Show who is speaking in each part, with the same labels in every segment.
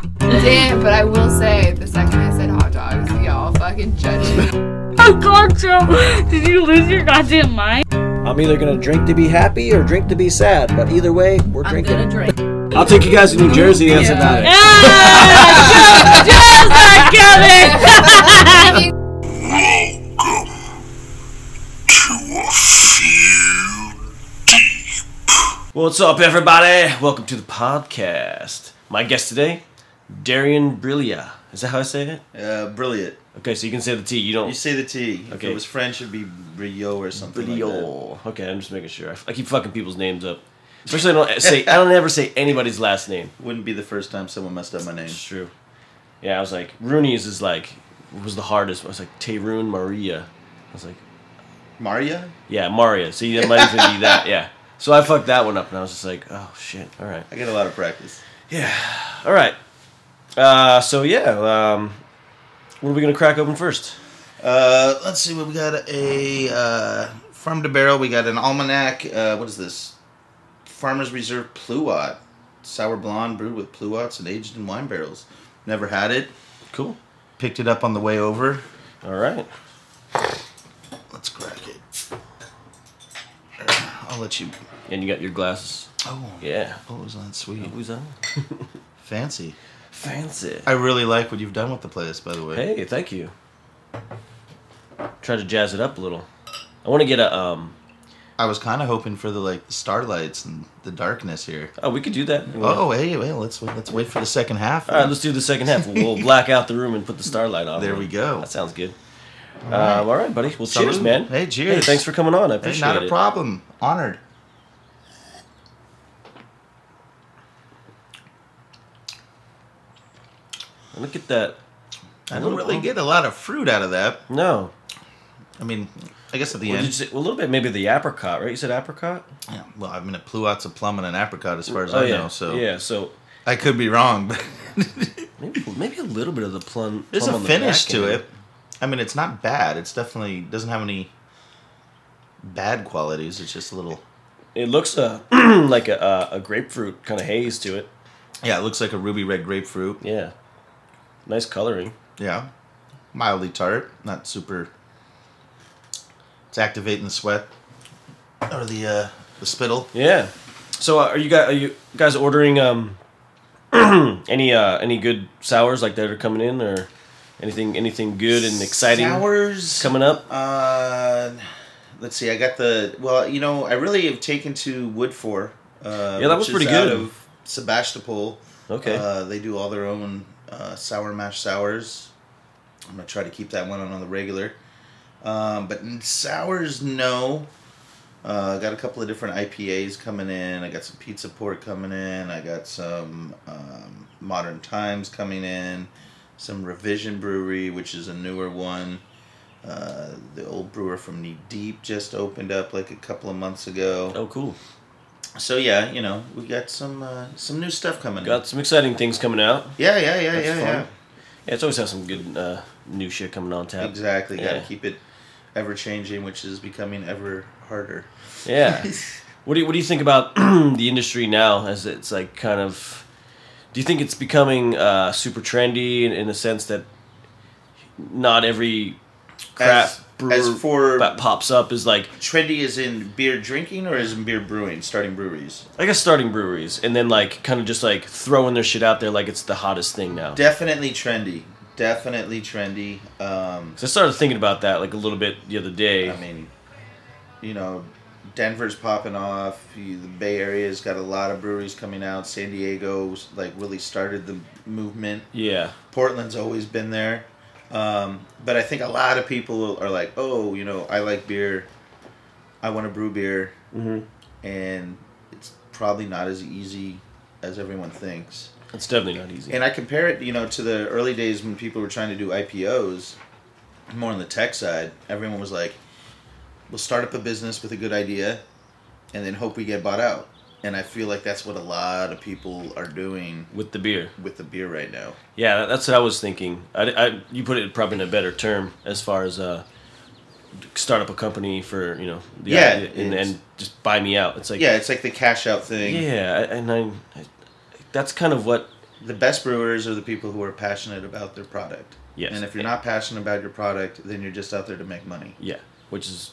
Speaker 1: didn't, but I will say the second I said hot dogs, y'all fucking judged me.
Speaker 2: Clock Joe, did you lose your goddamn mind?
Speaker 3: I'm either gonna drink to be happy or drink to be sad, but either way, we're
Speaker 4: I'm
Speaker 3: drinking.
Speaker 4: gonna drink.
Speaker 5: I'll take you guys to New Jersey. That's
Speaker 4: Yeah.
Speaker 5: about it.
Speaker 2: Ah, Joe, Joe's not coming.
Speaker 5: What's up, everybody? Welcome to the podcast. My guest today, Darian Brillia. Is that how I say it?
Speaker 6: Uh, brilliant.
Speaker 5: Okay, so you can say the T. You don't.
Speaker 6: You say the T. If
Speaker 5: Okay.
Speaker 6: it was French, it'd be brio or something like
Speaker 5: Brillo. Okay, I'm just making sure. I, f- I keep fucking people's names up. Especially I don't say I don't ever say anybody's last name.
Speaker 6: that. Wouldn't be the first time someone messed up my name.
Speaker 5: It's true. Yeah, I was like, Rooney's is like was the hardest. I was like Tarun Maria. I was like,
Speaker 6: Maria?
Speaker 5: yeah, Maria. See, that might even be that. Yeah. So I fucked that one up, and I was just like, oh shit. All right.
Speaker 6: I get a lot of practice.
Speaker 5: All right. Uh, so yeah, um, what are we gonna crack open first?
Speaker 6: Uh, let's see what we got. A uh, from the barrel. We got an almanac. Uh, what is this? Farmers Reserve Pluot, sour blonde brewed with pluots and aged in wine barrels. Never had it.
Speaker 5: Cool.
Speaker 6: Picked it up on the way over.
Speaker 5: All right.
Speaker 6: Let's crack it. Uh, I'll let you.
Speaker 5: And you got your glasses.
Speaker 6: Oh,
Speaker 5: Yeah.
Speaker 6: Oh, was that sweet?
Speaker 5: Who's on?
Speaker 6: Fancy.
Speaker 5: Fancy.
Speaker 6: I really like what you've done with the place, by the way.
Speaker 5: Hey, thank you. Try to jazz it up a little. I want to get a um.
Speaker 6: I was kind of hoping for the like starlights and the darkness here.
Speaker 5: Oh, we could do that. You wanna-
Speaker 6: Oh, hey, well, let's wait, let's wait for the second half.
Speaker 5: All right, let's do the second half. We'll black out the room and put the starlight on.
Speaker 6: There we go.
Speaker 5: That sounds good. Um, all right, buddy. Well, cheers,
Speaker 6: Salud.
Speaker 5: man.
Speaker 6: Hey, cheers.
Speaker 5: thanks for coming on. I
Speaker 6: Hey,
Speaker 5: appreciate
Speaker 6: not a
Speaker 5: it.
Speaker 6: problem. Honored.
Speaker 5: Look at that.
Speaker 6: I don't really get a lot of fruit out of that.
Speaker 5: No.
Speaker 6: I mean, I guess at the
Speaker 5: Well, did you
Speaker 6: end.
Speaker 5: say, well, a little bit, maybe the apricot, right? You said apricot?
Speaker 6: Yeah, well, I mean, it blew out a plum and an apricot, as far as I
Speaker 5: Oh, yeah.
Speaker 6: know. So
Speaker 5: Yeah, so
Speaker 6: I could be wrong, but
Speaker 5: maybe, maybe a little bit of the plum.
Speaker 6: there's
Speaker 5: plum
Speaker 6: a
Speaker 5: on the
Speaker 6: finish
Speaker 5: back
Speaker 6: to
Speaker 5: end.
Speaker 6: it. I mean, it's not bad. It's definitely doesn't have any bad qualities. It's just a little.
Speaker 5: It looks uh, like a, uh, a grapefruit kind of haze to it.
Speaker 6: Yeah, it looks like a ruby red grapefruit.
Speaker 5: Yeah. Nice coloring.
Speaker 6: Yeah. Mildly tart, not super. It's activating the sweat or the uh, the spittle.
Speaker 5: Yeah. So uh, are you guys are you guys ordering um any uh any good sours like that are coming in or anything anything good and exciting
Speaker 6: Sours
Speaker 5: coming up?
Speaker 6: Uh, let's see. I got the well. You know, I really have taken to Wood Four. Uh,
Speaker 5: Yeah, that was
Speaker 6: which is
Speaker 5: pretty
Speaker 6: out
Speaker 5: good.
Speaker 6: Of Sebastopol.
Speaker 5: Okay.
Speaker 6: Uh, they do all their own uh, sour mash sours. I'm gonna try to keep that one on on the regular. Um, but in sours, no. Uh, I got a couple of different IPAs coming in. I got some pizza port coming in. I got some um, modern times coming in. Some revision brewery, which is a newer one. Uh, the old brewer from Knee Deep just opened up like a couple of months ago.
Speaker 5: oh, cool.
Speaker 6: So yeah, you know we got some uh, some new stuff coming.
Speaker 5: Got some exciting things coming out.
Speaker 6: in. Yeah, yeah, yeah, yeah,
Speaker 5: fun.
Speaker 6: yeah.
Speaker 5: Yeah, it's always has some good uh, new shit coming on tap.
Speaker 6: Exactly. Got to
Speaker 5: Yeah.
Speaker 6: keep it ever changing, which is becoming ever harder.
Speaker 5: Yeah. what do you, what do you think about the industry now as it's like kind of do you think it's becoming uh, super trendy in, in a sense that not every crap
Speaker 6: As-
Speaker 5: brewer
Speaker 6: as for-
Speaker 5: that pops up is like
Speaker 6: Trendy is in beer drinking or is in beer brewing, starting breweries.
Speaker 5: I guess starting breweries and then like kind of just like throwing their shit out there like it's the hottest thing now.
Speaker 6: Definitely trendy. Definitely trendy. Um,
Speaker 5: 'Cause I started thinking about that like a little bit the other day.
Speaker 6: I mean, you know, Denver's popping off. You, the Bay Area's got a lot of breweries coming out. San Diego's like really started the movement.
Speaker 5: yeah.
Speaker 6: Portland's always been there. Um, but I think a lot of people are like, oh, you know, I like beer. I want to brew beer. Mm-hmm. And it's probably not as easy as everyone thinks.
Speaker 5: It's definitely not easy.
Speaker 6: And I compare it, you know, to the early days when people were trying to do IPOs, more on the tech side. Everyone was like, "We'll start up a business with a good idea, and then hope we get bought out." And I feel like that's what a lot of people are doing
Speaker 5: with the beer.
Speaker 6: with the beer right now.
Speaker 5: Yeah, that- that's what I was thinking. I, I- you put it probably in a better term as far as uh, start up a company for you know the
Speaker 6: Yeah,
Speaker 5: idea and,
Speaker 6: it's-
Speaker 5: and just buy me out. It's like
Speaker 6: Yeah, it's like the cash out thing.
Speaker 5: yeah, I- and I, I that's kind of what
Speaker 6: the best brewers are the people who are passionate about their product.
Speaker 5: Yes.
Speaker 6: And if you're not passionate about your product, then you're just out there to make money.
Speaker 5: Yeah, which is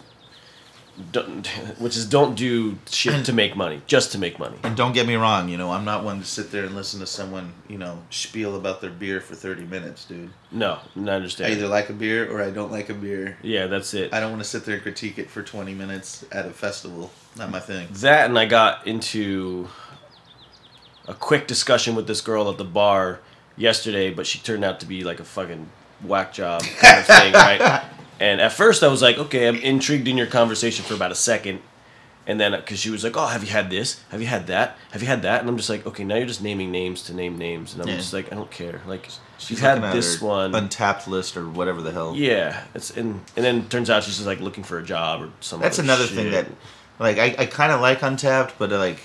Speaker 5: don't which is don't do shit to make money, just to make money.
Speaker 6: And don't get me wrong, you know, I'm not one to sit there and listen to someone, you know, spiel about their beer for 30 minutes, dude.
Speaker 5: No, I
Speaker 6: I
Speaker 5: understand.
Speaker 6: either like a beer or I don't like a beer.
Speaker 5: Yeah, that's it.
Speaker 6: I don't want to sit there and critique it for 20 minutes at a festival. Not my thing.
Speaker 5: that and I got into a quick discussion with this girl at the bar yesterday, but she turned out to be like a fucking whack job kind of thing, right? And at first I was like, okay, I'm intrigued in your conversation for about a second. And then, because she was like, oh, have you had this? Have you had that? Have you had that? And I'm just like, okay, now you're just naming names to name names. And I'm
Speaker 6: Yeah.
Speaker 5: just like, I don't care. Like, you've had this one.
Speaker 6: Untapped list or whatever the hell.
Speaker 5: yeah. It's and, and then it turns out she's just like looking for a job or something.
Speaker 6: That's another thing that, like, I, I kind of like Untapped, but, uh, like,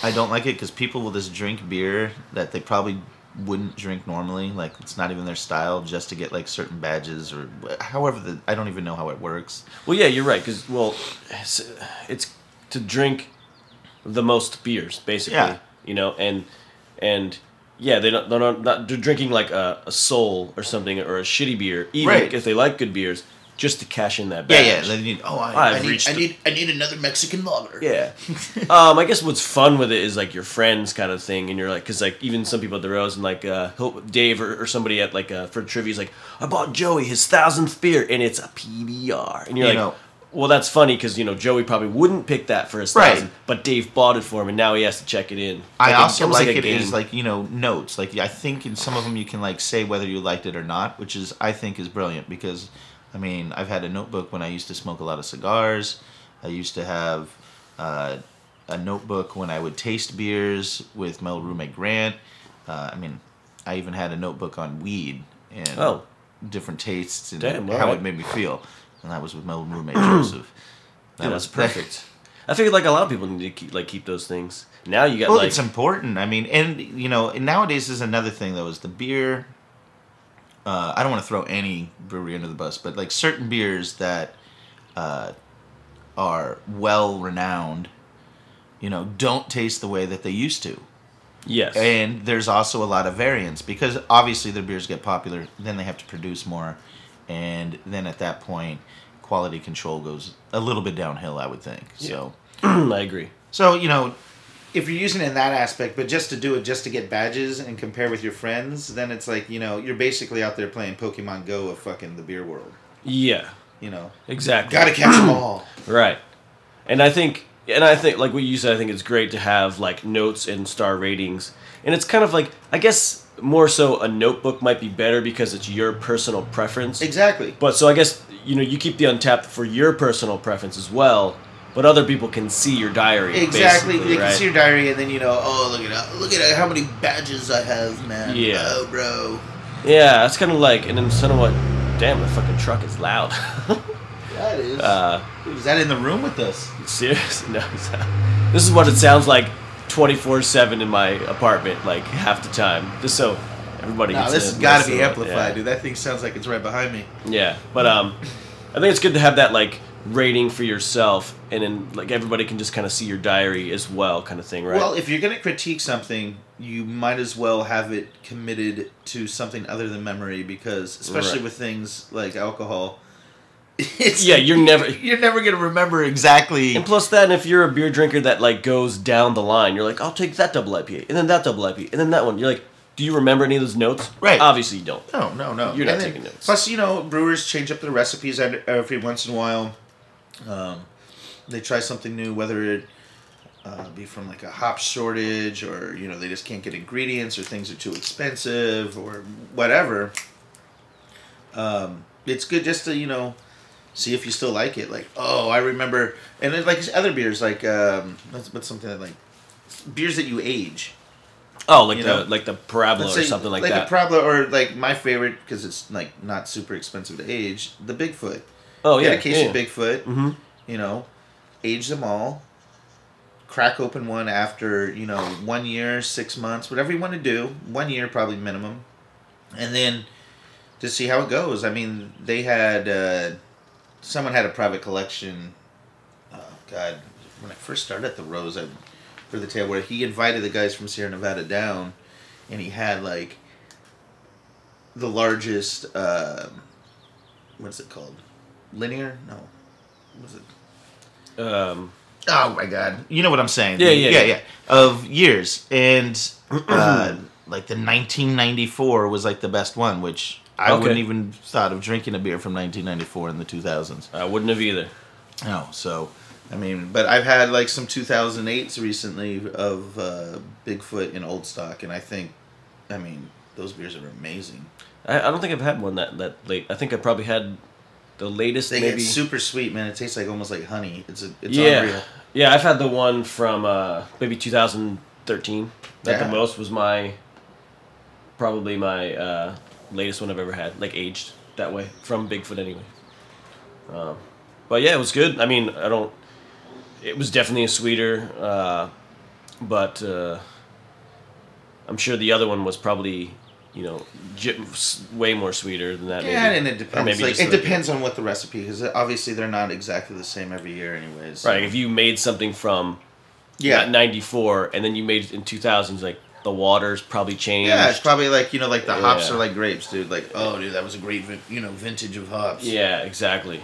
Speaker 6: I don't like it because people will just drink beer that they probably wouldn't drink normally. Like, it's not even their style just to get, like, certain badges or wh- however the. I don't even know how it works.
Speaker 5: Well, yeah, you're right. Because well, it's, it's to drink the most beers, basically.
Speaker 6: Yeah.
Speaker 5: You know, and and yeah, they don't they're not, not they're drinking like a, a soul or something or a shitty beer, even
Speaker 6: Right.
Speaker 5: if they like good beers, just to cash in that.
Speaker 6: Yeah,
Speaker 5: Badge.
Speaker 6: yeah. Then you, oh, I,
Speaker 5: I've
Speaker 6: I, need,
Speaker 5: reached
Speaker 6: I
Speaker 5: the-
Speaker 6: need, I need another Mexican lager.
Speaker 5: Yeah. um, I guess what's fun with it is like your friends kind of thing, and you're like, because like even some people at the Rose and like uh, he'll- Dave or, or somebody at like uh, for trivia's like, I bought Joey his thousandth beer and it's a PBR, and you're like.
Speaker 6: You know.
Speaker 5: Well, that's funny because you know Joey probably wouldn't pick that for his
Speaker 6: Right.
Speaker 5: thousand, but Dave bought it for him, and now he has to check it in.
Speaker 6: I
Speaker 5: Like,
Speaker 6: also
Speaker 5: almost
Speaker 6: like,
Speaker 5: a
Speaker 6: it
Speaker 5: game.
Speaker 6: is like you know notes. Like I think in some of them you can like say whether you liked it or not, which is I think is brilliant because, I mean, I've had a notebook when I used to smoke a lot of cigars. I used to have uh, a notebook when I would taste beers with my old roommate Grant. Uh, I mean, I even had a notebook on weed and
Speaker 5: Oh.
Speaker 6: different tastes and
Speaker 5: Damn,
Speaker 6: how
Speaker 5: alright.
Speaker 6: it made me feel, and that was with my old roommate Joseph. That
Speaker 5: Dude, that's perfect. I figured like a lot of people need to keep like keep those things. Now you got
Speaker 6: Well,
Speaker 5: like
Speaker 6: it's important. I mean, and you know, and nowadays is another thing though is the beer. Uh, I don't want to throw any brewery under the bus, but like certain beers that uh, are well renowned, you know, don't taste the way that they used to.
Speaker 5: yes,
Speaker 6: And there's also a lot of variance because obviously their beers get popular, then they have to produce more, and then at that point, quality control goes a little bit downhill. I would think so.
Speaker 5: I agree.
Speaker 6: So you know, if you're using it in that aspect, but just to do it, just to get badges and compare with your friends, then it's like you know you're basically out there playing Pokemon Go of fucking the beer world.
Speaker 5: Yeah,
Speaker 6: You know,
Speaker 5: exactly.
Speaker 6: gotta catch them all.
Speaker 5: Right. And I think and I think like what you said, I think it's great to have like notes and star ratings. And it's kind of like I guess more so a notebook might be better because it's your personal preference.
Speaker 6: Exactly.
Speaker 5: But so I guess you know, you keep the untapped for your personal preference as well, but other people can see your diary.
Speaker 6: Exactly.
Speaker 5: basically,
Speaker 6: You
Speaker 5: right?
Speaker 6: can see your diary, and then you know, oh look at look at how many badges I have, man.
Speaker 5: Yeah.
Speaker 6: Oh, bro.
Speaker 5: Yeah, that's kinda like and then sort of what damn the fucking truck is loud.
Speaker 6: That is.
Speaker 5: uh
Speaker 6: was that in the room with us?
Speaker 5: Serious? No. it's not. This is what it sounds like 24 7 in my apartment, like half the time. Just so everybody
Speaker 6: No,
Speaker 5: gets
Speaker 6: this
Speaker 5: to
Speaker 6: has got to be
Speaker 5: listen.
Speaker 6: amplified,
Speaker 5: yeah.
Speaker 6: dude. That thing sounds like it's right behind me.
Speaker 5: Yeah. But um, I think it's good to have that, like, rating for yourself, and then, like, everybody can just kind of see your diary as well, kind of thing, right?
Speaker 6: Well, if you're going to critique something, you might as well have it committed to something other than memory because especially
Speaker 5: Right.
Speaker 6: with things like alcohol, it's
Speaker 5: yeah, you're never.
Speaker 6: you're never going to remember exactly
Speaker 5: And plus that, and if you're a beer drinker that like goes down the line, you're like, I'll take that double IPA, and then that double IPA, and then that one. You're like, do you remember any of those notes?
Speaker 6: Right.
Speaker 5: Obviously, you don't.
Speaker 6: No, no, no.
Speaker 5: You're not
Speaker 6: And then-
Speaker 5: taking notes.
Speaker 6: Plus, you know, brewers change up their recipes every- every once in a while. Um, they try something new, whether it uh, be from like a hop shortage, or you know, they just can't get ingredients, or things are too expensive, or whatever. Um, it's good just to you know see if you still like it. Like, oh, I remember, and then like other beers, like um, what's, what's something that like beers that you age.
Speaker 5: Oh, like
Speaker 6: You
Speaker 5: the
Speaker 6: know?
Speaker 5: like the parabola
Speaker 6: Let's
Speaker 5: or
Speaker 6: say,
Speaker 5: something like, that.
Speaker 6: a problem, or like my favorite because it's like not super expensive to age. The Bigfoot.
Speaker 5: oh yeah,
Speaker 6: Get a case
Speaker 5: yeah.
Speaker 6: of Bigfoot.
Speaker 5: Mm-hmm.
Speaker 6: You know, age them all. Crack open one after you know one year, six months, whatever you want to do. One year probably minimum, and then to see how it goes. I mean, they had uh, someone had a private collection. Oh God, when I first started at the Rose, I, for the table where he invited the guys from Sierra Nevada down and he had like the largest um what's it called? Linear? No. What was it?
Speaker 5: Um,
Speaker 6: Oh my god! You know what I'm saying?
Speaker 5: Yeah, yeah,
Speaker 6: yeah,
Speaker 5: yeah.
Speaker 6: Of years and uh, like the 1994 was like the best one, which I
Speaker 5: Okay.
Speaker 6: wouldn't even thought of drinking a beer from 1994 in the 2000s.
Speaker 5: I wouldn't have either.
Speaker 6: No, so I mean, but I've had like some 2008s recently of uh, Bigfoot and Old Stock, and I think, I mean, those beers are amazing.
Speaker 5: I, I don't think I've had one that, that late. I think I probably had the latest
Speaker 6: They
Speaker 5: maybe.
Speaker 6: get super sweet, man. It tastes like almost like honey. It's a, it's
Speaker 5: yeah,
Speaker 6: unreal.
Speaker 5: yeah. I've had the one from uh, maybe 2013. That
Speaker 6: Yeah.
Speaker 5: the most was my probably my uh, latest one I've ever had, like aged that way from Bigfoot anyway. Um, but yeah, it was good. I mean, I don't. It was definitely a sweeter, uh, but uh, I'm sure the other one was probably. You know, j- s- way more sweeter than that.
Speaker 6: Yeah,
Speaker 5: maybe.
Speaker 6: and it
Speaker 5: Or
Speaker 6: depends.
Speaker 5: maybe
Speaker 6: Like,
Speaker 5: just
Speaker 6: it
Speaker 5: the-
Speaker 6: depends on what the recipe because obviously they're not exactly the same every year, anyways.
Speaker 5: Right. If you made something from yeah.
Speaker 6: Yeah.
Speaker 5: 94 and then you made it in 2000s, like the water's probably changed.
Speaker 6: Yeah, it's probably like you know, like the hops
Speaker 5: Yeah.
Speaker 6: are like grapes, dude. Like, oh, dude, that was a great, vin- you know, vintage of hops.
Speaker 5: Yeah, exactly.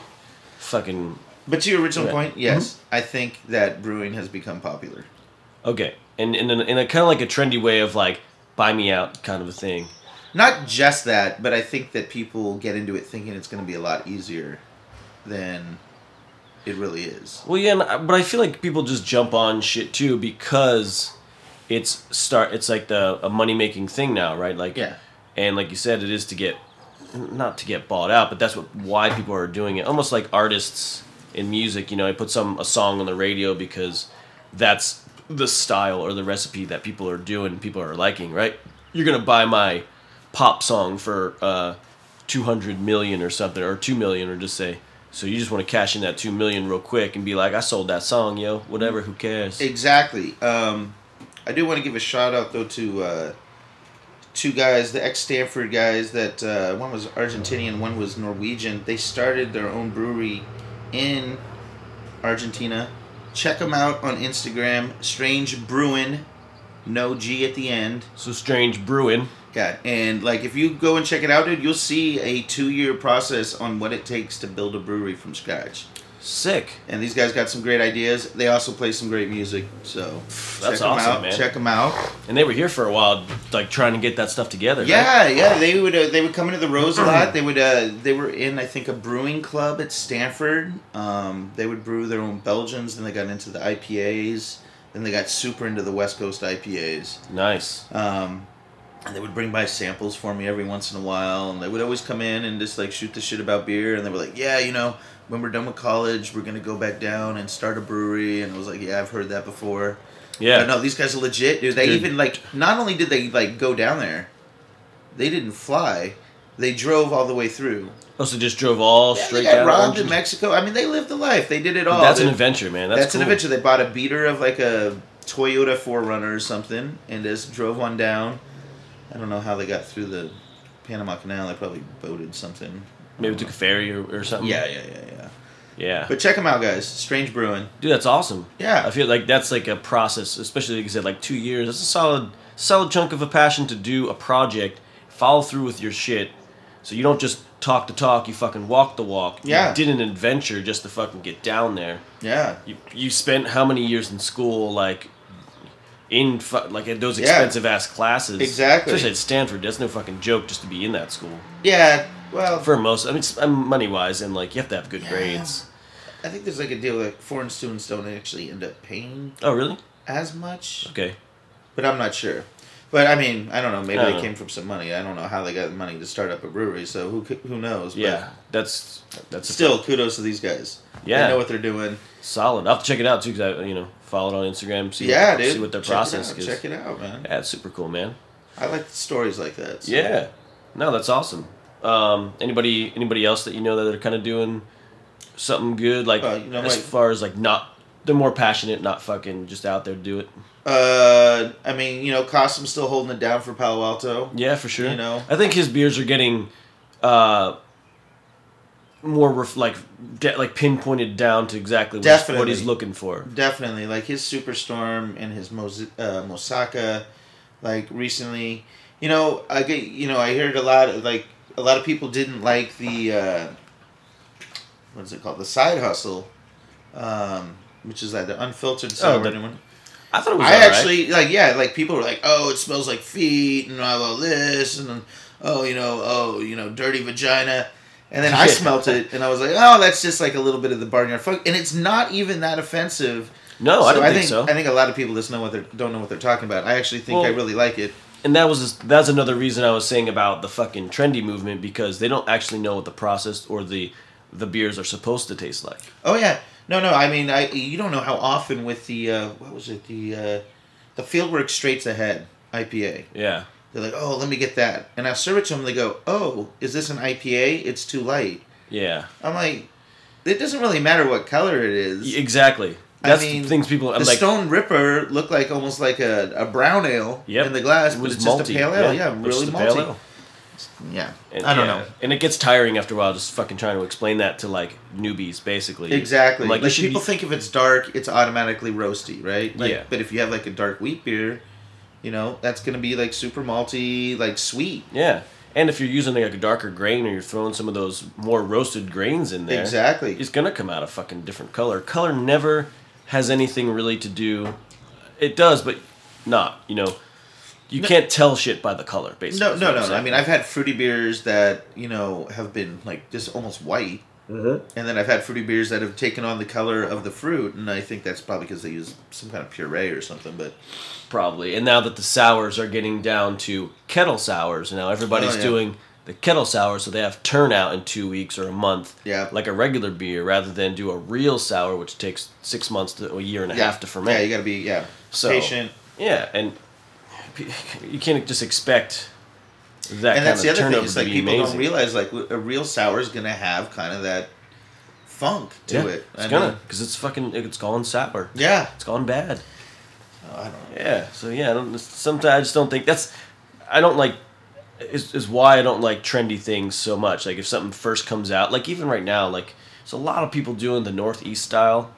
Speaker 5: Fucking.
Speaker 6: But to your original
Speaker 5: Yeah. Mm-hmm.
Speaker 6: point, yes, I think that brewing has become popular.
Speaker 5: Okay. And in, in, in a kind of like a trendy way of like, buy me out kind of a thing.
Speaker 6: Not just that, but I think that people get into it thinking it's going to be a lot easier than it really is.
Speaker 5: Well, yeah, and I- but I feel like people just jump on shit too because it's start. It's like the a money making thing now, right? Like,
Speaker 6: Yeah.
Speaker 5: and like you said, it is to get not to get bought out, but that's what why people are doing it. Almost like artists in music, you know, I put some a song on the radio because that's the style or the recipe that people are doing, people are liking, right? You're gonna buy my pop song for uh, 200 million or something or 2 million or just say so you just want to cash in that 2 million real quick and be like i sold that song yo whatever who cares
Speaker 6: Exactly. Um, I do want to give a shout out though to uh, two guys, the ex Stanford guys. That uh, one was Argentinian, one was Norwegian. They started their own brewery in Argentina. Check them out on Instagram. Strange Bruin, no G at the end.
Speaker 5: so strange brewing
Speaker 6: Yeah, and like if you go and check it out, dude, you'll see a two-year process on what it takes to build a brewery from scratch.
Speaker 5: sick
Speaker 6: And these guys got some great ideas. They also play some great music, so check them
Speaker 5: awesome,
Speaker 6: out.
Speaker 5: man.
Speaker 6: Check them out.
Speaker 5: and they were here for a while like trying to get that stuff together right?
Speaker 6: Yeah, yeah. They would uh, they would come into the Rose a lot. They would uh, they were in I think a brewing club at Stanford. Um, they would brew their own Belgians. Then they got into the IPAs. Then they got super into the West Coast IPAs.
Speaker 5: nice
Speaker 6: Um, and they would bring by samples for me every once in a while, and they would always come in and just like shoot the shit about beer. And they were like, "Yeah, you know, when we're done with college, we're gonna go back down and start a brewery." And I was like, "Yeah, I've heard that before."
Speaker 5: yeah
Speaker 6: But no, these guys are legit, dude. They
Speaker 5: Dude.
Speaker 6: even like not only did they like go down there, they didn't fly. They drove all the way through.
Speaker 5: also just drove all
Speaker 6: Yeah,
Speaker 5: straight
Speaker 6: they got
Speaker 5: down
Speaker 6: robbed in
Speaker 5: Orange-
Speaker 6: Mexico. I mean, they lived the life. They did it all.
Speaker 5: that's an
Speaker 6: dude.
Speaker 5: adventure man that's,
Speaker 6: That's,
Speaker 5: cool.
Speaker 6: an adventure. They bought a beater of like a Toyota 4Runner or something and just drove one down. I don't know how they got through the Panama Canal. They probably boated something.
Speaker 5: maybe took a ferry or, or something
Speaker 6: Yeah, yeah, yeah, yeah.
Speaker 5: yeah
Speaker 6: But check them out, guys. Strange Brewing.
Speaker 5: dude that's awesome
Speaker 6: Yeah.
Speaker 5: i feel like that's like a process especially like you said like two years that's a solid solid chunk of a passion to do a project follow through with your shit so you don't just talk the talk you fucking walk the walk
Speaker 6: Yeah.
Speaker 5: you did an adventure just to fucking get down there
Speaker 6: Yeah.
Speaker 5: you, you spent how many years in school like in fu- like at those
Speaker 6: Yeah.
Speaker 5: expensive ass classes
Speaker 6: Exactly.
Speaker 5: especially at stanford that's no fucking joke just to be in that school
Speaker 6: Yeah. Well,
Speaker 5: for most i mean it's- i'm money wise and like you have to have good grades
Speaker 6: I think there's like a deal that foreign students don't actually end up paying
Speaker 5: oh really
Speaker 6: as much,
Speaker 5: okay
Speaker 6: but I'm not sure. But I mean, I don't know. Maybe
Speaker 5: I
Speaker 6: they
Speaker 5: don't know.
Speaker 6: came from some money. I don't know how they got the money to start up a brewery. So who c- who knows?
Speaker 5: yeah that's that's
Speaker 6: But
Speaker 5: a-
Speaker 6: still, kudos to these guys.
Speaker 5: Yeah.
Speaker 6: They know what they're doing.
Speaker 5: Solid. I'll have to check it out too because I, you know, follow it on Instagram. See
Speaker 6: yeah,
Speaker 5: what,
Speaker 6: dude.
Speaker 5: See what their
Speaker 6: Check it
Speaker 5: process
Speaker 6: out,
Speaker 5: is.
Speaker 6: Check it out, man.
Speaker 5: Yeah, it's super cool, man.
Speaker 6: I like stories like that. so-
Speaker 5: Yeah. No, that's awesome. Um, anybody, anybody else that you know that are kind of doing something good, like
Speaker 6: Well, you know,
Speaker 5: as
Speaker 6: like-
Speaker 5: far as like not, they're more passionate, not fucking just out there to do it.
Speaker 6: Uh, I mean, you know, Costum's still holding it down for Palo Alto.
Speaker 5: Yeah, for sure.
Speaker 6: You know?
Speaker 5: I think his beers are getting, uh, more ref- like de- like pinpointed down to exactly what, he's- what
Speaker 6: Definitely.
Speaker 5: he's looking for.
Speaker 6: Definitely, like his Superstorm and his Mos- uh, Mosaka, Like recently, you know, I get, you know, I heard a lot of like a lot of people didn't like the uh, what is it called, the side hustle, um, which is like the unfiltered sour
Speaker 5: Oh, the-
Speaker 6: new one.
Speaker 5: I thought it was.
Speaker 6: I
Speaker 5: alright.
Speaker 6: actually like yeah, like people were like, oh, it smells like feet, and all of this, and then, oh, you know, oh, you know, dirty vagina, and then I
Speaker 5: Yeah.
Speaker 6: smelt it, and I was like, oh, that's just like a little bit of the barnyard funk, and it's not even that offensive.
Speaker 5: No, Oh, I
Speaker 6: So
Speaker 5: didn't think, so.
Speaker 6: I think a lot of people just know what they don't know what they're talking about. I actually think
Speaker 5: Well-
Speaker 6: I really like it.
Speaker 5: and that was that's another reason I was saying about the fucking trendy movement because they don't actually know what the process or the the beers are supposed to taste like.
Speaker 6: Oh yeah, no, no. I mean, I you don't know how often with the uh, what was it the uh, the Fieldwork Straights Ahead IPA.
Speaker 5: Yeah.
Speaker 6: They're like, oh, let me get that, and I serve it to them. They go, oh, is this an IPA? It's too light.
Speaker 5: Yeah.
Speaker 6: I'm like, it doesn't really matter what color it is.
Speaker 5: Y- Exactly. That's the things people. I'm
Speaker 6: the
Speaker 5: like,
Speaker 6: Stone Ripper looked like almost like a, a brown ale
Speaker 5: Yep.
Speaker 6: in the glass,
Speaker 5: It
Speaker 6: but
Speaker 5: was
Speaker 6: it's just a
Speaker 5: malty,
Speaker 6: pale ale.
Speaker 5: yeah.
Speaker 6: Yeah,
Speaker 5: It's
Speaker 6: really
Speaker 5: just a pale
Speaker 6: malty.
Speaker 5: ale.
Speaker 6: Yeah,
Speaker 5: And-
Speaker 6: I don't
Speaker 5: yeah.
Speaker 6: know.
Speaker 5: And it gets tiring after a while, just fucking trying to explain that to like newbies, basically.
Speaker 6: Exactly.
Speaker 5: I'm
Speaker 6: Like,
Speaker 5: you should
Speaker 6: people
Speaker 5: be-
Speaker 6: think if it's dark, it's automatically roasty, right? Like,
Speaker 5: Yeah.
Speaker 6: But if you have like a dark wheat beer, you know that's gonna be like super malty, like sweet.
Speaker 5: Yeah. And if you're using like a darker grain or you're throwing some of those more roasted grains in there,
Speaker 6: Exactly.
Speaker 5: it's gonna come out a fucking different color. Color never has anything really to do. It does, but not. You know, you can't tell shit by the color. Basically,
Speaker 6: No,
Speaker 5: is
Speaker 6: no,
Speaker 5: what I'm
Speaker 6: no. I
Speaker 5: saying.
Speaker 6: mean, I've had fruity beers that you know have been like just almost white,
Speaker 5: Mm-hmm.
Speaker 6: and then I've had fruity beers that have taken on the color of the fruit, and I think that's probably because they use some kind of puree or something. But
Speaker 5: probably. And now that the sours are getting down to kettle sours, now everybody's
Speaker 6: Oh, yeah.
Speaker 5: doing the kettle sour, so they have turnout in two weeks or a month,
Speaker 6: Yeah.
Speaker 5: like a regular beer, rather than do a real sour, which takes six months to a year and a
Speaker 6: yeah,
Speaker 5: half to ferment.
Speaker 6: Yeah, you gotta be yeah
Speaker 5: So-
Speaker 6: patient.
Speaker 5: Yeah, and p- you can't just expect that
Speaker 6: And
Speaker 5: kind
Speaker 6: that's
Speaker 5: of
Speaker 6: the other
Speaker 5: turnover
Speaker 6: thing is
Speaker 5: to
Speaker 6: like
Speaker 5: be
Speaker 6: people
Speaker 5: amazing.
Speaker 6: don't realize like a real sour is gonna have kind of that funk to
Speaker 5: yeah,
Speaker 6: it.
Speaker 5: It's
Speaker 6: I mean,
Speaker 5: gonna because it's fucking it's gone sour.
Speaker 6: yeah.
Speaker 5: It's gone bad.
Speaker 6: Oh, I don't know.
Speaker 5: Yeah. So yeah, I don't, sometimes I just don't think that's. I don't like. Is, is why I don't like trendy things so much. Like if something first comes out, like even right now, like there's a lot of people doing the northeast style.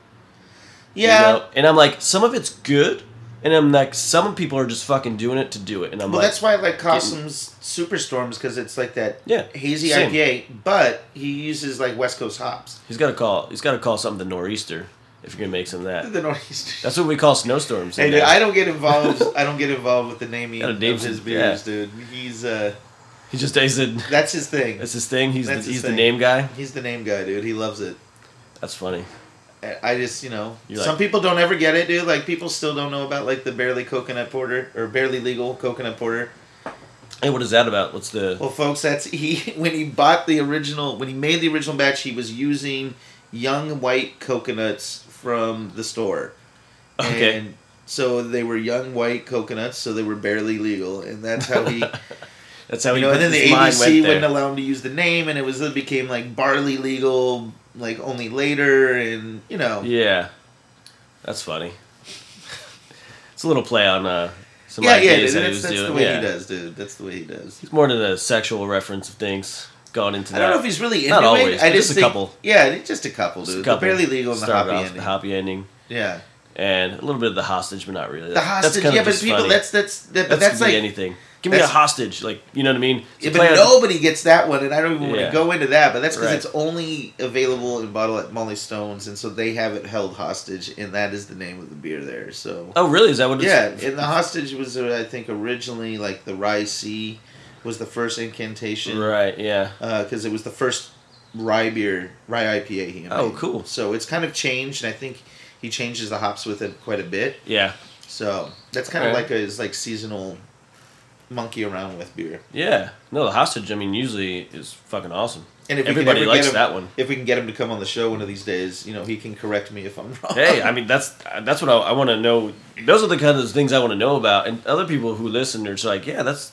Speaker 5: you
Speaker 6: Yeah.
Speaker 5: know? And I'm like, some of it's good, and I'm like, some people are just fucking doing it to do it, and I'm
Speaker 6: Well,
Speaker 5: like,
Speaker 6: that's why I like Costum's Superstorms because it's like that
Speaker 5: Yeah,
Speaker 6: hazy
Speaker 5: same.
Speaker 6: IPA, but he uses like West Coast hops.
Speaker 5: He's got to call. He's got to call something the nor'easter if you're gonna make some of that.
Speaker 6: The Northeast.
Speaker 5: That's what we call snowstorms. uh, in
Speaker 6: Hey, dude,
Speaker 5: there.
Speaker 6: I don't get involved. I don't get involved with the naming
Speaker 5: Got a
Speaker 6: of
Speaker 5: Dave's-
Speaker 6: his
Speaker 5: yeah.
Speaker 6: beers, dude. He's uh,
Speaker 5: he just he's the,
Speaker 6: that's his thing.
Speaker 5: that's his thing. He's
Speaker 6: That's
Speaker 5: the,
Speaker 6: his
Speaker 5: he's the
Speaker 6: thing.
Speaker 5: name guy.
Speaker 6: He's the name guy, dude. He loves it.
Speaker 5: That's funny.
Speaker 6: I- I just, you know,
Speaker 5: You're
Speaker 6: some
Speaker 5: like-
Speaker 6: people don't ever get it, dude. Like people still don't know about like the barely coconut porter or barely legal coconut porter.
Speaker 5: Hey, what is that about? What's the?
Speaker 6: Well, folks, that's he when he bought the original when he made the original batch, he was using young white coconuts from the store.
Speaker 5: Okay.
Speaker 6: And so they were young white coconuts, so they were barely legal, and that's how he
Speaker 5: that's how he.
Speaker 6: you know,
Speaker 5: Oh, put
Speaker 6: and then the
Speaker 5: his mind went
Speaker 6: ABC
Speaker 5: there.
Speaker 6: wouldn't allow him to use the name, and it was it became like barley legal, like only later, and you know, yeah,
Speaker 5: Yeah, that's funny. It's a little play on uh, some
Speaker 6: yeah, dude,
Speaker 5: ideas that he
Speaker 6: that's,
Speaker 5: was
Speaker 6: that's
Speaker 5: doing.
Speaker 6: the way
Speaker 5: yeah.
Speaker 6: he does, dude. That's the way he does.
Speaker 5: It's more to the sexual reference of things. Gone into
Speaker 6: I
Speaker 5: that.
Speaker 6: don't know if he's really into
Speaker 5: Not
Speaker 6: it.
Speaker 5: always,
Speaker 6: I
Speaker 5: but
Speaker 6: just
Speaker 5: just a
Speaker 6: think-
Speaker 5: couple.
Speaker 6: Yeah, just a couple,
Speaker 5: Just
Speaker 6: dude.
Speaker 5: a
Speaker 6: The
Speaker 5: couple.
Speaker 6: barely legal and the
Speaker 5: Start
Speaker 6: happy
Speaker 5: off
Speaker 6: ending.
Speaker 5: The happy ending.
Speaker 6: yeah,
Speaker 5: And a little bit of the hostage, but not really.
Speaker 6: the
Speaker 5: That's- that's
Speaker 6: hostage.
Speaker 5: kinda
Speaker 6: Yeah, but
Speaker 5: just
Speaker 6: people,
Speaker 5: funny.
Speaker 6: that's that's that, but
Speaker 5: That's,
Speaker 6: that's
Speaker 5: could
Speaker 6: like.
Speaker 5: be anything. Give me a
Speaker 6: that's-
Speaker 5: hostage, like you know what I mean. It's a
Speaker 6: yeah,
Speaker 5: play
Speaker 6: but
Speaker 5: on-
Speaker 6: nobody gets that one, and I don't even want
Speaker 5: Yeah.
Speaker 6: to go into that. But that's because
Speaker 5: Right.
Speaker 6: it's only available in bottle at Molly Stones, and so they have it held hostage, and that is the name of the beer there. So
Speaker 5: Oh, really? Is that what? It's,
Speaker 6: Yeah, and the hostage was, uh, I think, originally like the rye sea was the first incantation,
Speaker 5: Right. Yeah.
Speaker 6: Because it was the first rye beer, rye IPA he made.
Speaker 5: Oh, cool.
Speaker 6: So it's kind of changed, and I think he changes the hops with it quite a bit.
Speaker 5: Yeah.
Speaker 6: So that's kind of
Speaker 5: Alright.
Speaker 6: like a his, like seasonal monkey around with beer.
Speaker 5: Yeah. No, the hostage. I mean, usually is fucking awesome.
Speaker 6: And we can
Speaker 5: everybody
Speaker 6: ever get
Speaker 5: likes
Speaker 6: him-
Speaker 5: that one.
Speaker 6: If we can get him to come on the show one of these days, you know, he can correct me if I'm wrong.
Speaker 5: Hey, I mean, that's that's what I, I want to know. Those are the kind of things I want to know about, and other people who listen are just like, yeah, that's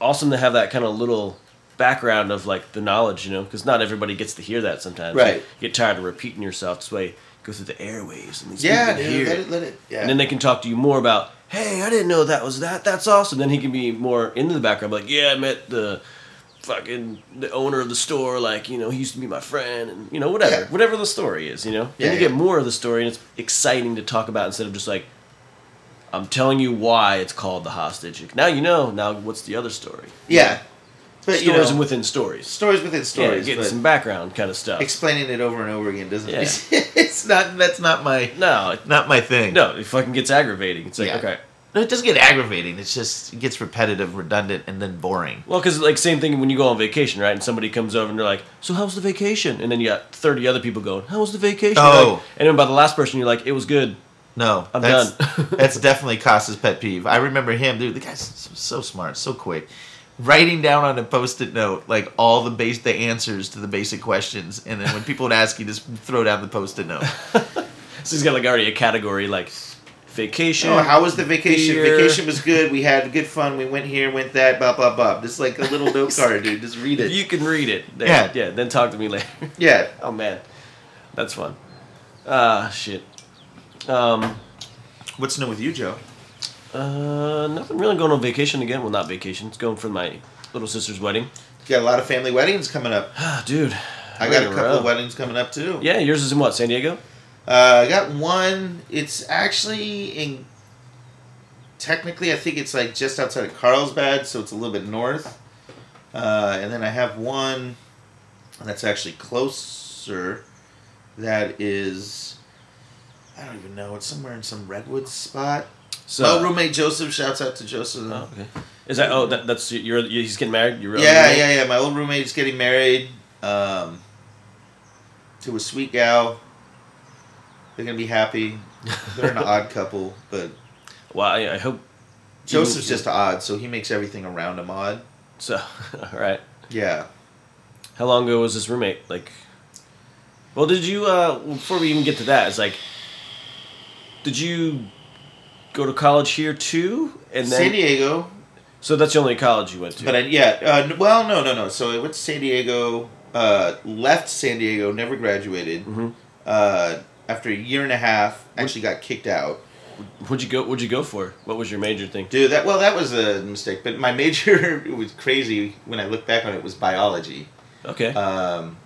Speaker 5: awesome to have that kind of little background of like the knowledge, you know, because not everybody gets to hear that sometimes.
Speaker 6: Right.
Speaker 5: You get tired of repeating yourself. This way, go through the airwaves and these
Speaker 6: yeah,
Speaker 5: people can hear
Speaker 6: dude,
Speaker 5: it.
Speaker 6: let it, let it, yeah.
Speaker 5: And then they can talk to you more about, hey, I didn't know that was that. That's awesome. Then he can be more into the background, like, yeah, I met the fucking the owner of the store. Like, you know, he used to be my friend, and you know, whatever,
Speaker 6: Yeah.
Speaker 5: whatever the story is, you know.
Speaker 6: Yeah,
Speaker 5: then you
Speaker 6: yeah.
Speaker 5: get more of the story, and it's exciting to talk about instead of just like, I'm telling you why it's called the hostage. Now you know. Now what's the other story?
Speaker 6: Yeah, but you
Speaker 5: stories
Speaker 6: know,
Speaker 5: within stories.
Speaker 6: stories within
Speaker 5: Yeah,
Speaker 6: stories.
Speaker 5: getting
Speaker 6: but
Speaker 5: some background kind of stuff.
Speaker 6: explaining it over and over again doesn't.
Speaker 5: Yeah.
Speaker 6: it's not. That's not my.
Speaker 5: no, it-
Speaker 6: Not my thing.
Speaker 5: no, it fucking gets aggravating. It's like
Speaker 6: Yeah.
Speaker 5: okay.
Speaker 6: No, it doesn't get aggravating. It's just it gets repetitive, redundant, and then boring.
Speaker 5: Well, because like same thing when you go on vacation, right? And somebody comes over and they're like, "So how was the vacation?" And then you got thirty other people going, "How was the vacation?"
Speaker 6: Oh.
Speaker 5: Like- and then by the last person, you're like, "It was good."
Speaker 6: No,
Speaker 5: I'm
Speaker 6: that's,
Speaker 5: done.
Speaker 6: that's definitely Costa's pet peeve. I remember him, dude. The guy's so, so smart, so quick, writing down on a post-it note like all the base the answers to the basic questions, and then when people would ask you, just throw down the post-it note.
Speaker 5: So he's got like already a category like vacation.
Speaker 6: Oh, how was the vacation?
Speaker 5: beer.
Speaker 6: Vacation was good. We had good fun. We went here, went that, blah blah blah. Just like a little note card, dude. Just read it.
Speaker 5: You can read it. Then,
Speaker 6: Yeah.
Speaker 5: yeah, Then talk to me later.
Speaker 6: yeah,
Speaker 5: oh man, that's fun. Ah shit. Um,
Speaker 6: What's new with you, Joe?
Speaker 5: uh, nothing really going on vacation again. Well, not vacation. It's going for my little sister's wedding.
Speaker 6: You got a lot of family weddings coming up.
Speaker 5: Ah, dude.
Speaker 6: I got
Speaker 5: Right
Speaker 6: a
Speaker 5: in
Speaker 6: couple
Speaker 5: row.
Speaker 6: of weddings coming up too.
Speaker 5: Yeah, yours is in what? San Diego.
Speaker 6: Uh, I got one. It's actually in. Technically, I think it's like just outside of Carlsbad, so it's a little bit north. Uh, and then I have one that's actually closer. That is, I don't even know. It's somewhere in some redwood spot.
Speaker 5: So.
Speaker 6: So roommate Joseph. Shouts out to Joseph.
Speaker 5: Oh, okay. Is that? Oh, that, that's you're. He's getting married. You're.
Speaker 6: yeah, yeah, yeah. My old roommate's getting married um, to a sweet gal. They're gonna be happy. They're an odd couple, but
Speaker 5: Well, I, I hope
Speaker 6: Joseph's just odd, so he makes everything around him odd.
Speaker 5: so. All right.
Speaker 6: Yeah.
Speaker 5: How long ago was this roommate? Like, well, did you? uh Before we even get to that, it's like, did you go to college here too? And
Speaker 6: San
Speaker 5: then,
Speaker 6: Diego,
Speaker 5: so that's the only college you went to.
Speaker 6: but I, yeah. Uh, n- well, no, no, no. So I went to San Diego. Uh, left San Diego, never graduated.
Speaker 5: Mhm.
Speaker 6: Uh, after a year and a half, actually got kicked out.
Speaker 5: what'd you go? What'd you go for? What was your major thing?
Speaker 6: Dude, that well, that was a mistake. But my major it was crazy when I look back on it was biology.
Speaker 5: Okay.
Speaker 6: um,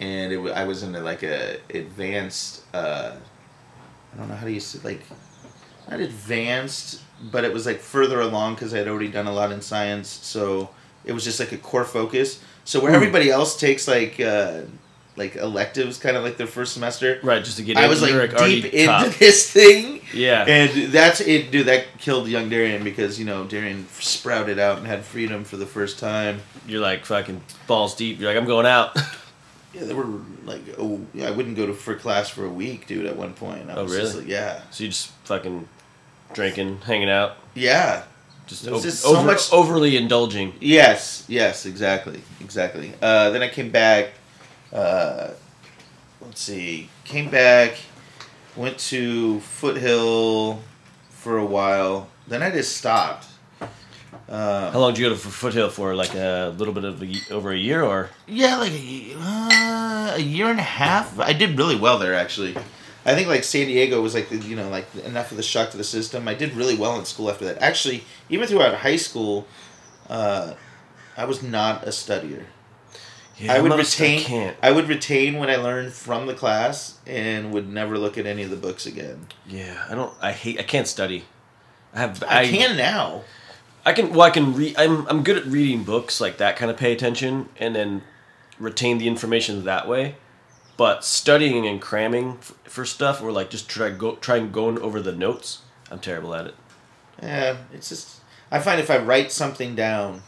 Speaker 6: and it, wa- I was in a, like a advanced. Uh, I don't know how to use it. Like, not advanced, but it was like further along because I'd already done a lot in science. So it was just like a core focus. So where
Speaker 5: Mm.
Speaker 6: everybody else takes like uh, like electives, kind of like their first semester.
Speaker 5: right. Just to get.
Speaker 6: I
Speaker 5: in,
Speaker 6: was
Speaker 5: you were,
Speaker 6: like
Speaker 5: already
Speaker 6: deep into
Speaker 5: top.
Speaker 6: this thing,
Speaker 5: Yeah.
Speaker 6: and that's it, dude. That killed young Darian because you know Darian sprouted out and had freedom for the first time.
Speaker 5: you're like fucking balls deep. You're like, I'm going out.
Speaker 6: Yeah, they were like, oh, yeah, I wouldn't go to for class for a week, dude. At one point, I
Speaker 5: Oh,
Speaker 6: was just
Speaker 5: really?
Speaker 6: like, yeah,
Speaker 5: so you just fucking drinking, hanging out.
Speaker 6: yeah,
Speaker 5: Just,
Speaker 6: It was
Speaker 5: over,
Speaker 6: just so
Speaker 5: over-
Speaker 6: much-
Speaker 5: overly indulging.
Speaker 6: yes, yes, exactly, exactly. Uh, then I came back. Uh, let's see, came back, went to Foothill for a while. Then I just stopped. Uh,
Speaker 5: How long did you go to Foothill for? Like a little bit of a, ye- over a year, or
Speaker 6: Yeah, like a, ye- uh, a year and a half. I did really well there, actually. I think like San Diego was like the, you know like enough of the shock to the system. I did really well in school after that. Actually, even throughout high school, uh, I was not a studier.
Speaker 5: yeah,
Speaker 6: I would
Speaker 5: most
Speaker 6: retain. I,
Speaker 5: can't.
Speaker 6: would retain what I learned from the class and would never look at any of the books again.
Speaker 5: Yeah, I don't. I hate. I can't study. I have.
Speaker 6: I,
Speaker 5: I,
Speaker 6: can now.
Speaker 5: I can. Well, I can read. I'm. I'm good at reading books like that. Kind of pay attention and then retain the information that way. But studying and cramming for, for stuff, or like just try go trying going over the notes, I'm terrible at it.
Speaker 6: Yeah, it's just. I find if I write something down,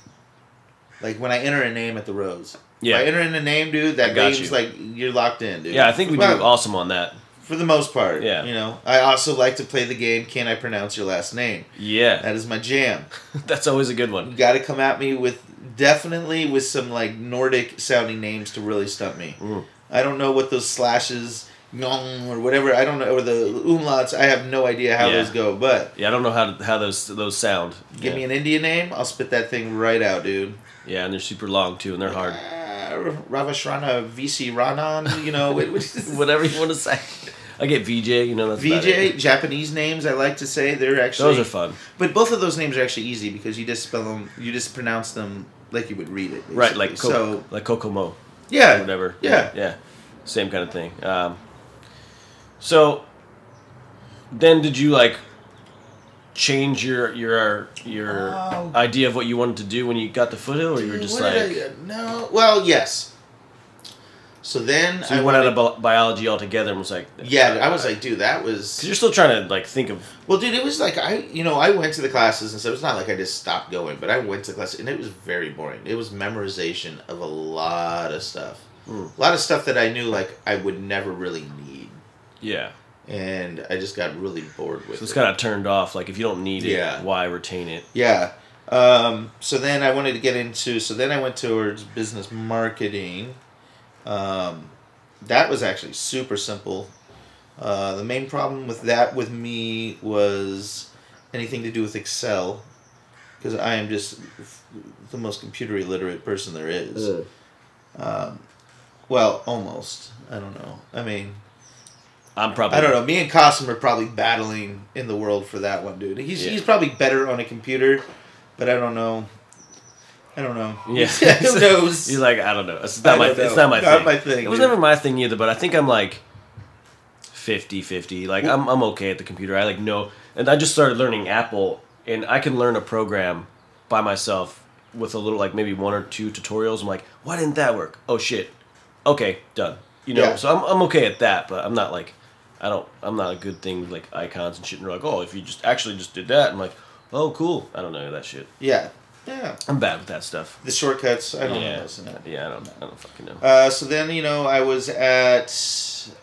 Speaker 6: like when I enter a name at the Rose.
Speaker 5: Yeah.
Speaker 6: If I enter in a name, dude, that
Speaker 5: I got
Speaker 6: name's
Speaker 5: you.
Speaker 6: like you're locked in, dude.
Speaker 5: Yeah, I think we do
Speaker 6: Well,
Speaker 5: awesome on that.
Speaker 6: for the most part.
Speaker 5: Yeah.
Speaker 6: You know, I also like to play the game. Can I pronounce your last name?
Speaker 5: Yeah,
Speaker 6: That is my jam.
Speaker 5: that's always a good
Speaker 6: You
Speaker 5: one.
Speaker 6: got to come at me with definitely with some like Nordic sounding names to really stump me.
Speaker 5: Mm.
Speaker 6: I don't know what those slashes, ngong, or whatever. I don't know or the umlauts. I have no idea how
Speaker 5: Yeah.
Speaker 6: those go, but.
Speaker 5: Yeah, I don't know how to, how those those sound.
Speaker 6: Give
Speaker 5: yeah.
Speaker 6: me an Indian name, I'll spit that thing right out, dude.
Speaker 5: yeah, and they're super long too, and they're hard.
Speaker 6: Uh, Ravashrana VC Ranan, you know, what- what-
Speaker 5: whatever you want to say. I get VJ, you know that's about it.
Speaker 6: VJ Japanese names. I like to say they're actually
Speaker 5: Those are fun,
Speaker 6: But both of those names are actually easy because you just spell them, you just pronounce them like you would read it.
Speaker 5: right? Like
Speaker 6: basically.
Speaker 5: Co-
Speaker 6: so,
Speaker 5: like Kokomo,
Speaker 6: yeah,
Speaker 5: whatever.
Speaker 6: Yeah,
Speaker 5: yeah, same kind of thing. Um, so then, did you like change your your your
Speaker 6: Oh.
Speaker 5: idea of what you wanted to do when you got to Foothill, or you were just
Speaker 6: What
Speaker 5: like
Speaker 6: did I- uh, no. Well, yes. So then
Speaker 5: so you
Speaker 6: I
Speaker 5: went out
Speaker 6: wanted-
Speaker 5: of bi- biology altogether and was like
Speaker 6: Yeah, I was like, dude, that
Speaker 5: 'Cause
Speaker 6: was
Speaker 5: you're still trying to like think of
Speaker 6: well, dude. It was like I, you know, I went to the classes and so it's not like I just stopped going, but I went to class and it was very boring. It was memorization of a lot of stuff,
Speaker 5: Mm.
Speaker 6: a lot of stuff that I knew like I would never really need,
Speaker 5: yeah.
Speaker 6: and I just got really bored with.
Speaker 5: So it's
Speaker 6: it.
Speaker 5: kind of turned off. Like if you don't need it,
Speaker 6: Yeah.
Speaker 5: why retain it?
Speaker 6: Yeah. Um, so then I wanted to get into. So then I went towards business marketing. Um, that was actually super simple. Uh, the main problem with that with me was anything to do with Excel, because I am just f- the most computer illiterate person there is. Um, well, almost. I don't know. I mean,
Speaker 5: I'm probably
Speaker 6: I don't know. Me and Cossum are probably battling in the world for that one, dude. He's
Speaker 5: Yeah.
Speaker 6: he's probably better on a computer, but I don't know. I don't know.
Speaker 5: Yeah,
Speaker 6: Who knows?
Speaker 5: You're like I don't know. It's not
Speaker 6: I
Speaker 5: my.
Speaker 6: don't
Speaker 5: It's
Speaker 6: know.
Speaker 5: not my
Speaker 6: Not
Speaker 5: thing.
Speaker 6: my thing,
Speaker 5: It was
Speaker 6: dude.
Speaker 5: never my thing either. But I think I'm like 50-50. Like I'm I'm okay at the computer. I like know, and I just started learning Apple, and I can learn a program by myself with a little like maybe one or two tutorials. I'm like, why didn't that work? Oh shit. Okay, done. You know,
Speaker 6: Yeah.
Speaker 5: so I'm I'm okay at that, but I'm not like. I don't. I'm not a good thing with like icons and shit. And you're like, oh, if you just actually just did that, I'm like, oh, cool. I don't know that shit.
Speaker 6: yeah, yeah.
Speaker 5: I'm bad with that stuff.
Speaker 6: The shortcuts. I don't know.
Speaker 5: Yeah,
Speaker 6: Those, no.
Speaker 5: yeah. I don't. I don't fucking know.
Speaker 6: Uh, so then you know I was at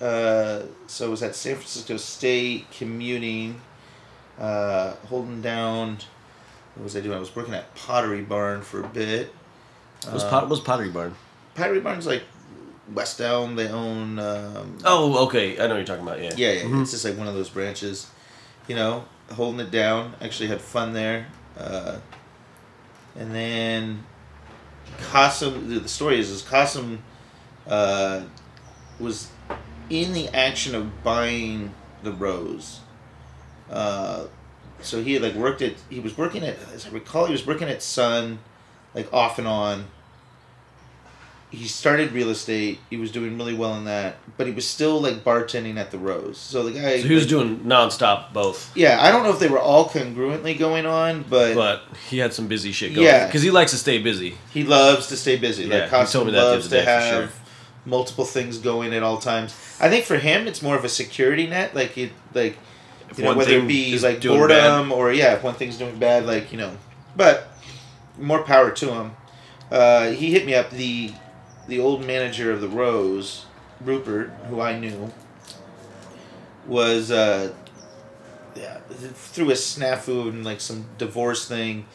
Speaker 6: uh, so I was at San Francisco State commuting, uh, holding down. What was I doing? I was working at Pottery Barn for a bit.
Speaker 5: Was,
Speaker 6: Uh,
Speaker 5: pot, was Pottery Barn?
Speaker 6: Pottery Barn's like West Elm. They own. Um,
Speaker 5: Oh, okay. I know what you're talking about. Yeah.
Speaker 6: Yeah, yeah.
Speaker 5: Mhm.
Speaker 6: It's just like one of those branches, you know, holding it down. Actually had fun there. Uh, and then Cossum, the- the story is, is Cossum uh, was in the action of buying the rose. Uh, so he had like worked at, he was working at, as I recall, he was working at Sun, like off and on. He started real estate. He was doing really well in that, but he was still like bartending at the Rose. So the guy,
Speaker 5: So he was
Speaker 6: like,
Speaker 5: doing nonstop both,
Speaker 6: yeah, I don't know if they were all congruently going on, but,
Speaker 5: but he had some busy shit going.
Speaker 6: Yeah.
Speaker 5: Because he likes to stay busy.
Speaker 6: he loves to stay busy.
Speaker 5: Yeah,
Speaker 6: like
Speaker 5: he told
Speaker 6: Cosmo
Speaker 5: me that the
Speaker 6: loves
Speaker 5: other
Speaker 6: to
Speaker 5: day, for
Speaker 6: have
Speaker 5: sure.
Speaker 6: multiple things going at all times. I think for him, it's more of a security net. Like it, like
Speaker 5: If
Speaker 6: you know,
Speaker 5: one
Speaker 6: whether it
Speaker 5: thing
Speaker 6: be
Speaker 5: is
Speaker 6: like
Speaker 5: doing
Speaker 6: boredom or yeah, if one thing's doing bad, like you know, but more power to him. Uh, he hit me up the the old manager of the Rose, Rupert, who I knew, was uh, yeah, through a snafu and like some divorce thing,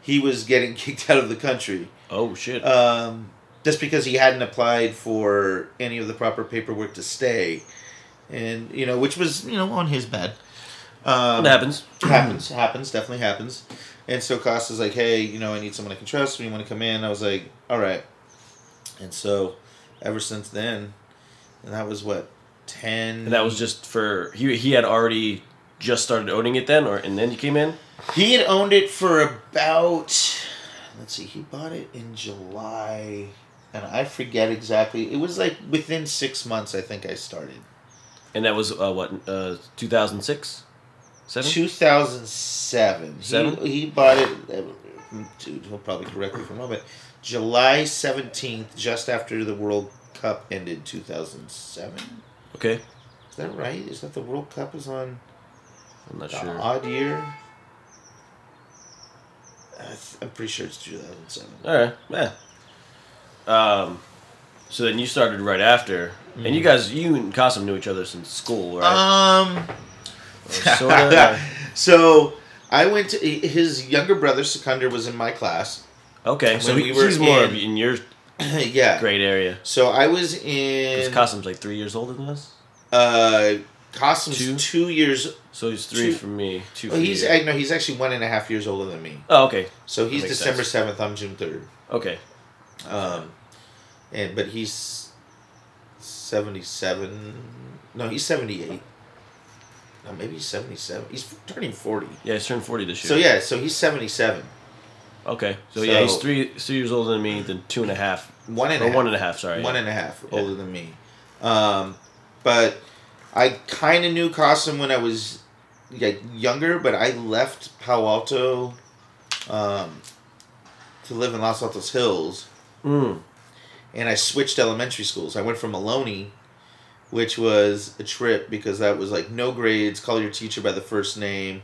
Speaker 6: he was getting kicked out of the country
Speaker 5: Oh shit.
Speaker 6: um, just because he hadn't applied for any of the proper paperwork to stay, and you know, which was you know on his bed. Um,
Speaker 5: what happens?
Speaker 6: happens, happens, definitely happens. And so Costa's like, hey, you know, I need someone I can trust. You want to come in? I was like, all right. And so, ever since then, and that was what ten.
Speaker 5: And that was just for he. He had already just started owning it then, or and then he came in.
Speaker 6: He had owned it for about let's see, he bought it in July and I forget exactly. It was like within six months I think I started.
Speaker 5: And that was uh, what uh, 2006, seven.
Speaker 6: Two thousand seven.
Speaker 5: Seven?
Speaker 6: He, he bought it uh, dude, he'll probably correct me for a moment. July seventeenth, just after the World Cup ended two thousand seven.
Speaker 5: Okay.
Speaker 6: Is that right? Is that the World Cup is on
Speaker 5: I'm not
Speaker 6: the
Speaker 5: sure. All
Speaker 6: odd year? I th- I'm pretty sure it's two thousand seven.
Speaker 5: right. Yeah. Um. So then you started right after, and you guys, you and Cossum knew each other since school, right?
Speaker 6: Um,
Speaker 5: Or sorta.
Speaker 6: so I went to his younger brother Sekunder was in my class.
Speaker 5: okay, so
Speaker 6: When
Speaker 5: he,
Speaker 6: we were
Speaker 5: he's more of
Speaker 6: in-
Speaker 5: in your
Speaker 6: yeah.
Speaker 5: grade area.
Speaker 6: So I was
Speaker 5: Because
Speaker 6: in
Speaker 5: Cossum's like three years older than us.
Speaker 6: uh Costume's
Speaker 5: Two?
Speaker 6: two, years
Speaker 5: So he's three
Speaker 6: Two-
Speaker 5: for me, two
Speaker 6: well,
Speaker 5: for
Speaker 6: he's
Speaker 5: you.
Speaker 6: I, no, he's actually one and a half years older than me.
Speaker 5: oh, okay.
Speaker 6: So he's
Speaker 5: That makes
Speaker 6: December
Speaker 5: sense.
Speaker 6: seventh, I'm June third.
Speaker 5: Okay.
Speaker 6: Um and but he's seventy seven no, he's seventy eight. No, maybe he's seventy seven. He's turning forty.
Speaker 5: Yeah, he's turned 40 this year.
Speaker 6: So yeah, so he's seventy seven.
Speaker 5: Okay. So, yeah, he's
Speaker 6: So-
Speaker 5: three three years older than me, then two and a half.
Speaker 6: One and
Speaker 5: or
Speaker 6: a half.
Speaker 5: one and a half, sorry.
Speaker 6: one
Speaker 5: yeah.
Speaker 6: and a half
Speaker 5: Yeah.
Speaker 6: older than me. Um, but I kind of knew Costume when I was yeah, younger, but I left Palo Alto um, to live in Los Altos Hills,
Speaker 5: Mm.
Speaker 6: and I switched elementary schools. I went from Maloney, which was a trip because that was like no grades, call your teacher by the first name,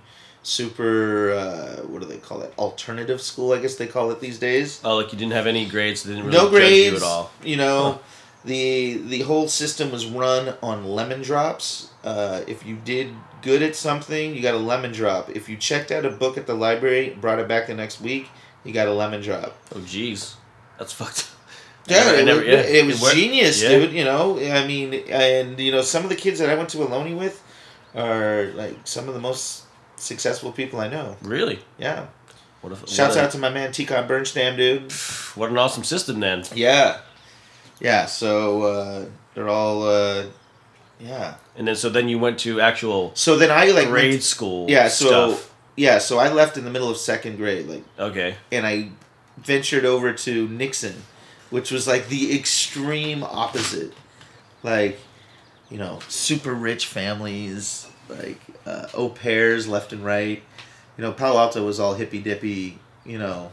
Speaker 6: super, uh, what do they call it? Alternative school, I guess they call it these days
Speaker 5: Oh, like you didn't have any grades. They didn't really
Speaker 6: no
Speaker 5: judge
Speaker 6: grades
Speaker 5: you at all.
Speaker 6: you know,
Speaker 5: Huh.
Speaker 6: the the whole system was run on lemon drops. Uh, if you did good at something, you got a lemon drop. If you checked out a book at the library, brought it back the next week, you got a lemon drop.
Speaker 5: Oh, jeez, that's fucked. up.
Speaker 6: Yeah,
Speaker 5: I
Speaker 6: it,
Speaker 5: never-
Speaker 6: was,
Speaker 5: yeah,
Speaker 6: it was
Speaker 5: worked.
Speaker 6: genius,
Speaker 5: Yeah.
Speaker 6: dude. You know, I mean, and you know, some of the kids that I went to Ohlone with are like some of the most successful people I know.
Speaker 5: Really?
Speaker 6: Yeah.
Speaker 5: What a, what
Speaker 6: Shouts
Speaker 5: a-
Speaker 6: out to my man Tikon Bernstam, dude.
Speaker 5: what an awesome system then.
Speaker 6: Yeah. Yeah, so uh, they're all uh, yeah.
Speaker 5: And then so then you went to actual
Speaker 6: So then I like
Speaker 5: grade
Speaker 6: went-
Speaker 5: school.
Speaker 6: yeah, so
Speaker 5: stuff.
Speaker 6: yeah, so I left in the middle of second grade like
Speaker 5: okay.
Speaker 6: and I ventured over to Nixon, which was like the extreme opposite. Like, you know, super rich families, like uh, au pairs left and right. You know, Palo Alto was all hippy dippy, you know.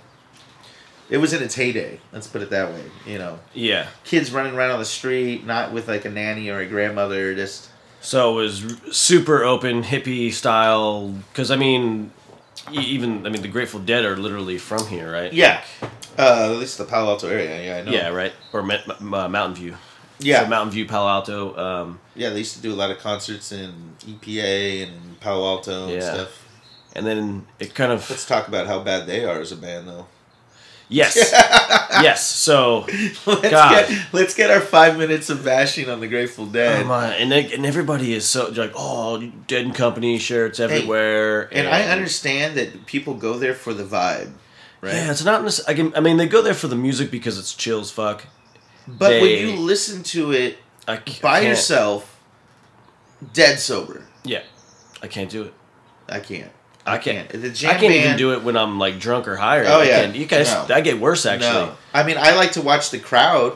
Speaker 6: It was in its heyday, let's put it that way, you know.
Speaker 5: Yeah.
Speaker 6: kids running around on the street, not with like a nanny or a grandmother. Just
Speaker 5: So it was r- super open hippie style. Because I mean, e- even I mean the Grateful Dead are literally from here, right?
Speaker 6: yeah, uh, at least the Palo Alto area. Yeah, I know.
Speaker 5: Yeah. Right. Or Ma- Ma- Mountain View.
Speaker 6: yeah,
Speaker 5: So Mountain View, Palo Alto. Um,
Speaker 6: yeah. They used to do a lot of concerts in EPA and Palo Alto and
Speaker 5: Yeah.
Speaker 6: stuff.
Speaker 5: and then it kind of
Speaker 6: Let's talk about how bad they are as a band, though.
Speaker 5: yes, yes. So
Speaker 6: let's
Speaker 5: God.
Speaker 6: get let's get our five minutes of bashing on the Grateful Dead.
Speaker 5: Oh my, and they, and everybody is so like, oh, Dead and Company shirts everywhere,
Speaker 6: and I understand that people go there for the vibe, right?
Speaker 5: Yeah, it's not. necess- I can. I mean, they go there for the music because it's chill as fuck.
Speaker 6: but
Speaker 5: they-
Speaker 6: when you listen to it
Speaker 5: I c- I
Speaker 6: by
Speaker 5: can't-
Speaker 6: yourself, dead sober,
Speaker 5: Yeah, I can't do it.
Speaker 6: I can't.
Speaker 5: I can't.
Speaker 6: The jam
Speaker 5: I can't even
Speaker 6: band-
Speaker 5: do it when I'm like drunk or high.
Speaker 6: Oh,
Speaker 5: I
Speaker 6: yeah.
Speaker 5: can't- you guys,
Speaker 6: No.
Speaker 5: I get worse actually. Oh,
Speaker 6: No, I mean I like to watch the crowd.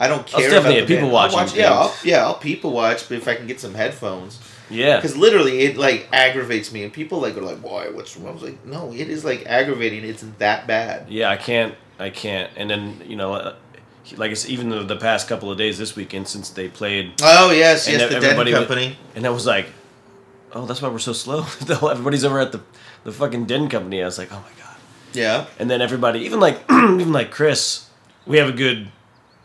Speaker 6: I don't care.
Speaker 5: definitely
Speaker 6: about
Speaker 5: a
Speaker 6: the
Speaker 5: people
Speaker 6: band. I'll
Speaker 5: watching
Speaker 6: Watch, yeah,
Speaker 5: thing.
Speaker 6: I'll, yeah, I'll people watch, but if I can get some headphones,
Speaker 5: Yeah,
Speaker 6: because literally it like aggravates me, and people like are like, "Why? What's wrong?" I was like, "No, it is like aggravating. It's that bad."
Speaker 5: yeah, I can't. I can't. And then you know, uh, like it's even the, the past couple of days this weekend since they played,
Speaker 6: Oh yes,
Speaker 5: And
Speaker 6: yes,
Speaker 5: ev-
Speaker 6: the Dead
Speaker 5: everybody would-
Speaker 6: Company.
Speaker 5: and I was like, oh, that's why we're so slow. The whole- Everybody's over at the the fucking Den Company. I was like, oh my god.
Speaker 6: yeah,
Speaker 5: and then everybody, even like even like Chris, we have a good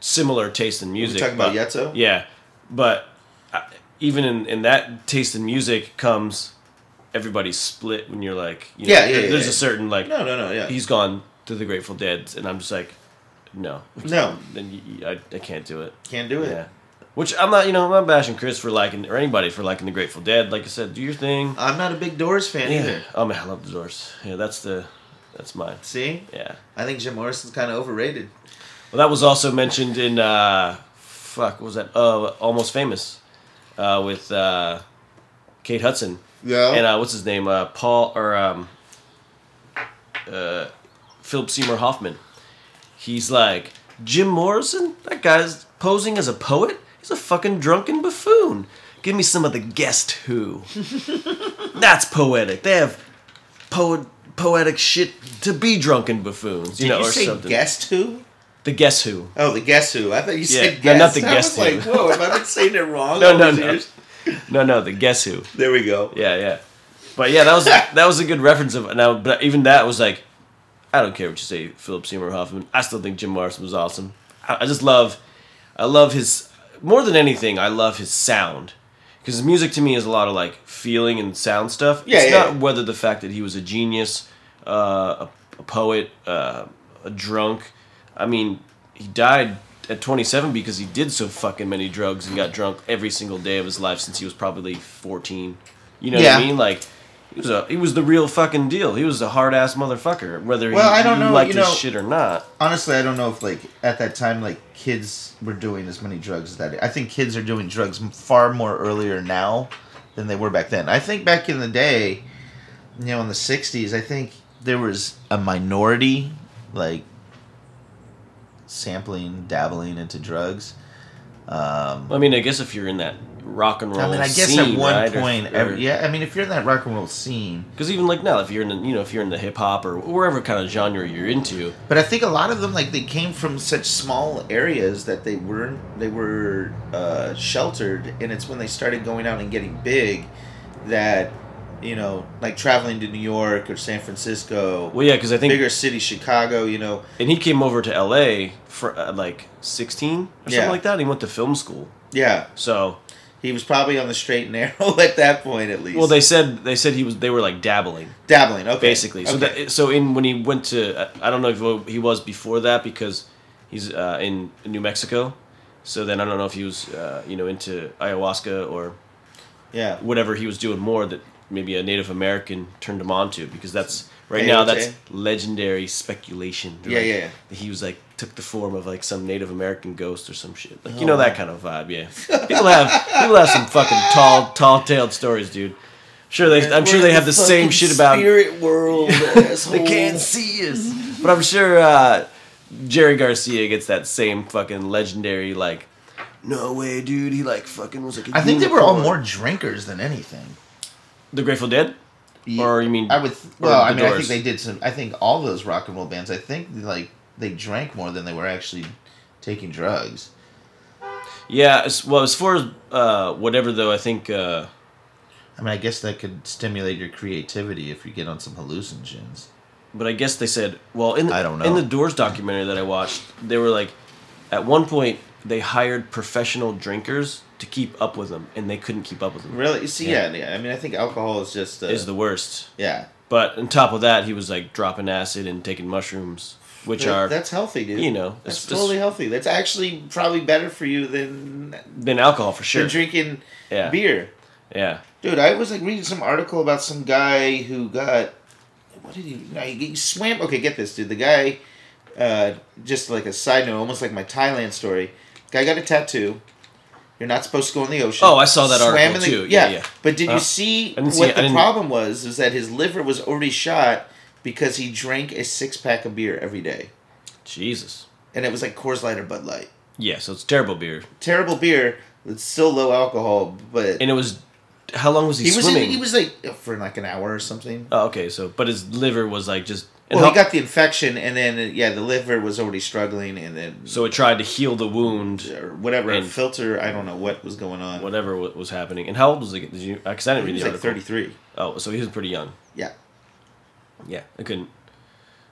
Speaker 5: similar taste in music.
Speaker 6: talking about
Speaker 5: but-
Speaker 6: Yetzo?
Speaker 5: Yeah, but I, even in, in that taste in music comes everybody's split when you're like, you know,
Speaker 6: Yeah, yeah,
Speaker 5: there-
Speaker 6: yeah,
Speaker 5: There's
Speaker 6: yeah.
Speaker 5: a certain like,
Speaker 6: no, no, no, yeah,
Speaker 5: he's gone to the Grateful Dead, and I'm just like, no,
Speaker 6: No.
Speaker 5: then you, you- I, I can't do it.
Speaker 6: can't do it.
Speaker 5: Yeah. Which I'm not, you know, I'm not bashing Chris for liking or anybody for liking the Grateful Dead. Like I said, do your thing.
Speaker 6: I'm not a big Doors fan Uh, either.
Speaker 5: Oh man, I love the Doors. Yeah, that's the, that's mine.
Speaker 6: See,
Speaker 5: Yeah.
Speaker 6: I think Jim Morrison's kind of overrated.
Speaker 5: Well, that was also mentioned in uh, fuck, what was that? Uh, Almost Famous, uh, with uh, Kate Hudson
Speaker 6: Yeah,
Speaker 5: and uh, what's his name? Uh, Paul or um, uh, Philip Seymour Hoffman. He's like Jim Morrison. That guy's posing as a poet. He's a fucking drunken buffoon. Give me some of the guest who. That's poetic. They have poet poetic shit to be drunken buffoons. You
Speaker 6: did
Speaker 5: know,
Speaker 6: you
Speaker 5: or
Speaker 6: say
Speaker 5: something.
Speaker 6: Guess Who?
Speaker 5: the guess who.
Speaker 6: Oh, the Guess Who. I thought you said
Speaker 5: Yeah,
Speaker 6: Guess.
Speaker 5: no, not the
Speaker 6: I
Speaker 5: Guess
Speaker 6: was like,
Speaker 5: Who.
Speaker 6: whoa, have I been saying it wrong?
Speaker 5: No,
Speaker 6: all
Speaker 5: no,
Speaker 6: these
Speaker 5: no.
Speaker 6: years?
Speaker 5: No, no, the guess who.
Speaker 6: There we go.
Speaker 5: Yeah, yeah. But yeah, that was that was a good reference of now. But even that was like, I don't care what you say, Philip Seymour Hoffman. I still think Jim Morrison was awesome. I, I just love, I love his more than anything. I love his sound because his music to me is a lot of like feeling and sound stuff.
Speaker 6: Yeah,
Speaker 5: it's
Speaker 6: yeah,
Speaker 5: not
Speaker 6: yeah.
Speaker 5: whether the fact that he was a genius, uh, a, a poet, uh, a drunk. I mean, he died at 27 because he did so fucking many drugs and got drunk every single day of his life since he was probably 14. You know what
Speaker 6: Yeah.
Speaker 5: I mean? Like he was a he was the real fucking deal. He was a hard ass motherfucker, whether
Speaker 6: Well,
Speaker 5: he,
Speaker 6: I don't
Speaker 5: you
Speaker 6: know,
Speaker 5: liked
Speaker 6: you
Speaker 5: his
Speaker 6: know-
Speaker 5: shit or not.
Speaker 6: honestly, I don't know if like at that time like kids were doing as many drugs as that. I think kids are doing drugs m- far more earlier now than they were back then. I think back in the day, you know, in the '60s, I think there was a minority like sampling, dabbling into drugs. Um,
Speaker 5: I mean, I guess if you're in that rock and roll,
Speaker 6: I mean, I guess
Speaker 5: scene,
Speaker 6: at one
Speaker 5: right, or-
Speaker 6: point,
Speaker 5: or-
Speaker 6: every, yeah. I mean, if you're in that rock and roll scene,
Speaker 5: Because even like now, if you're in the, you know if you're in the hip hop or wherever kind of genre you're into,
Speaker 6: But I think a lot of them, like they came from such small areas that they weren't, they were uh, sheltered, and it's when they started going out and getting big that, you know, like traveling to New York or San Francisco,
Speaker 5: well, yeah, because I think
Speaker 6: bigger cities, Chicago, you know,
Speaker 5: and he came over to L.A. for uh, like 16 or
Speaker 6: Yeah.
Speaker 5: something like that. And he went to film school,
Speaker 6: yeah,
Speaker 5: so
Speaker 6: he was probably on the straight and narrow at that point at least.
Speaker 5: well they said they said he was they were like dabbling
Speaker 6: dabbling, okay,
Speaker 5: basically. So
Speaker 6: okay.
Speaker 5: that so in when he went to uh, I I don't know if what he was before that because he's uh, in New Mexico, so then I don't know if he was uh, you know into ayahuasca or
Speaker 6: yeah,
Speaker 5: whatever he was doing more that maybe a Native American turned him on to because that's right now
Speaker 6: Peyote.
Speaker 5: that's legendary speculation.
Speaker 6: Yeah,
Speaker 5: Like,
Speaker 6: yeah, yeah.
Speaker 5: that He was like took the form of like some Native American ghost or some shit. Like you
Speaker 6: Oh.
Speaker 5: know that kind of vibe, yeah. People have people have some fucking tall tall tailed stories, dude. Sure they I'm sure they have the same shit about
Speaker 6: spirit world.
Speaker 5: they can't see us. But I'm sure uh, Jerry Garcia gets that same fucking legendary like no way, dude. He like fucking was like. I
Speaker 6: I think they were all more drinkers than anything.
Speaker 5: the Grateful Dead. Or you mean?
Speaker 6: I would.
Speaker 5: or
Speaker 6: Well, I
Speaker 5: The
Speaker 6: mean, I
Speaker 5: Doors?
Speaker 6: think they did some. I think all those rock and roll bands. I think like they drank more than they were actually taking drugs.
Speaker 5: Yeah, as, well, as far as uh, whatever though, I think uh,
Speaker 6: I mean, I guess that could stimulate your creativity if you get on some hallucinogens.
Speaker 5: but I guess they said well in the,
Speaker 6: I don't know.
Speaker 5: in the Doors documentary that I watched, they were like, at one point they hired professional drinkers to keep up with them, and they couldn't keep up with them.
Speaker 6: Really? See,
Speaker 5: Yeah.
Speaker 6: yeah. yeah. I mean, I think alcohol is just. Uh,
Speaker 5: Is the worst.
Speaker 6: yeah.
Speaker 5: But on top of that, he was like dropping acid and taking mushrooms, which
Speaker 6: That-
Speaker 5: are
Speaker 6: that's healthy, dude.
Speaker 5: you know,
Speaker 6: that's
Speaker 5: it's- it's-
Speaker 6: totally healthy. That's actually probably better for you than,
Speaker 5: been alcohol for sure.
Speaker 6: than drinking
Speaker 5: Yeah.
Speaker 6: beer.
Speaker 5: Yeah,
Speaker 6: Dude, I was like reading some article about some guy who got what did he? No, he, he swam. Okay, get this, dude. The guy, uh, just like a side note, almost like my Thailand story. Guy got a tattoo. You're not supposed to go in the ocean.
Speaker 5: Oh, I saw that
Speaker 6: Swam
Speaker 5: article,
Speaker 6: in the-
Speaker 5: too. Yeah, yeah.
Speaker 6: But did
Speaker 5: Huh?
Speaker 6: you see
Speaker 5: I
Speaker 6: what
Speaker 5: didn't see it. I
Speaker 6: the
Speaker 5: didn't-
Speaker 6: problem was? Is that his liver was already shot because he drank a six pack of beer every day,
Speaker 5: Jesus.
Speaker 6: and it was like Coors Light or Bud Light.
Speaker 5: Yeah, so it's terrible beer,
Speaker 6: Terrible beer. It's still low alcohol, but
Speaker 5: and it was. How long was he,
Speaker 6: he was in,
Speaker 5: swimming?
Speaker 6: he was like for like an hour or something.
Speaker 5: oh, okay, so but his liver was like just. and
Speaker 6: Well, he
Speaker 5: how-
Speaker 6: got the infection, and then uh, yeah, the liver was already struggling, and then
Speaker 5: so it tried to heal the wound.
Speaker 6: or whatever
Speaker 5: and-
Speaker 6: filter. I don't know what was going on.
Speaker 5: whatever wa- was happening. And how old was he? Did you? Because I didn't read
Speaker 6: He was
Speaker 5: the
Speaker 6: like
Speaker 5: article.
Speaker 6: thirty three.
Speaker 5: Oh, so he was pretty young.
Speaker 6: Yeah,
Speaker 5: Yeah, I couldn't.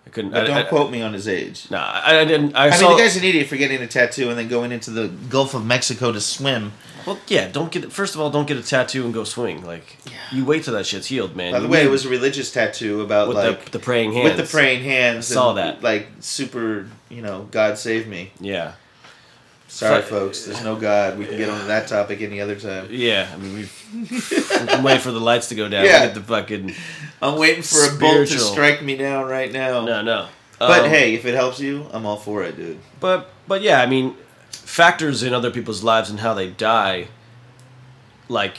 Speaker 5: I couldn't.
Speaker 6: but
Speaker 5: I,
Speaker 6: don't
Speaker 5: I,
Speaker 6: quote me on his age.
Speaker 5: Nah, I, I didn't. I,
Speaker 6: I
Speaker 5: saw.
Speaker 6: mean, the guy's an idiot for getting a tattoo and then going into the Gulf of Mexico to swim.
Speaker 5: well, yeah. Don't get. First of all, don't get a tattoo and go swimming. Like, you wait till that shit's healed, man.
Speaker 6: By the
Speaker 5: You
Speaker 6: way, it
Speaker 5: leave
Speaker 6: was a religious tattoo about
Speaker 5: with
Speaker 6: like
Speaker 5: the, the praying hands.
Speaker 6: with the praying hands.
Speaker 5: I saw
Speaker 6: and,
Speaker 5: that.
Speaker 6: like super. You know, God save me.
Speaker 5: Yeah,
Speaker 6: Sorry,
Speaker 5: Fu-
Speaker 6: folks. There's no God. We can get onto that topic any other time.
Speaker 5: yeah. I mean, we've, we can wait for the lights to go down.
Speaker 6: Yeah.
Speaker 5: Get the fucking.
Speaker 6: I'm waiting for a bolt to
Speaker 5: Spiritual.
Speaker 6: strike me down right now.
Speaker 5: No, no.
Speaker 6: But
Speaker 5: Um,
Speaker 6: hey, if it helps you, I'm all for it, dude.
Speaker 5: But but yeah, I mean, factors in other people's lives and how they die, like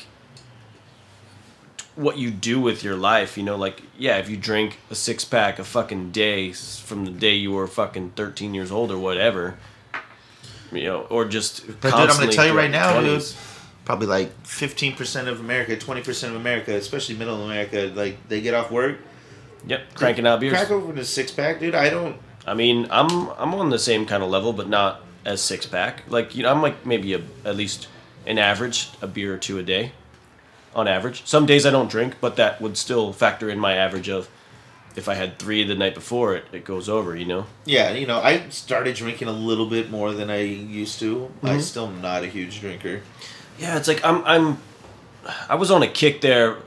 Speaker 5: what you do with your life. You know, like yeah, if you drink a six pack a fucking day s- from the day you were fucking thirteen years old or whatever, you know, or just.
Speaker 6: But dude, I'm gonna
Speaker 5: constantly
Speaker 6: tell you right
Speaker 5: throughout
Speaker 6: now,
Speaker 5: your
Speaker 6: dude.
Speaker 5: 20s.
Speaker 6: Probably like fifteen percent of America, twenty percent of America, especially Middle America, like they get off work,
Speaker 5: Yep, cranking out beers.
Speaker 6: crack open a six pack, dude. I don't.
Speaker 5: I mean, I'm I'm on the same kind of level, but not as six pack. Like you know, I'm like maybe a, at least an average a beer or two a day, on average. Some days I don't drink, but that would still factor in my average of if I had three the night before, it, it goes over. You know,
Speaker 6: Yeah, you know, I started drinking a little bit more than I used to.
Speaker 5: Mm-hmm.
Speaker 6: I still am not a huge drinker.
Speaker 5: Yeah, it's like I'm I'm I was on a kick there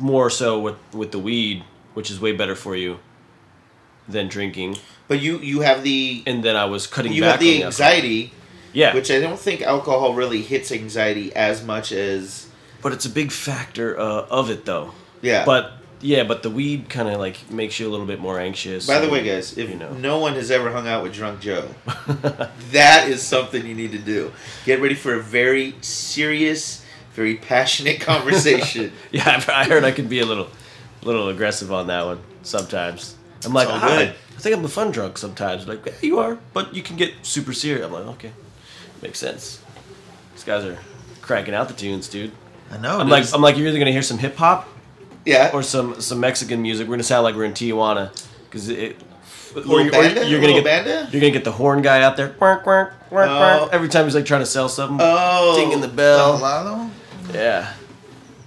Speaker 5: more so with with the weed, which is way better for you than drinking.
Speaker 6: But you, you have the
Speaker 5: And then I was cutting
Speaker 6: you
Speaker 5: back
Speaker 6: have the
Speaker 5: on alcohol.
Speaker 6: anxiety,
Speaker 5: Yeah.
Speaker 6: which I don't think alcohol really hits anxiety as much as
Speaker 5: but it's a big factor uh, of it though.
Speaker 6: yeah.
Speaker 5: But yeah, but the weed kind of like makes you a little bit more anxious.
Speaker 6: By the
Speaker 5: and-
Speaker 6: way, guys, if
Speaker 5: you know.
Speaker 6: no one has ever hung out with Drunk Joe, that is something you need to do. Get ready for a very serious, very passionate conversation.
Speaker 5: yeah, I've- I heard I could be a little, little aggressive on that one sometimes. I'm like,
Speaker 6: all
Speaker 5: "Ah,
Speaker 6: good."
Speaker 5: I think I'm a fun drunk sometimes. Like, yeah, you are, but you can get super serious. I'm like, okay, makes sense. These guys are cranking out the tunes, dude.
Speaker 6: I know.
Speaker 5: I'm
Speaker 6: dude.
Speaker 5: like, I'm like, you're either gonna hear some hip hop
Speaker 6: yeah.
Speaker 5: or some some Mexican music. We're gonna sound like we're in Tijuana because it.
Speaker 6: Little
Speaker 5: you-
Speaker 6: banda?
Speaker 5: you're gonna
Speaker 6: Little
Speaker 5: get
Speaker 6: banda?
Speaker 5: you're gonna get the horn guy out there. Quack, quack, quack,
Speaker 6: Oh.
Speaker 5: quack. Every time he's like trying to sell something.
Speaker 6: oh,
Speaker 5: dinging the bell.
Speaker 6: Lalo?
Speaker 5: Yeah,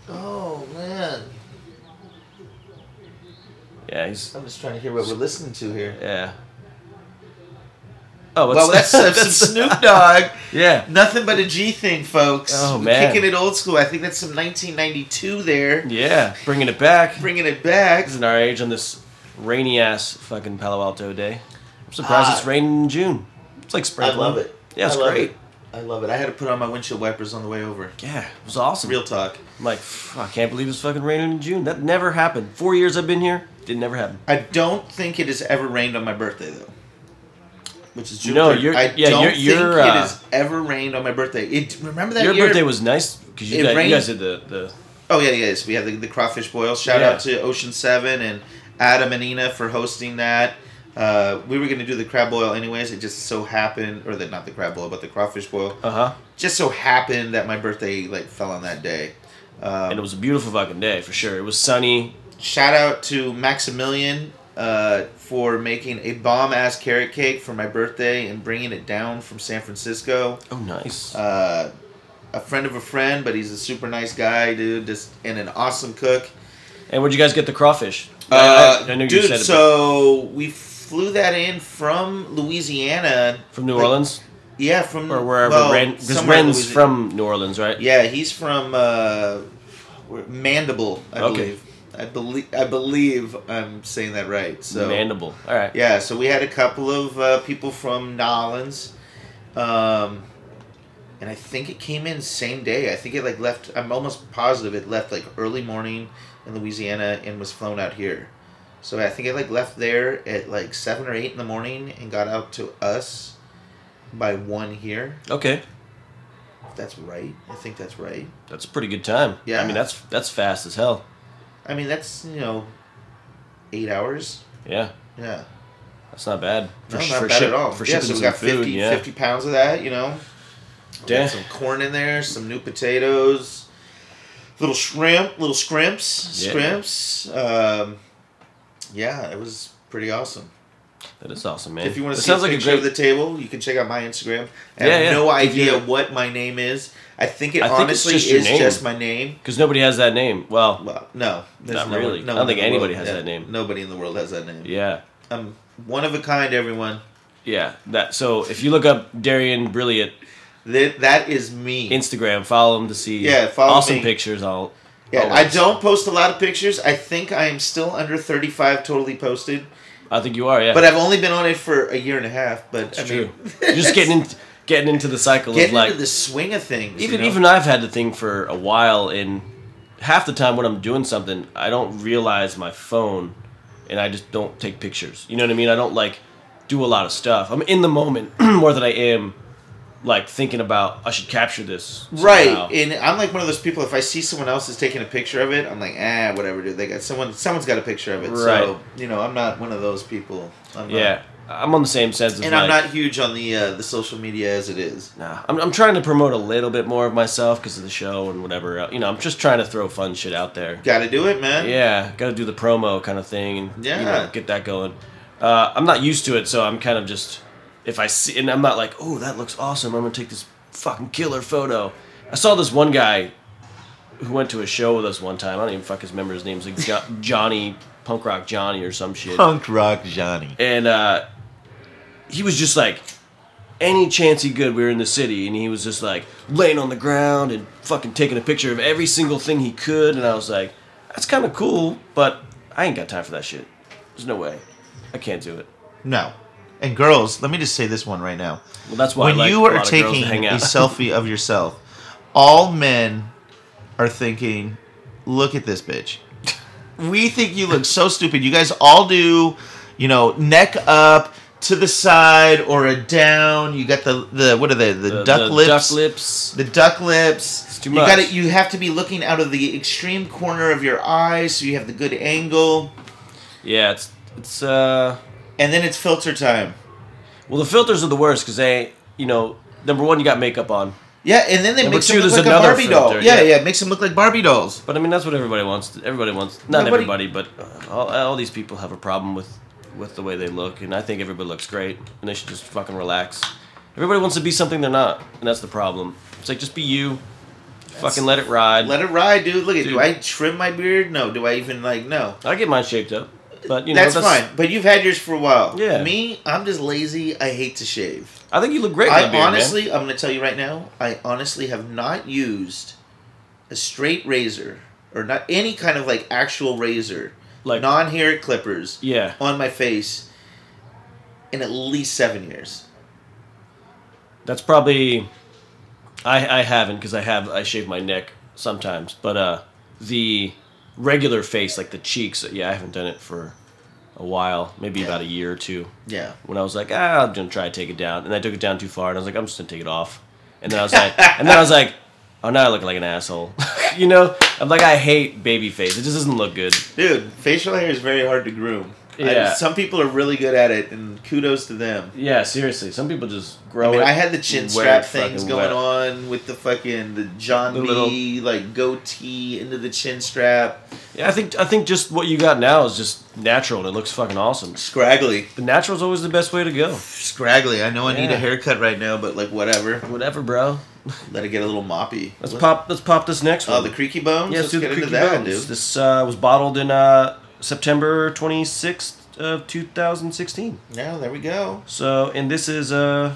Speaker 6: Oh man,
Speaker 5: yeah, he's
Speaker 6: I'm just trying to hear what we're listening to here.
Speaker 5: yeah. Oh, what's
Speaker 6: Well, that's, that's, Snoop Dogg.
Speaker 5: yeah,
Speaker 6: Nothing but a G thing, folks.
Speaker 5: Oh,
Speaker 6: We're
Speaker 5: man.
Speaker 6: kicking it old school. I think that's some 1992 there.
Speaker 5: yeah, bringing it back.
Speaker 6: Bringing it back.
Speaker 5: It's in our age on this rainy ass fucking Palo Alto day. I'm surprised
Speaker 6: Ah.
Speaker 5: it's raining in June. It's like spring.
Speaker 6: I love it.
Speaker 5: Yeah, it's
Speaker 6: I love
Speaker 5: great.
Speaker 6: it. I love it. I had to put on my windshield wipers on the way over.
Speaker 5: Yeah, it was awesome.
Speaker 6: Real talk.
Speaker 5: I'm like, "Pff, I can't believe it's fucking raining in June. That never happened. Four years I've been here, didn't never happen.
Speaker 6: I don't think it has ever rained on my birthday though. Which is June
Speaker 5: No,
Speaker 6: 3rd.
Speaker 5: you're-
Speaker 6: I
Speaker 5: yeah,
Speaker 6: don't
Speaker 5: you're-
Speaker 6: think
Speaker 5: you're,
Speaker 6: it
Speaker 5: uh,
Speaker 6: has ever rained on my birthday. It remember that
Speaker 5: Your
Speaker 6: year?
Speaker 5: birthday was nice because you,
Speaker 6: It
Speaker 5: guys- you
Speaker 6: rained-
Speaker 5: guys did the, the
Speaker 6: Oh yeah, yes. We had the, the crawfish boil. Shout
Speaker 5: Yeah.
Speaker 6: out to Ocean Seven and Adam and Ina for hosting that. Uh, we were gonna do the crab boil anyways. It just so happened, or the not the crab boil, but the crawfish boil.
Speaker 5: uh huh,
Speaker 6: Just so happened that my birthday like fell on that day. Um,
Speaker 5: and it was a beautiful fucking day for sure. It was sunny.
Speaker 6: shout out to Maximilian uh, for making a bomb ass carrot cake for my birthday and bringing it down from San Francisco.
Speaker 5: Oh, nice.
Speaker 6: Uh, a friend of a friend, but he's a super nice guy, dude, just and an awesome cook.
Speaker 5: and where'd you guys get the crawfish? I- I,
Speaker 6: Uh,
Speaker 5: I know
Speaker 6: dude,
Speaker 5: you said it but-
Speaker 6: so we flew that in from Louisiana.
Speaker 5: from New
Speaker 6: like-
Speaker 5: Orleans Mm,
Speaker 6: Yeah, from
Speaker 5: or wherever.
Speaker 6: well,
Speaker 5: Ren, because
Speaker 6: somewhere in
Speaker 5: Ren's
Speaker 6: Louisi-
Speaker 5: from New Orleans, right?
Speaker 6: Yeah, he's from uh, where- Mandible, I
Speaker 5: Okay.
Speaker 6: believe. I believe I believe I'm saying that right. So
Speaker 5: Mandible. All right.
Speaker 6: Yeah, so we had a couple of uh, people from Nolans, um, and I think it came in same day. I think it like left. I'm almost positive it left like early morning in Louisiana and was flown out here. So I think it like left there at like seven or eight in the morning and got out to us by one here.
Speaker 5: Okay,
Speaker 6: If that's right, I think that's right.
Speaker 5: that's a pretty good time.
Speaker 6: Yeah.
Speaker 5: I mean that's that's fast as hell.
Speaker 6: I mean that's you know, eight hours.
Speaker 5: Yeah,
Speaker 6: Yeah.
Speaker 5: that's not bad.
Speaker 6: No,
Speaker 5: sh-
Speaker 6: not bad
Speaker 5: ship-
Speaker 6: at all.
Speaker 5: For
Speaker 6: yeah,
Speaker 5: shipping
Speaker 6: so we
Speaker 5: some
Speaker 6: got
Speaker 5: food,
Speaker 6: 50,
Speaker 5: yeah.
Speaker 6: 50 pounds of that, you know. We got
Speaker 5: Damn.
Speaker 6: Some corn in there, some new potatoes, little shrimp, little scrimps,
Speaker 5: Yeah.
Speaker 6: scrimps. Um, yeah, it was pretty awesome.
Speaker 5: That is awesome, man.
Speaker 6: If you want
Speaker 5: That
Speaker 6: to see a
Speaker 5: sounds
Speaker 6: picture
Speaker 5: like a great.
Speaker 6: of the table, you can check out my Instagram. I
Speaker 5: Yeah,
Speaker 6: have
Speaker 5: yeah.
Speaker 6: no
Speaker 5: If
Speaker 6: idea
Speaker 5: you're-
Speaker 6: what my name is. I think it
Speaker 5: I think it's
Speaker 6: honestly
Speaker 5: just your
Speaker 6: is
Speaker 5: name.
Speaker 6: just my name.
Speaker 5: Because nobody has that name. Well,
Speaker 6: Well, no, there's
Speaker 5: Not
Speaker 6: no one-
Speaker 5: really.
Speaker 6: no
Speaker 5: I don't
Speaker 6: one
Speaker 5: think
Speaker 6: in the
Speaker 5: anybody
Speaker 6: world-
Speaker 5: has
Speaker 6: yeah,
Speaker 5: that name.
Speaker 6: Nobody in the world has that name.
Speaker 5: yeah,
Speaker 6: I'm one of a kind, everyone.
Speaker 5: yeah. That so if you look up Darian Brilliant
Speaker 6: That that is me.
Speaker 5: Instagram, follow him to see
Speaker 6: Yeah, follow
Speaker 5: awesome
Speaker 6: me.
Speaker 5: pictures. All
Speaker 6: Yeah, I
Speaker 5: always.
Speaker 6: don't post a lot of pictures. I think I am still under 35 totally posted,
Speaker 5: I think you are. Yeah,
Speaker 6: but I've only been on it for a year and a half. But
Speaker 5: it's
Speaker 6: I
Speaker 5: true.
Speaker 6: mean,
Speaker 5: You're just getting in, getting into the cycle
Speaker 6: getting
Speaker 5: of like
Speaker 6: into the swing of things.
Speaker 5: even
Speaker 6: you know?
Speaker 5: even I've had the thing for a while, and half the time when I'm doing something, I don't realize my phone, and I just don't take pictures. You know what I mean? I don't like do a lot of stuff. I'm in the moment more than I am like thinking about I should capture this.
Speaker 6: right,
Speaker 5: somehow.
Speaker 6: and I'm like one of those people. If I see someone else is taking a picture of it, I'm like, ah, whatever, dude. They got someone. Someone's got a picture of it.
Speaker 5: Right.
Speaker 6: So you know, I'm not one of those people. I'm not-
Speaker 5: Yeah, I'm on the same sense as
Speaker 6: and
Speaker 5: like,
Speaker 6: I'm not huge on the uh, the social media as it is.
Speaker 5: Nah, I'm, I'm trying to promote a little bit more of myself because of the show and whatever. el- You know, I'm just trying to throw fun shit out there.
Speaker 6: Got to do it, man.
Speaker 5: Yeah, got to do the promo kind of thing and you know,
Speaker 6: Yeah.
Speaker 5: get that going. Uh, I'm not used to it, so I'm kind of just if I see and I'm not like, oh, that looks awesome. I'm gonna take this fucking killer photo. I saw this one guy who went to a show with us one time. I don't even fuck his remember his name. It's like jo- Johnny Punk Rock Johnny or some shit
Speaker 6: Punk rock Johnny.
Speaker 5: and uh, he was just like any chance he could we were in the city and he was just like laying on the ground and fucking taking a picture of every single thing he could and i was like that's kind of cool but i ain't got time for that shit there's no way i can't do it
Speaker 6: No, and girls, let me just say this one right now.
Speaker 5: well that's why I
Speaker 6: when
Speaker 5: like
Speaker 6: you
Speaker 5: a
Speaker 6: are
Speaker 5: lot of girls to
Speaker 6: taking
Speaker 5: hang
Speaker 6: a
Speaker 5: out.
Speaker 6: selfie of yourself, all men are thinking, "Look at this bitch." We think you look so stupid. You guys all do, you know, neck up to the side or a down. You got the the what are they? The,
Speaker 5: The-
Speaker 6: duck
Speaker 5: the
Speaker 6: lips.
Speaker 5: duck lips
Speaker 6: The duck lips. It's
Speaker 5: too
Speaker 6: you
Speaker 5: much.
Speaker 6: gotta- You have to be looking out of the extreme corner of your eye, so you have the good angle.
Speaker 5: yeah it's it's uh
Speaker 6: And then it's filter time.
Speaker 5: well the filters are the worst because they you know number one you got makeup on
Speaker 6: Yeah, and then they
Speaker 5: Number
Speaker 6: make
Speaker 5: two,
Speaker 6: them look
Speaker 5: there's
Speaker 6: like a
Speaker 5: another
Speaker 6: Barbie
Speaker 5: filter,
Speaker 6: doll. yeah,
Speaker 5: yeah.
Speaker 6: yeah, makes them look like Barbie dolls.
Speaker 5: But I mean, that's what everybody wants. Everybody wants not
Speaker 6: Nobody-
Speaker 5: everybody, but uh, all, all these people have a problem with with the way they look, and I think everybody looks great, and they should just fucking relax. Everybody wants to be something they're not, and that's the problem. It's like just be you, fucking let it ride.
Speaker 6: Let it ride, dude. Look at
Speaker 5: Dude.
Speaker 6: do I trim my beard? No. Do I even like no?
Speaker 5: I get mine shaped up, but you know
Speaker 6: that's, fine. But you've had yours for a while.
Speaker 5: Yeah.
Speaker 6: Me, I'm just lazy. I hate to shave.
Speaker 5: I think you look great.
Speaker 6: I
Speaker 5: with that beard, man.
Speaker 6: honestly, I'm going to tell you right now, I honestly have not used a straight razor or not any kind of like actual razor,
Speaker 5: Like-
Speaker 6: non-hair clippers
Speaker 5: yeah.
Speaker 6: on my face in at least 7 years.
Speaker 5: That's probably I I haven't because I have I shave my neck sometimes, but uh the regular face like the cheeks uh, yeah I haven't done it for a while maybe about a year or two
Speaker 6: Yeah.
Speaker 5: when I was like ah I'm gonna try to take it down and I took it down too far and I was like I'm just gonna take it off and then I was like and then I was like oh now I look like an asshole you know I'm like I hate baby face it just doesn't look good
Speaker 6: Dude, facial hair is very hard to groom. I-
Speaker 5: Yeah.
Speaker 6: some people are really good at it and kudos to them.
Speaker 5: yeah seriously some people just grow
Speaker 6: I mean,
Speaker 5: it
Speaker 6: I had the chin
Speaker 5: where
Speaker 6: strap
Speaker 5: it
Speaker 6: things
Speaker 5: fucking
Speaker 6: going
Speaker 5: wet.
Speaker 6: on with the fucking the John
Speaker 5: The
Speaker 6: B like goatee into the chin strap,
Speaker 5: yeah I think I think just what you got now is just natural and it looks fucking awesome
Speaker 6: scraggly,
Speaker 5: The natural's always the best way to go.
Speaker 6: scraggly. I know I need
Speaker 5: Yeah.
Speaker 6: a haircut right now, but like whatever.
Speaker 5: Whatever, bro.
Speaker 6: Let it get a little moppy.
Speaker 5: Let's
Speaker 6: Let-
Speaker 5: pop. Let's pop this next one.
Speaker 6: Oh, the creaky bones.
Speaker 5: Yeah, let's
Speaker 6: Let's
Speaker 5: do
Speaker 6: get
Speaker 5: the
Speaker 6: into
Speaker 5: creaky
Speaker 6: that,
Speaker 5: bones.
Speaker 6: dude.
Speaker 5: This uh, was bottled in uh, September twenty sixth of two thousand sixteen.
Speaker 6: Yeah, there we go.
Speaker 5: So, and this is uh,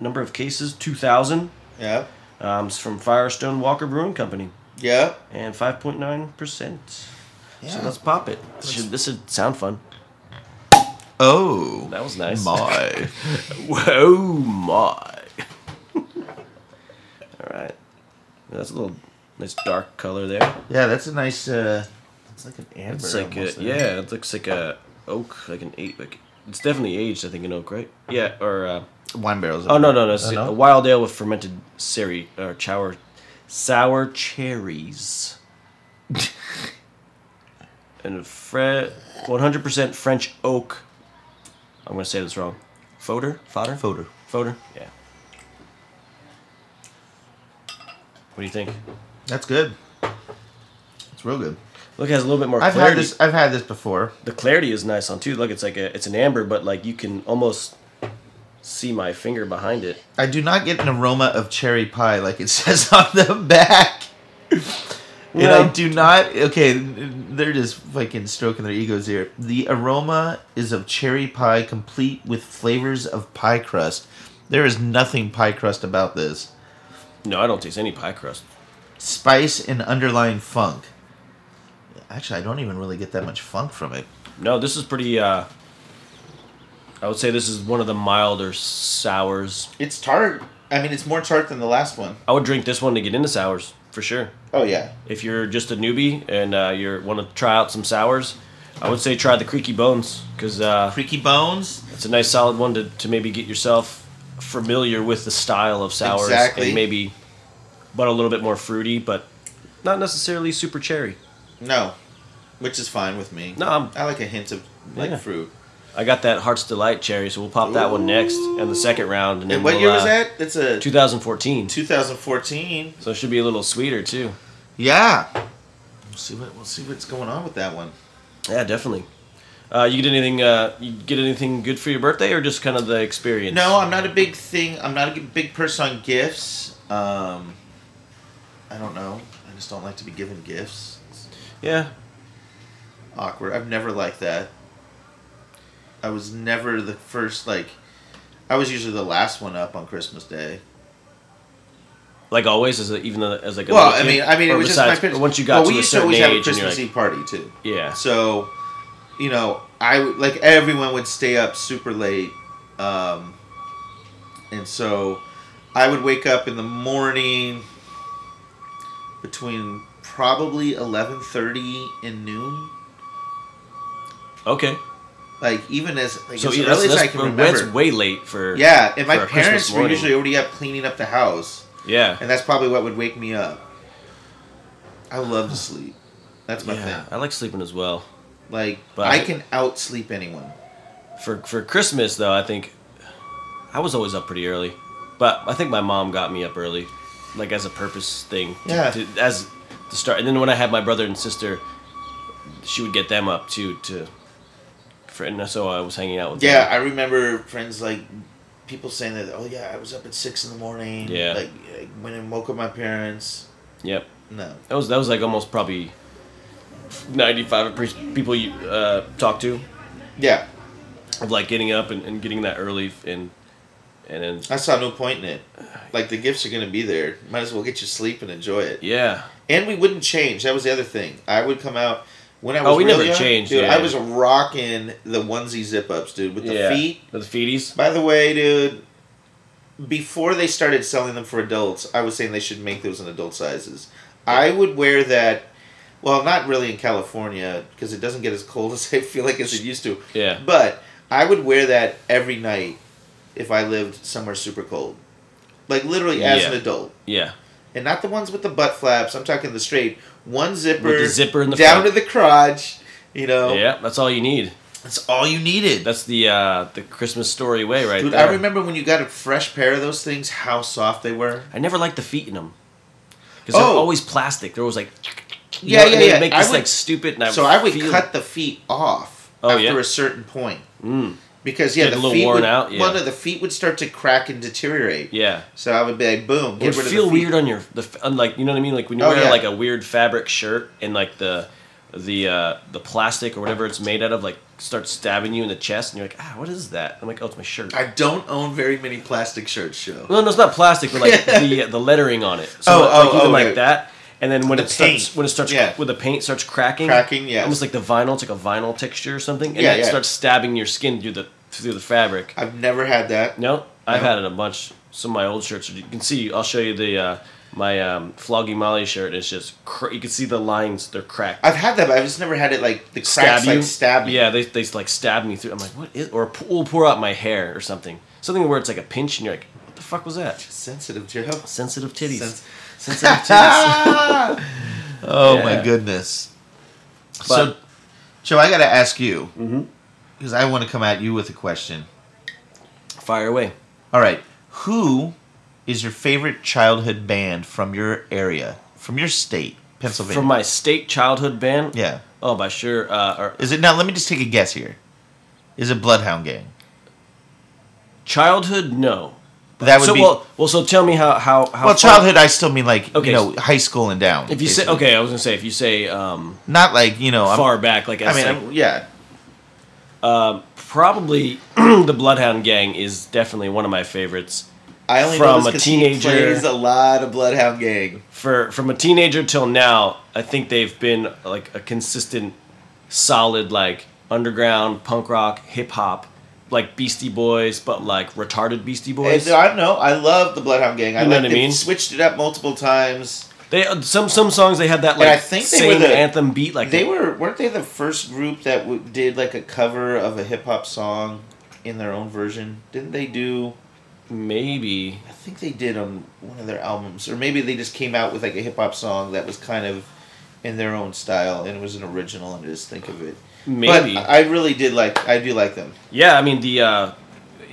Speaker 5: number of cases two thousand.
Speaker 6: Yep.
Speaker 5: Um, it's from Firestone Walker Brewing Company
Speaker 6: Yep.
Speaker 5: and five point nine percent. So
Speaker 6: Yeah.
Speaker 5: let's pop it. This should, this should sound fun.
Speaker 6: Oh.
Speaker 5: That was nice.
Speaker 6: My.
Speaker 5: Whoa, my. All right. That's a little nice dark color there.
Speaker 6: yeah, that's a nice. uh It's like an amber.
Speaker 5: It's like a,
Speaker 6: almost there.
Speaker 5: yeah, it looks like a oak, like an eight. Like it's definitely aged, I think, in oak, right? Yeah, or uh,
Speaker 6: Wine barrels.
Speaker 5: oh no, no, no, it's
Speaker 6: Mm-hmm. Oh,
Speaker 5: a wild ale with fermented seri or sour, sour cherries, and a fre- one hundred percent French oak. I'm gonna say this wrong. Fodder, fodder,
Speaker 6: Fodder.
Speaker 5: fodder. Yeah. What do you think?
Speaker 6: That's good. It's real good.
Speaker 5: Look, it has a little bit more.
Speaker 6: I've
Speaker 5: clarity.
Speaker 6: had this. I've had this before.
Speaker 5: the clarity is nice on too. Look, it's like a, it's an amber, but like you can almost see my finger behind it.
Speaker 6: I do not get an aroma of cherry pie like it says on the back. And
Speaker 5: No.
Speaker 6: I do not. Okay, they're just fucking stroking their egos here. The aroma is of cherry pie, complete with flavors of pie crust. There is nothing pie crust about this.
Speaker 5: No, I don't taste any pie crust.
Speaker 6: Spice and underlying funk. Actually, I don't even really get that much funk from it.
Speaker 5: No, this is pretty. uh I would say this is one of the milder sours.
Speaker 6: It's tart. I mean, it's more tart than the last one.
Speaker 5: I would drink this one to get into sours for sure.
Speaker 6: Oh yeah.
Speaker 5: If you're just a newbie and uh, you want to try out some sours, I would say try the Creaky Bones because uh,
Speaker 6: Creaky bones.
Speaker 5: it's a nice solid one to, to maybe get yourself familiar with the style of sours
Speaker 6: Exactly.
Speaker 5: and maybe, but a little bit more fruity, but not necessarily super cherry.
Speaker 6: No, which is fine with me.
Speaker 5: No, I'm-
Speaker 6: I like a hint of like
Speaker 5: Yeah.
Speaker 6: fruit.
Speaker 5: I got that Heart's Delight cherry, so we'll pop that one next and the second round. And, then
Speaker 6: And what
Speaker 5: we'll,
Speaker 6: year
Speaker 5: uh,
Speaker 6: was that? It's a
Speaker 5: 2014.
Speaker 6: 2014.
Speaker 5: So it should be a little sweeter too.
Speaker 6: Yeah. We'll see what we'll see what's going on with that one.
Speaker 5: Yeah, definitely. Uh, you get anything? Uh, you get anything good for your birthday, or just kind of the experience?
Speaker 6: No, I'm not a big thing. I'm not a big person on gifts. Um, I don't know. I just don't like to be given gifts. It's
Speaker 5: Yeah,
Speaker 6: awkward. I've never liked that. I was never the first like. I was usually the last one up on Christmas Day.
Speaker 5: like always, as a, even a, as like. A
Speaker 6: Well, I
Speaker 5: little
Speaker 6: mean,
Speaker 5: kid?
Speaker 6: I mean, it
Speaker 5: Or
Speaker 6: was
Speaker 5: besides-
Speaker 6: just my parents.
Speaker 5: Once you got
Speaker 6: well,
Speaker 5: to
Speaker 6: we
Speaker 5: a
Speaker 6: used to
Speaker 5: certain
Speaker 6: always
Speaker 5: age,
Speaker 6: have a
Speaker 5: and you're
Speaker 6: Christmas
Speaker 5: like,
Speaker 6: Eve party too.
Speaker 5: yeah,
Speaker 6: So, you know, I would- like everyone would stay up super late, um, and so I would wake up in the morning between probably eleven thirty and noon.
Speaker 5: okay.
Speaker 6: Like even as like
Speaker 5: So
Speaker 6: as
Speaker 5: yeah,
Speaker 6: early
Speaker 5: that's,
Speaker 6: as I
Speaker 5: that's,
Speaker 6: can
Speaker 5: that's
Speaker 6: remember.
Speaker 5: way late for.
Speaker 6: Yeah, and my
Speaker 5: for a Christmas
Speaker 6: parents were
Speaker 5: morning.
Speaker 6: usually already up cleaning up the house,
Speaker 5: Yeah.
Speaker 6: and that's probably what would wake me up. I love to sleep. That's my
Speaker 5: Yeah,
Speaker 6: thing.
Speaker 5: I like sleeping as well.
Speaker 6: Like
Speaker 5: But
Speaker 6: I
Speaker 5: I-
Speaker 6: can outsleep anyone.
Speaker 5: For for Christmas though, I think I was always up pretty early. But I think my mom got me up early, like as a purpose thing. to-
Speaker 6: Yeah.
Speaker 5: to- as to start, and then when I had my brother and sister, she would get them up too to. For, and so I was hanging out with.
Speaker 6: Yeah,
Speaker 5: Them.
Speaker 6: I remember friends like people saying that. Oh yeah, I was up at six in the morning.
Speaker 5: Yeah.
Speaker 6: Like I went and woke up my parents.
Speaker 5: Yep.
Speaker 6: No.
Speaker 5: That was that was like almost probably. Ninety-five of pres- people you uh, talk to,
Speaker 6: Yeah,
Speaker 5: of like getting up and, and getting that early and and then
Speaker 6: I saw no point in it. Like the gifts are gonna be there. Might as well get you sleep and enjoy it.
Speaker 5: yeah
Speaker 6: And we wouldn't change. That was the other thing. I would come out when I was.
Speaker 5: Oh, we
Speaker 6: real
Speaker 5: never
Speaker 6: young,
Speaker 5: changed,
Speaker 6: Dude,
Speaker 5: yeah.
Speaker 6: I was rocking the onesie zip ups, dude, with the
Speaker 5: yeah.
Speaker 6: feet.
Speaker 5: With the feeties
Speaker 6: By the way, dude, before they started selling them for adults, I was saying they should make those in adult sizes. I would wear that. Well, not really in California because it doesn't get as cold as I feel like as it used to.
Speaker 5: yeah
Speaker 6: But I would wear that every night if I lived somewhere super cold, like literally as
Speaker 5: Yeah.
Speaker 6: an adult,
Speaker 5: yeah
Speaker 6: and not the ones with the butt flaps. I'm talking the straight one zipper,
Speaker 5: With the zipper in the
Speaker 6: down
Speaker 5: front.
Speaker 6: to the crotch. You know,
Speaker 5: yeah that's all you need
Speaker 6: that's all you needed.
Speaker 5: that's the uh the christmas story way right
Speaker 6: Dude,
Speaker 5: there
Speaker 6: I remember when you got a fresh pair of those things, how soft they were.
Speaker 5: I never liked the feet in them because they
Speaker 6: Oh.
Speaker 5: were always plastic there was like you know,
Speaker 6: Yeah,
Speaker 5: and
Speaker 6: yeah,
Speaker 5: they'd
Speaker 6: yeah.
Speaker 5: make
Speaker 6: I
Speaker 5: this
Speaker 6: would-
Speaker 5: like stupid and I
Speaker 6: so I would
Speaker 5: feel-
Speaker 6: cut the feet off
Speaker 5: Oh,
Speaker 6: after
Speaker 5: yeah.
Speaker 6: a certain point
Speaker 5: mm,
Speaker 6: because yeah,
Speaker 5: Get a
Speaker 6: the
Speaker 5: little
Speaker 6: feet
Speaker 5: worn
Speaker 6: would,
Speaker 5: out, yeah.
Speaker 6: Well, no, the feet would start to crack and deteriorate.
Speaker 5: yeah
Speaker 6: So I would be like, boom,
Speaker 5: it would
Speaker 6: get rid
Speaker 5: feel
Speaker 6: of the feet.
Speaker 5: weird on your the f- on like you know what I mean like when you
Speaker 6: Oh,
Speaker 5: wear
Speaker 6: yeah.
Speaker 5: like a weird fabric shirt and like the the uh, the plastic or whatever it's made out of like starts stabbing you in the chest and you're like ah what is that I'm like oh it's my shirt
Speaker 6: I don't own very many plastic shirts, show.
Speaker 5: Well, no, it's not plastic, but like the the lettering on it. So
Speaker 6: Oh,
Speaker 5: like,
Speaker 6: oh,
Speaker 5: even
Speaker 6: oh,
Speaker 5: like
Speaker 6: okay.
Speaker 5: that, and then when
Speaker 6: The
Speaker 5: it starts
Speaker 6: paint.
Speaker 5: when it starts
Speaker 6: Yeah.
Speaker 5: when the paint starts cracking,
Speaker 6: Cracking, yes.
Speaker 5: almost like the vinyl, it's like a vinyl texture or something, and
Speaker 6: Yeah,
Speaker 5: it
Speaker 6: yeah.
Speaker 5: starts stabbing your skin through the through the fabric.
Speaker 6: I've never had that.
Speaker 5: No, I've
Speaker 6: No.
Speaker 5: had it a bunch. Some of my old shirts, you can see. I'll show you the uh, my um, Floggy Molly shirt. It's just cr- you can see the lines; they're cracked.
Speaker 6: I've had that, but I've just never had it like the cracks like stab you.
Speaker 5: Yeah, they they like stab me through. I'm like, what is? Or pu- will pour out my hair or something. Something where it's like a pinch, and you're like, what the fuck was that?
Speaker 6: Sensitive, Joe.
Speaker 5: Sensitive titties.
Speaker 6: Sens-
Speaker 5: Sensitive titties.
Speaker 6: oh
Speaker 5: Yeah.
Speaker 6: my goodness. so,
Speaker 5: But- Mm-hmm.
Speaker 6: Joe, I got to ask you because I want to come at you with a question.
Speaker 5: Fire away.
Speaker 6: All right, who is your favorite childhood band from your area, from your state, Pennsylvania?
Speaker 5: From my state childhood band?
Speaker 6: yeah.
Speaker 5: Oh, by sure. Uh, or
Speaker 6: Is it now? Let me just take a guess here. Is it Bloodhound Gang?
Speaker 5: childhood? No.
Speaker 6: That would
Speaker 5: so,
Speaker 6: be well.
Speaker 5: well, well, so tell me how how how. far-
Speaker 6: childhood, I still mean like
Speaker 5: Okay,
Speaker 6: you know, high school and down.
Speaker 5: If you say
Speaker 6: basically.
Speaker 5: okay, I was gonna say if you say um
Speaker 6: not like you know, I'm,
Speaker 5: far back, like I,
Speaker 6: I mean,
Speaker 5: said,
Speaker 6: I'm, yeah,
Speaker 5: probably the Bloodhound Gang is definitely one of my favorites.
Speaker 6: I only
Speaker 5: From
Speaker 6: know
Speaker 5: a
Speaker 6: this 'cause
Speaker 5: teenager-
Speaker 6: He plays a lot of Bloodhound Gang.
Speaker 5: For from a teenager till now, I think they've been like a consistent, solid like underground punk rock, hip hop, like Beastie Boys, but like retarded Beastie
Speaker 6: And
Speaker 5: Boys.
Speaker 6: I know I love the Bloodhound Gang. I
Speaker 5: You know
Speaker 6: like
Speaker 5: what I
Speaker 6: they've
Speaker 5: mean?
Speaker 6: Switched it up multiple times.
Speaker 5: They uh, some some songs they had that like
Speaker 6: I think they
Speaker 5: same
Speaker 6: were the-
Speaker 5: anthem beat like
Speaker 6: They were weren't they the first group that w- did like a cover of a hip hop song in their own version? Didn't they do?
Speaker 5: maybe
Speaker 6: I think they did on one of their albums, or maybe they just came out with like a hip hop song that was kind of in their own style and it was an original. And I just think of it.
Speaker 5: maybe
Speaker 6: But I really did like. I do like them.
Speaker 5: yeah I mean the uh,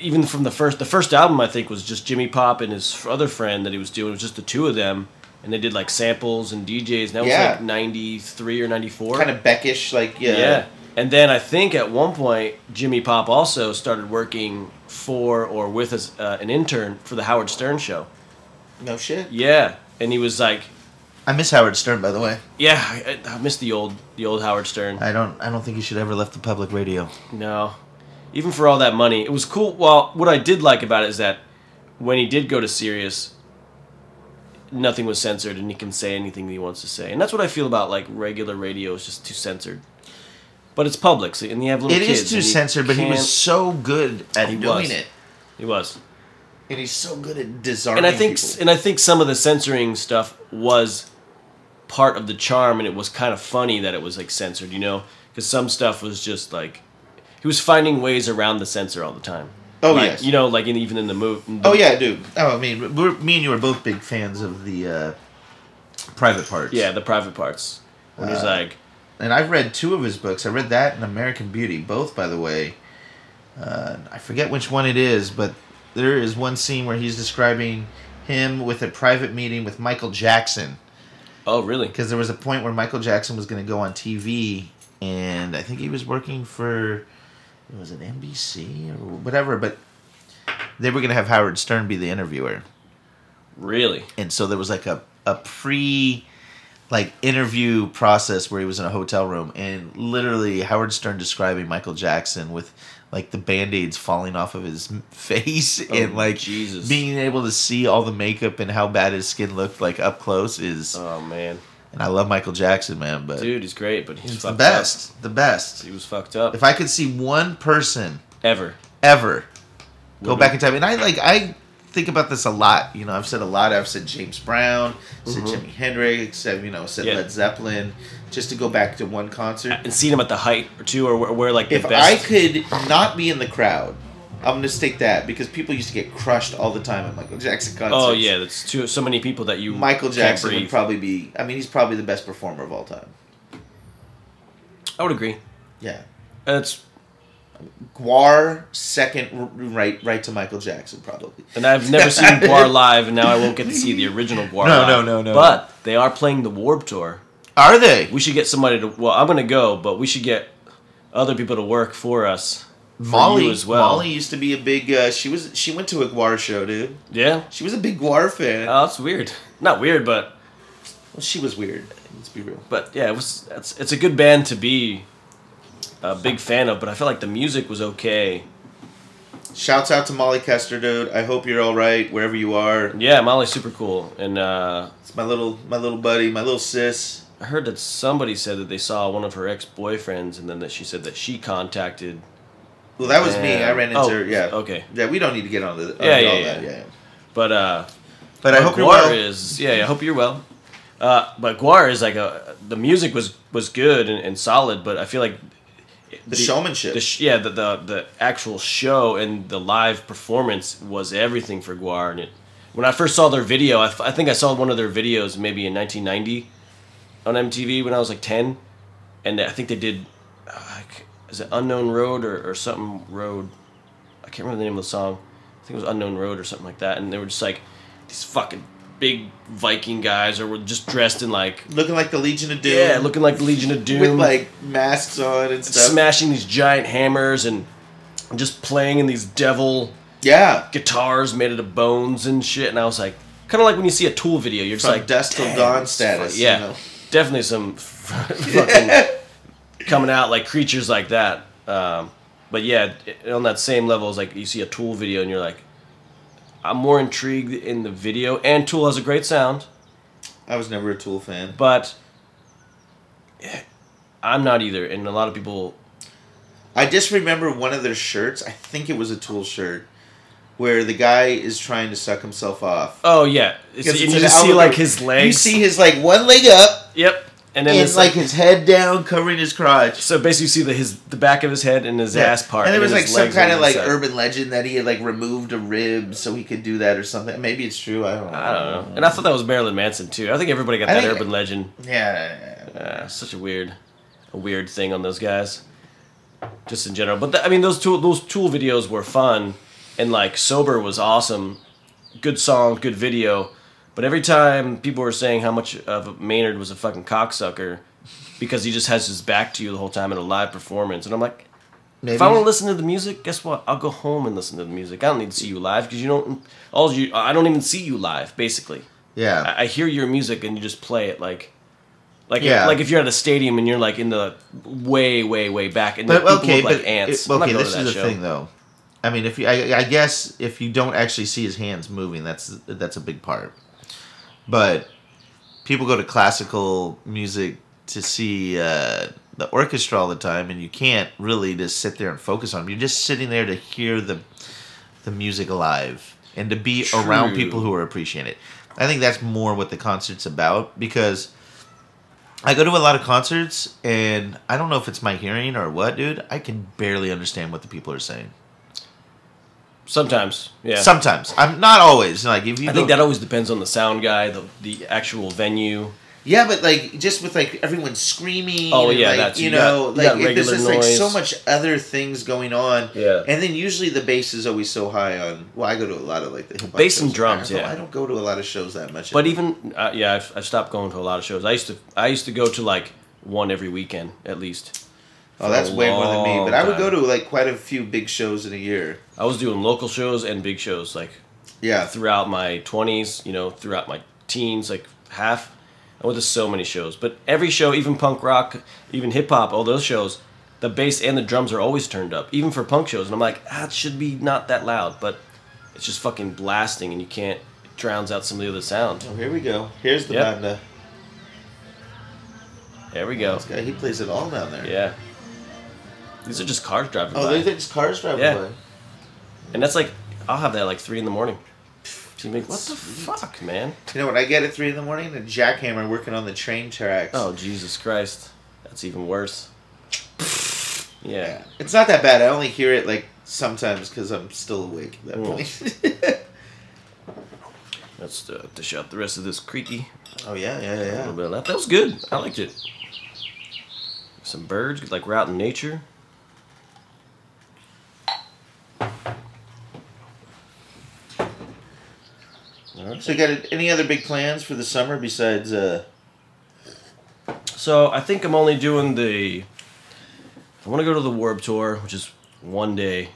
Speaker 5: even from the first the first album I think was just Jimmy Pop and his f- other friend that he was doing it was just the two of them and they did like samples and DJs and that
Speaker 6: Yeah.
Speaker 5: was like ninety three or ninety four
Speaker 6: Kind of Beckish, like yeah.
Speaker 5: yeah and then I think at one point Jimmy Pop also started working for or with us uh, an intern for the Howard Stern show
Speaker 6: No shit.
Speaker 5: yeah and he was like
Speaker 6: I miss Howard Stern, by the way.
Speaker 5: yeah I, I miss the old the old Howard Stern
Speaker 6: I don't. I don't think he should ever left the public radio.
Speaker 5: No. Even for all that money, it was cool. Well, what I did like about it is that when he did go to Sirius, nothing was censored and he can say anything that he wants to say. And that's what I feel about like regular radio is just too censored. But it's public, so, and you have little
Speaker 6: It
Speaker 5: kids.
Speaker 6: is too
Speaker 5: and you
Speaker 6: censored, but he
Speaker 5: can't-
Speaker 6: was so good at
Speaker 5: He
Speaker 6: doing
Speaker 5: was.
Speaker 6: it,
Speaker 5: He was.
Speaker 6: and he's so good at disarming.
Speaker 5: And I think
Speaker 6: people.
Speaker 5: and I think some of the censoring stuff was part of the charm and it was kind of funny that it was like censored, you know, cuz some stuff was just like he was finding ways around the censor all the time.
Speaker 6: Oh
Speaker 5: like,
Speaker 6: yes.
Speaker 5: You know, like in, even in the movie.
Speaker 6: oh yeah, dude. Oh, I mean, we're, me and you are both big fans of the uh, private parts.
Speaker 5: Yeah, the private parts. When he's
Speaker 6: Uh,
Speaker 5: like,
Speaker 6: and I've read two of his books. I read that and American Beauty, both by the way. Uh, I forget which one it is, but there is one scene where he's describing him with a private meeting with Michael Jackson
Speaker 5: Oh, really?
Speaker 6: because there was a point where Michael Jackson was going to go on TV, and I think he was working for it was an NBC or whatever, but they were going to have Howard Stern be the interviewer,
Speaker 5: Really?
Speaker 6: and so there was like a a pre like interview process where he was in a hotel room and literally Howard Stern describing Michael Jackson with like the band-aids falling off of his face and like
Speaker 5: Oh, Jesus.
Speaker 6: being able to see all the makeup and how bad his skin looked like up close is
Speaker 5: Oh man,
Speaker 6: and I love Michael Jackson man but
Speaker 5: dude, he's great, but he's
Speaker 6: He's the
Speaker 5: fucked
Speaker 6: best. The
Speaker 5: Up.
Speaker 6: best.
Speaker 5: He was fucked up.
Speaker 6: If I could see one person
Speaker 5: Ever.
Speaker 6: ever go
Speaker 5: Would
Speaker 6: back
Speaker 5: we-
Speaker 6: in time, and I like I think about this a lot. You know, I've said a lot. I've said James Brown, said Jimi Hendrix, I've, you know, said
Speaker 5: Mm-hmm. Yeah.
Speaker 6: Led Zeppelin, just to go back to one concert.
Speaker 5: and seen him at the height or two, or where, where like the
Speaker 6: If I
Speaker 5: best.
Speaker 6: could not be in the crowd, I'm gonna stick that because people used to get crushed all the time at Michael Jackson concerts.
Speaker 5: oh yeah, that's too so many people that you
Speaker 6: Michael
Speaker 5: can't
Speaker 6: Jackson would
Speaker 5: breathe.
Speaker 6: probably be. I mean, he's probably the best performer of all time.
Speaker 5: I would agree.
Speaker 6: Yeah.
Speaker 5: That's
Speaker 6: Guar second, r- right, right to Michael Jackson probably.
Speaker 5: and I've never seen Guar live, and now I won't get to see the original Guar.
Speaker 6: No,
Speaker 5: live.
Speaker 6: no, no, no.
Speaker 5: But they are playing the Warp Tour.
Speaker 6: Are they?
Speaker 5: We should get somebody to. Well, I'm gonna go, but we should get other people to work for us.
Speaker 6: Molly
Speaker 5: you as well.
Speaker 6: Molly used to be a big. Uh, she was. She went to a Guar show, dude.
Speaker 5: Yeah.
Speaker 6: She was a big Guar fan.
Speaker 5: Oh, that's weird. Not weird, but
Speaker 6: well, she was weird. Let's be real.
Speaker 5: but yeah, it was. It's, it's a good band to be a big fan of, but I felt like the music was okay.
Speaker 6: Shouts out to Molly Kester, dude. I hope you're all right wherever you are.
Speaker 5: Yeah, Molly's super cool, and uh,
Speaker 6: It's my little, my little buddy, my little sis.
Speaker 5: I heard that somebody said that they saw one of her ex boyfriends, and then that she said that she contacted.
Speaker 6: Well, that was me. I ran into
Speaker 5: Oh,
Speaker 6: her. Yeah.
Speaker 5: okay.
Speaker 6: Yeah, we don't need to get on the.
Speaker 5: Yeah,
Speaker 6: on
Speaker 5: yeah,
Speaker 6: all
Speaker 5: yeah.
Speaker 6: That. yeah.
Speaker 5: But uh,
Speaker 6: But I
Speaker 5: but
Speaker 6: hope you're
Speaker 5: Guar
Speaker 6: well.
Speaker 5: is yeah, yeah, I hope you're well. Uh, but Guar is like a the music was was good and, and solid, but I feel like
Speaker 6: The showmanship.
Speaker 5: the sh- yeah, the, the the actual show and the live performance was everything for Guar. And it, when I first saw their video, I, f- I think I saw one of their videos maybe in 1990 on MTV when I was like 10, and I think they did uh, I c- is it Unknown Road or, or something Road? I can't remember the name of the song. I think it was Unknown Road or something like that. And they were just like these fucking big Viking guys, or were just dressed in like
Speaker 6: looking like the Legion of Doom.
Speaker 5: yeah, looking like the Legion of Doom,
Speaker 6: with like masks on and stuff.
Speaker 5: smashing these giant hammers and just playing in these devil
Speaker 6: yeah.
Speaker 5: guitars made out of bones and shit. And I was like, kind of like when you see a Tool video, you're just
Speaker 6: From
Speaker 5: like,
Speaker 6: dusk till
Speaker 5: "Damn,
Speaker 6: dawn
Speaker 5: it's
Speaker 6: status,
Speaker 5: fu- Yeah,
Speaker 6: you know."
Speaker 5: definitely some fucking coming out like creatures like that. Um, but yeah, it- on that same level, it's like you see a Tool video and you're like, I'm more intrigued in the video. And Tool has a great sound
Speaker 6: I was never a Tool fan.
Speaker 5: but eh, I'm not either. And a lot of people,
Speaker 6: I just remember one of their shirts. I think it was a Tool shirt, where the guy is trying to suck himself off.
Speaker 5: oh yeah, It's-
Speaker 6: Because
Speaker 5: and
Speaker 6: it's
Speaker 5: you
Speaker 6: an
Speaker 5: just see
Speaker 6: alligator.
Speaker 5: like his legs.
Speaker 6: You see his like one leg up
Speaker 5: yep, and then
Speaker 6: and,
Speaker 5: it's like,
Speaker 6: like his head down, covering his crotch.
Speaker 5: so basically you see the his the back of his head and his ass part,
Speaker 6: And there was
Speaker 5: then
Speaker 6: like
Speaker 5: his
Speaker 6: some
Speaker 5: legs on
Speaker 6: kind of
Speaker 5: the
Speaker 6: like
Speaker 5: side.
Speaker 6: urban legend that he had like removed a rib so he could do that or something. Maybe it's true. I don't know.
Speaker 5: I don't know, and I thought that was Marilyn Manson too. I think everybody got
Speaker 6: I
Speaker 5: that
Speaker 6: think-
Speaker 5: urban legend.
Speaker 6: Yeah.
Speaker 5: Uh, such a weird, a weird thing on those guys, just in general. But th- I mean, those tool those tool videos were fun, and like sober was awesome, good song, good video. But every time people were saying how much of Maynard was a fucking cocksucker, because he just has his back to you the whole time in a live performance, and I'm like,
Speaker 6: Maybe.
Speaker 5: if I want to listen to the music, guess what? I'll go home and listen to the music. I don't need to see you live because you don't. All you, I don't even see you live, basically.
Speaker 6: yeah.
Speaker 5: I I hear your music and you just play it like, like
Speaker 6: Yeah.
Speaker 5: like if you're at a stadium and you're like in the way way way back and
Speaker 6: But
Speaker 5: the people
Speaker 6: okay,
Speaker 5: look
Speaker 6: but
Speaker 5: like ants.
Speaker 6: it-
Speaker 5: I'm not
Speaker 6: okay,
Speaker 5: going
Speaker 6: this
Speaker 5: to
Speaker 6: is
Speaker 5: that
Speaker 6: the
Speaker 5: show.
Speaker 6: thing though. I mean, if you, I, I guess if you don't actually see his hands moving, that's that's a big part. But people go to classical music to see uh, the orchestra all the time, and you can't really just sit there and focus on them. You're just sitting there to hear the the music live and to be around
Speaker 5: True.
Speaker 6: people who are appreciated. I think that's more what the concert's about because I go to a lot of concerts, and I don't know if it's my hearing or what, dude. I can barely understand what the people are saying.
Speaker 5: Sometimes, yeah.
Speaker 6: Sometimes I'm not always like if you.
Speaker 5: I
Speaker 6: go-
Speaker 5: think that always depends on the sound guy, the the actual venue.
Speaker 6: Yeah, but like just with like everyone screaming.
Speaker 5: Oh,
Speaker 6: and,
Speaker 5: yeah,
Speaker 6: like,
Speaker 5: that's-
Speaker 6: you
Speaker 5: you
Speaker 6: know
Speaker 5: got- you got
Speaker 6: like it- there's
Speaker 5: regular
Speaker 6: just like so
Speaker 5: noise.
Speaker 6: much other things going on.
Speaker 5: Yeah.
Speaker 6: and then usually the bass is always so high on. Well, I go to a lot of like the hip hop
Speaker 5: Bass and
Speaker 6: shows.
Speaker 5: drums,
Speaker 6: I don't-
Speaker 5: yeah.
Speaker 6: I don't go to a lot of shows that much.
Speaker 5: But even uh, yeah, I've, I've stopped going to a lot of shows. I used to I used to go to like one every weekend at least.
Speaker 6: oh, that's
Speaker 5: for a
Speaker 6: way more than me. But
Speaker 5: long
Speaker 6: I would go to
Speaker 5: time.
Speaker 6: like quite a few big shows in a year.
Speaker 5: I was doing local shows and big shows like
Speaker 6: Yeah,
Speaker 5: throughout my twenties. You know, throughout my teens, like half. I went to so many shows, but every show, even punk rock, even hip hop, all those shows, the bass and the drums are always turned up, even for punk shows. And I'm like, ah, it should be not that loud, but it's just fucking blasting, and you can't. It drowns out some of the other sound.
Speaker 6: Oh, here we go. Here's the
Speaker 5: Yep.
Speaker 6: banda.
Speaker 5: There we go.
Speaker 6: This guy, he plays it all down there.
Speaker 5: Yeah. These are just cars driving
Speaker 6: Oh,
Speaker 5: by.
Speaker 6: they're they're just cars driving
Speaker 5: Yeah.
Speaker 6: by.
Speaker 5: And that's like, I'll have that like three in the morning. She makes, what the
Speaker 6: Sweet.
Speaker 5: fuck, man?
Speaker 6: You know, when I get at three in the morning, a jackhammer working on the train tracks.
Speaker 5: Oh Jesus Christ, that's even worse. Yeah,
Speaker 6: It's not that bad. I only hear it like sometimes because I'm still awake at that
Speaker 5: Mm.
Speaker 6: point.
Speaker 5: let's uh, dish out the rest of this creaky.
Speaker 6: oh yeah, yeah,
Speaker 5: A little
Speaker 6: yeah.
Speaker 5: bit of that. That was good. I liked it. Some birds, like we're out in nature.
Speaker 6: So, you got any other big plans for the summer besides? uh
Speaker 5: So I think I'm only doing the. I want to go to the Warp Tour, which is one day.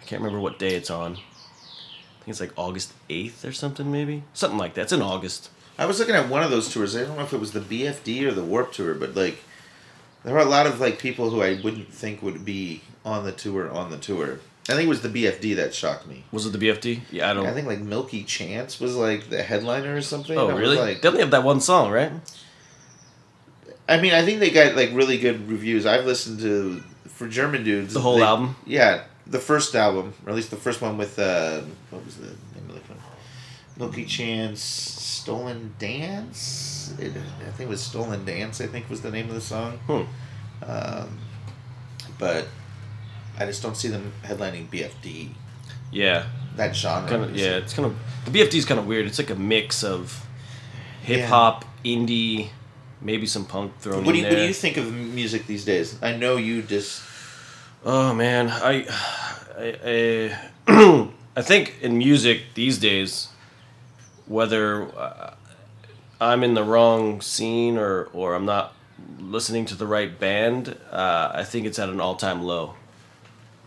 Speaker 5: I can't remember what day it's on. I think it's like August 8th or something, maybe? Something like that. It's in August.
Speaker 6: I was looking at one of those tours. I don't know if it was the BFD or the Warp Tour, but like, there were a lot of like people who I wouldn't think would be on the tour on the tour. I think it was the BFD that shocked me.
Speaker 5: Was it the BFD? Yeah, I don't.
Speaker 6: I think like Milky Chance was like the headliner or something. I
Speaker 5: oh,
Speaker 6: was
Speaker 5: really?
Speaker 6: like-
Speaker 5: they only have that one song, right?
Speaker 6: I mean, I think they got like really good reviews. I've listened to for German dudes
Speaker 5: The whole
Speaker 6: they-
Speaker 5: album?
Speaker 6: Yeah, the first album, or at least the first one with uh, what was the name of the one? Milky Chance, Stolen Dance. It, I think it was Stolen Dance. I think was the name of the song.
Speaker 5: Hmm.
Speaker 6: Um, but I just don't see them headlining BFD
Speaker 5: Yeah.
Speaker 6: that genre.
Speaker 5: Kind of. Yeah, it's kind of. The BFD's kind of weird. It's like a mix of hip
Speaker 6: Yeah.
Speaker 5: hop, indie, maybe some punk thrown
Speaker 6: What do
Speaker 5: in
Speaker 6: you
Speaker 5: there.
Speaker 6: What do you think of music these days? I know you just
Speaker 5: Oh man, I, I, I, I think in music these days, whether uh, I'm in the wrong scene or or I'm not listening to the right band, uh, I think it's at an all time low,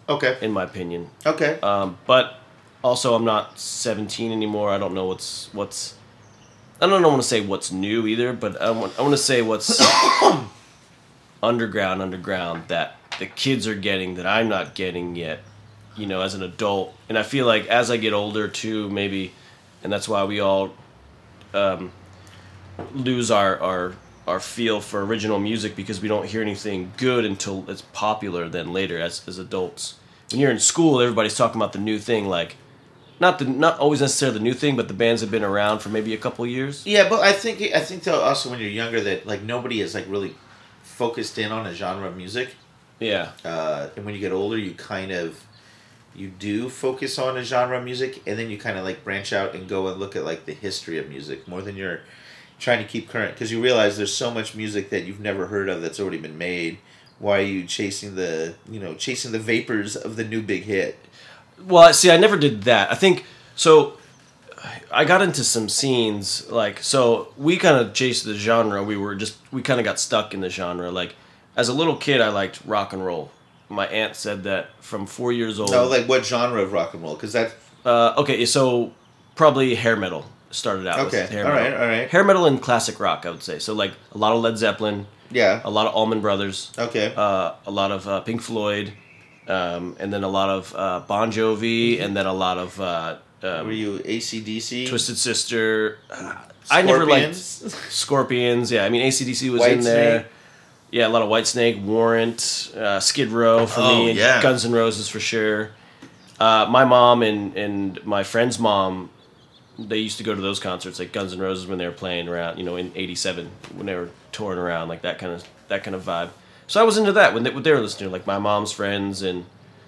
Speaker 6: okay.
Speaker 5: in my opinion.
Speaker 6: Okay.
Speaker 5: Um, but also, I'm not 17 anymore. I don't know what's what's. I don't want to say what's new either, but I want I want to say what's underground, underground that the kids are getting that I'm not getting yet. You know, as an adult, and I feel like as I get older too, maybe, and that's why we all um, lose our our our feel for original music because we don't hear anything good until it's popular. Then later, as as adults, when you're in school, everybody's talking about the new thing, like not the not always necessarily the new thing, but the bands have been around for maybe a couple years.
Speaker 6: Yeah, but I think I think though also when you're younger that like nobody is like really focused in on a genre of music,
Speaker 5: Yeah,
Speaker 6: uh, and when you get older, you kind of you do focus on a genre of music, and then you kind of like branch out and go and look at like the history of music more than you're trying to keep current because you realize there's so much music that you've never heard of that's already been made. Why are you chasing the you know chasing the vapors of the new big hit?
Speaker 5: Well, see, I never did that. I think so. I got into some scenes like so. We kind of chased the genre. We were just we kind of got stuck in the genre. Like as a little kid, I liked rock and roll. My aunt said that from four years old.
Speaker 6: No, Oh, like what genre of rock and roll? Because that's
Speaker 5: uh, okay, so probably hair metal started out.
Speaker 6: Okay,
Speaker 5: with hair
Speaker 6: all
Speaker 5: metal.
Speaker 6: right, all right.
Speaker 5: Hair metal and classic rock, I would say. So like a lot of Led Zeppelin,
Speaker 6: yeah
Speaker 5: a lot of Allman Brothers,
Speaker 6: okay
Speaker 5: uh, a lot of uh, Pink Floyd, um, and then a lot of uh, Bon Jovi, and then a lot of. Uh, um,
Speaker 6: were you ACDC
Speaker 5: Twisted Sister. uh, I never liked
Speaker 6: Scorpions?
Speaker 5: Scorpions. Yeah, I mean ACDC was in
Speaker 6: Whitesnake?
Speaker 5: there. Yeah, a lot of Whitesnake, Warrant, uh, Skid Row for
Speaker 6: Oh,
Speaker 5: me, and
Speaker 6: yeah.
Speaker 5: Guns N' Roses for sure. Uh, my mom and and my friend's mom, they used to go to those concerts like Guns N' Roses when they were playing around, you know, in '87 when they were touring around like that kind of that kind of vibe. So I was into that when they, when they were listening, to, like my mom's friends, and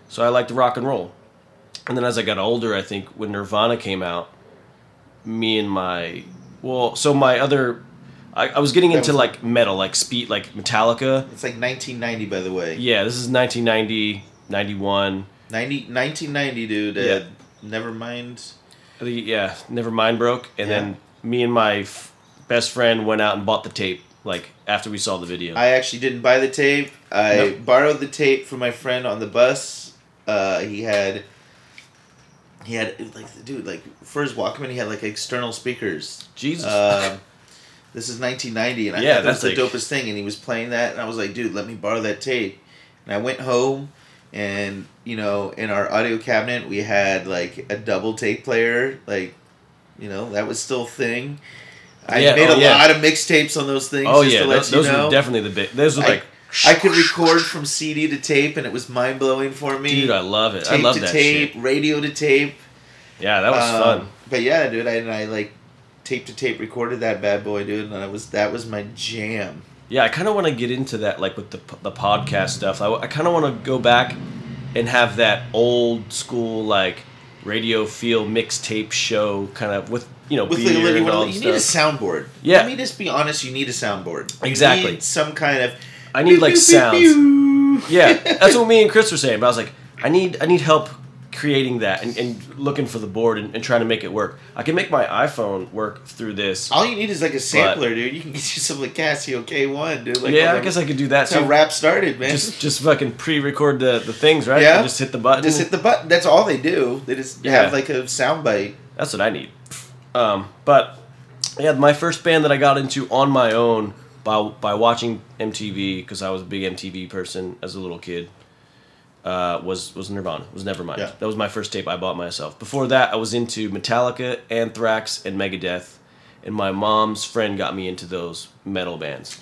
Speaker 5: so I liked rock and roll. And then as I got older, I think when Nirvana came out, me and my well, so my other, I, I was getting
Speaker 6: That
Speaker 5: into
Speaker 6: was-
Speaker 5: like metal, like speed, like Metallica.
Speaker 6: It's like 1990, by the way.
Speaker 5: Yeah, this is 1990, 91.
Speaker 6: 90, 1990, dude. Uh,
Speaker 5: Yeah.
Speaker 6: Never mind.
Speaker 5: I think, yeah, never mind broke. And
Speaker 6: Yeah.
Speaker 5: then me and my f- best friend went out and bought the tape, like after we saw the video.
Speaker 6: I actually didn't buy the tape. I
Speaker 5: Nope.
Speaker 6: borrowed the tape from my friend on the bus. Uh, he had, he had like dude like for his Walkman he had like external speakers.
Speaker 5: Jesus.
Speaker 6: Um, this is 1990, and I
Speaker 5: Yeah,
Speaker 6: thought that was
Speaker 5: that's
Speaker 6: the
Speaker 5: like-
Speaker 6: dopest thing. And he was playing that, and I was like, dude, let me borrow that tape. And I went home, and you know, in our audio cabinet we had like a double tape player, like, you know, that was still a thing. I
Speaker 5: Yeah,
Speaker 6: made
Speaker 5: oh,
Speaker 6: a
Speaker 5: yeah.
Speaker 6: lot of mixtapes on those things.
Speaker 5: oh
Speaker 6: just
Speaker 5: yeah,
Speaker 6: to let
Speaker 5: those,
Speaker 6: you
Speaker 5: those
Speaker 6: know.
Speaker 5: were definitely the big. Those were like.
Speaker 6: I could record from CD to tape, and it was mind blowing for me.
Speaker 5: Dude, I love it. I
Speaker 6: tape
Speaker 5: love
Speaker 6: to
Speaker 5: that
Speaker 6: tape,
Speaker 5: shit.
Speaker 6: radio to tape.
Speaker 5: Yeah, that was
Speaker 6: Um,
Speaker 5: fun.
Speaker 6: But yeah, dude, I, and I like tape to tape recorded that bad boy, dude, and I was that was my jam.
Speaker 5: Yeah, I kind of want to get into that, like with the p- the podcast stuff. I, kind of want to go back and have that old school like radio feel mixtape show kind of with you know
Speaker 6: With
Speaker 5: beer
Speaker 6: like a little,
Speaker 5: and
Speaker 6: you,
Speaker 5: all
Speaker 6: wanna-
Speaker 5: that
Speaker 6: you need a
Speaker 5: stuff.
Speaker 6: soundboard.
Speaker 5: Yeah.
Speaker 6: Let me just be honest. You need a soundboard. You
Speaker 5: Exactly.
Speaker 6: need some kind of.
Speaker 5: I need, like, sounds.
Speaker 6: pew.
Speaker 5: yeah, that's what me and Chris were saying. But I was like, I need I need help creating that and, and looking for the board and, and trying to make it work. I can make my iPhone work through this.
Speaker 6: All you need is like a sampler, dude. You can get you some like Casio K1, dude. Like,
Speaker 5: yeah, I
Speaker 6: whatever.
Speaker 5: guess I could do that
Speaker 6: that's how
Speaker 5: too.
Speaker 6: rap started, man.
Speaker 5: just just fucking pre-record the, the things, right?
Speaker 6: Yeah.
Speaker 5: And just hit the button.
Speaker 6: Just hit the button. That's all they do. They just
Speaker 5: Yeah.
Speaker 6: have like a sound bite.
Speaker 5: That's what I need. Um, but yeah, my first band that I got into on my own by by watching MTV because I was a big MTV person as a little kid uh, was was Nirvana. Was Nevermind.
Speaker 6: Yeah.
Speaker 5: That was my first tape I bought myself. Before that, I was into Metallica, Anthrax, and Megadeth, and my mom's friend got me into those metal bands.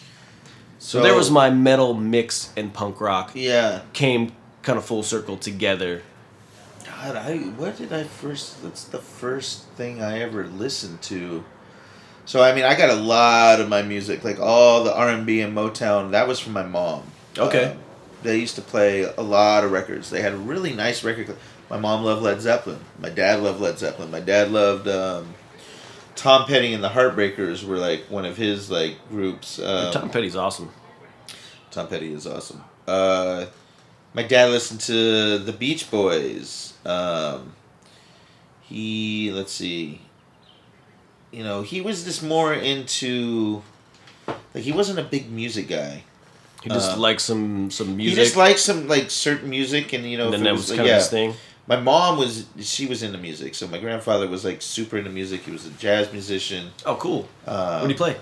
Speaker 5: So, there was my metal mix and punk rock
Speaker 6: Yeah.
Speaker 5: came kind of full circle together.
Speaker 6: God, I what did I first? That's the first thing I ever listened to. So I mean, I got a lot of my music, like all the R and B and Motown. That was from my mom.
Speaker 5: Okay.
Speaker 6: Um, they used to play a lot of records. They had a really nice record. cl- My mom loved Led Zeppelin. My dad loved Led Zeppelin. My dad loved um, Tom Petty and the Heartbreakers were like one of his like groups. Um,
Speaker 5: Tom Petty's awesome.
Speaker 6: Tom Petty is awesome. Uh, my dad listened to the Beach Boys. Um, he let's see, you know, he was just more into like he wasn't a big music guy.
Speaker 5: He just
Speaker 6: Uh,
Speaker 5: likes some some
Speaker 6: He
Speaker 5: music.
Speaker 6: just liked some like certain music, and you know,
Speaker 5: and
Speaker 6: if
Speaker 5: then
Speaker 6: it
Speaker 5: that
Speaker 6: was,
Speaker 5: was
Speaker 6: like,
Speaker 5: kind of
Speaker 6: yeah.
Speaker 5: his thing.
Speaker 6: My mom was she was into music, so my grandfather was like super into music. He was a jazz musician.
Speaker 5: Oh, cool.
Speaker 6: Uh,
Speaker 5: what do you play?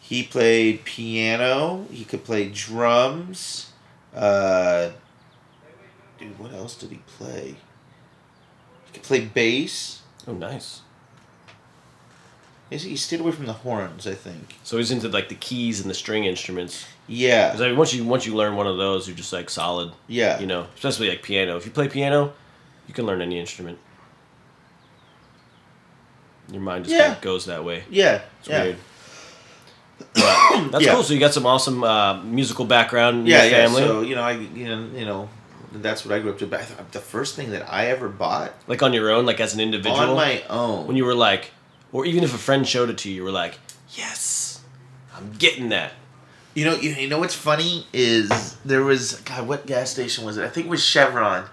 Speaker 6: He played piano. He could play drums. Uh, dude, what else did he play? He could play bass.
Speaker 5: Oh, nice.
Speaker 6: Is he he stayed away from the horns? I think.
Speaker 5: So he's into like the keys and the string instruments.
Speaker 6: Yeah,
Speaker 5: Because I mean, once you once you learn one of those, you're just like solid.
Speaker 6: yeah.
Speaker 5: You know, especially like piano. If you play piano, you can learn any instrument. Your mind just kind
Speaker 6: Yeah.
Speaker 5: of goes that way.
Speaker 6: yeah,
Speaker 5: It's
Speaker 6: yeah.
Speaker 5: weird. But that's
Speaker 6: Yeah.
Speaker 5: cool. So you got some awesome uh, musical background in
Speaker 6: yeah,
Speaker 5: your
Speaker 6: yeah.
Speaker 5: family,
Speaker 6: So you know, I you know, you know, that's what I grew up to. But I thought the first thing that I ever bought
Speaker 5: like on your own, like as an individual.
Speaker 6: on my own.
Speaker 5: when you were like, or even if a friend showed it to you, you were like, "Yes, I'm getting that."
Speaker 6: You know, you, you know what's funny is there was God. What gas station was it? I think it was Chevron.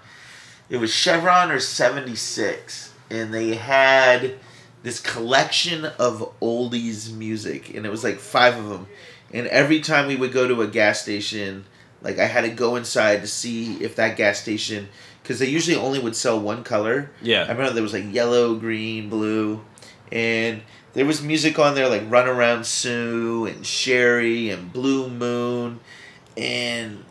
Speaker 6: It was Chevron or seventy six, and they had this collection of oldies music, and it was like five of them. And every time we would go to a gas station, like I had to go inside to see if that gas station, because they usually only would sell one color.
Speaker 5: Yeah.
Speaker 6: I remember there was like yellow, green, blue, and there was music on there like Run Around Sue and Sherry and Blue Moon, and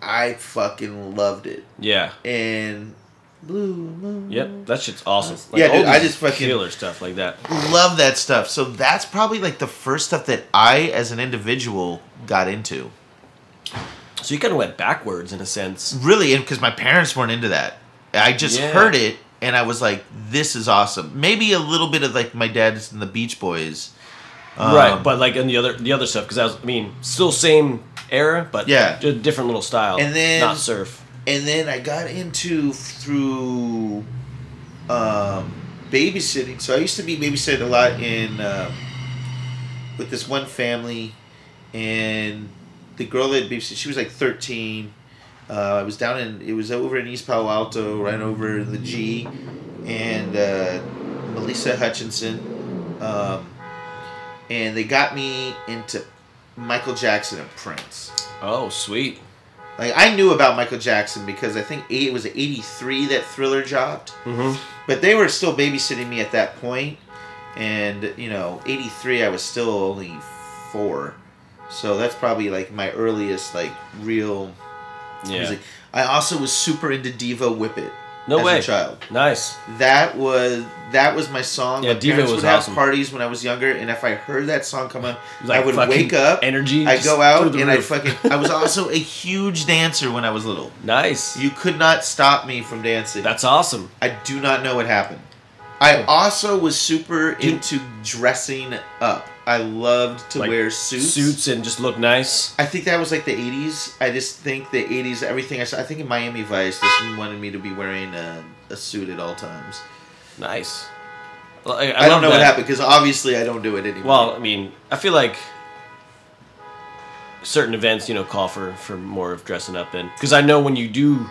Speaker 6: I fucking loved it.
Speaker 5: Yeah.
Speaker 6: And Blue Moon.
Speaker 5: Yep, that shit's awesome.
Speaker 6: Yeah, dude,
Speaker 5: all
Speaker 6: I
Speaker 5: these
Speaker 6: just fucking-
Speaker 5: killer stuff like that.
Speaker 6: Love that stuff. So that's probably like the first stuff that I, as an individual, got into.
Speaker 5: So you kind of went backwards in a sense.
Speaker 6: Really, and because my parents weren't into that. I just
Speaker 5: Yeah.
Speaker 6: heard it and I was like, this is awesome. Maybe a little bit of like my dad's and the Beach Boys. Um,
Speaker 5: right, but like in the other the other stuff because I was I mean still same era, but
Speaker 6: Yeah.
Speaker 5: just different little style.
Speaker 6: And then-
Speaker 5: not surf.
Speaker 6: and then I got into through um, babysitting. So I used to be babysitting a lot in um, with this one family, and the girl that had beef steak, she was like thirteen. Uh, I was down in it was over in East Palo Alto, right over the G, and uh, Melissa Hutchinson, um, and they got me into Michael Jackson and Prince.
Speaker 5: Oh, sweet.
Speaker 6: Like I knew about Michael Jackson because I think eight, it was '83 that Thriller dropped,
Speaker 5: Mm-hmm.
Speaker 6: but they were still babysitting me at that point, and you know '83 I was still only four, so that's probably like my earliest like real
Speaker 5: Yeah.
Speaker 6: music. I also was super into Diva Whip It
Speaker 5: No
Speaker 6: as
Speaker 5: way.
Speaker 6: a child.
Speaker 5: Nice.
Speaker 6: That was that was my song.
Speaker 5: Yeah,
Speaker 6: my
Speaker 5: Diva
Speaker 6: parents
Speaker 5: was
Speaker 6: would
Speaker 5: awesome.
Speaker 6: have parties when I was younger, and if I heard that song come on,
Speaker 5: Like
Speaker 6: I would
Speaker 5: fucking
Speaker 6: wake up.
Speaker 5: Energy.
Speaker 6: I
Speaker 5: just
Speaker 6: go
Speaker 5: through
Speaker 6: out
Speaker 5: the
Speaker 6: and I
Speaker 5: roof.
Speaker 6: fucking. I was also a huge dancer when I was little.
Speaker 5: Nice.
Speaker 6: You could not stop me from dancing.
Speaker 5: That's Oh. awesome.
Speaker 6: I do not know what happened. I also was super into dressing up. I loved to
Speaker 5: Like,
Speaker 6: wear suits.
Speaker 5: Suits and just look nice.
Speaker 6: I think that was like the '80s. I just think the '80s. Everything I saw. I think in Miami Vice, this one wanted me to be wearing a, a suit at all times.
Speaker 5: Nice. Well, I, I
Speaker 6: I,
Speaker 5: love
Speaker 6: don't know
Speaker 5: that.
Speaker 6: what happened because obviously I don't do it anymore.
Speaker 5: Well, I mean, I feel like certain events, you know, call for for more of dressing up. And because I know when you do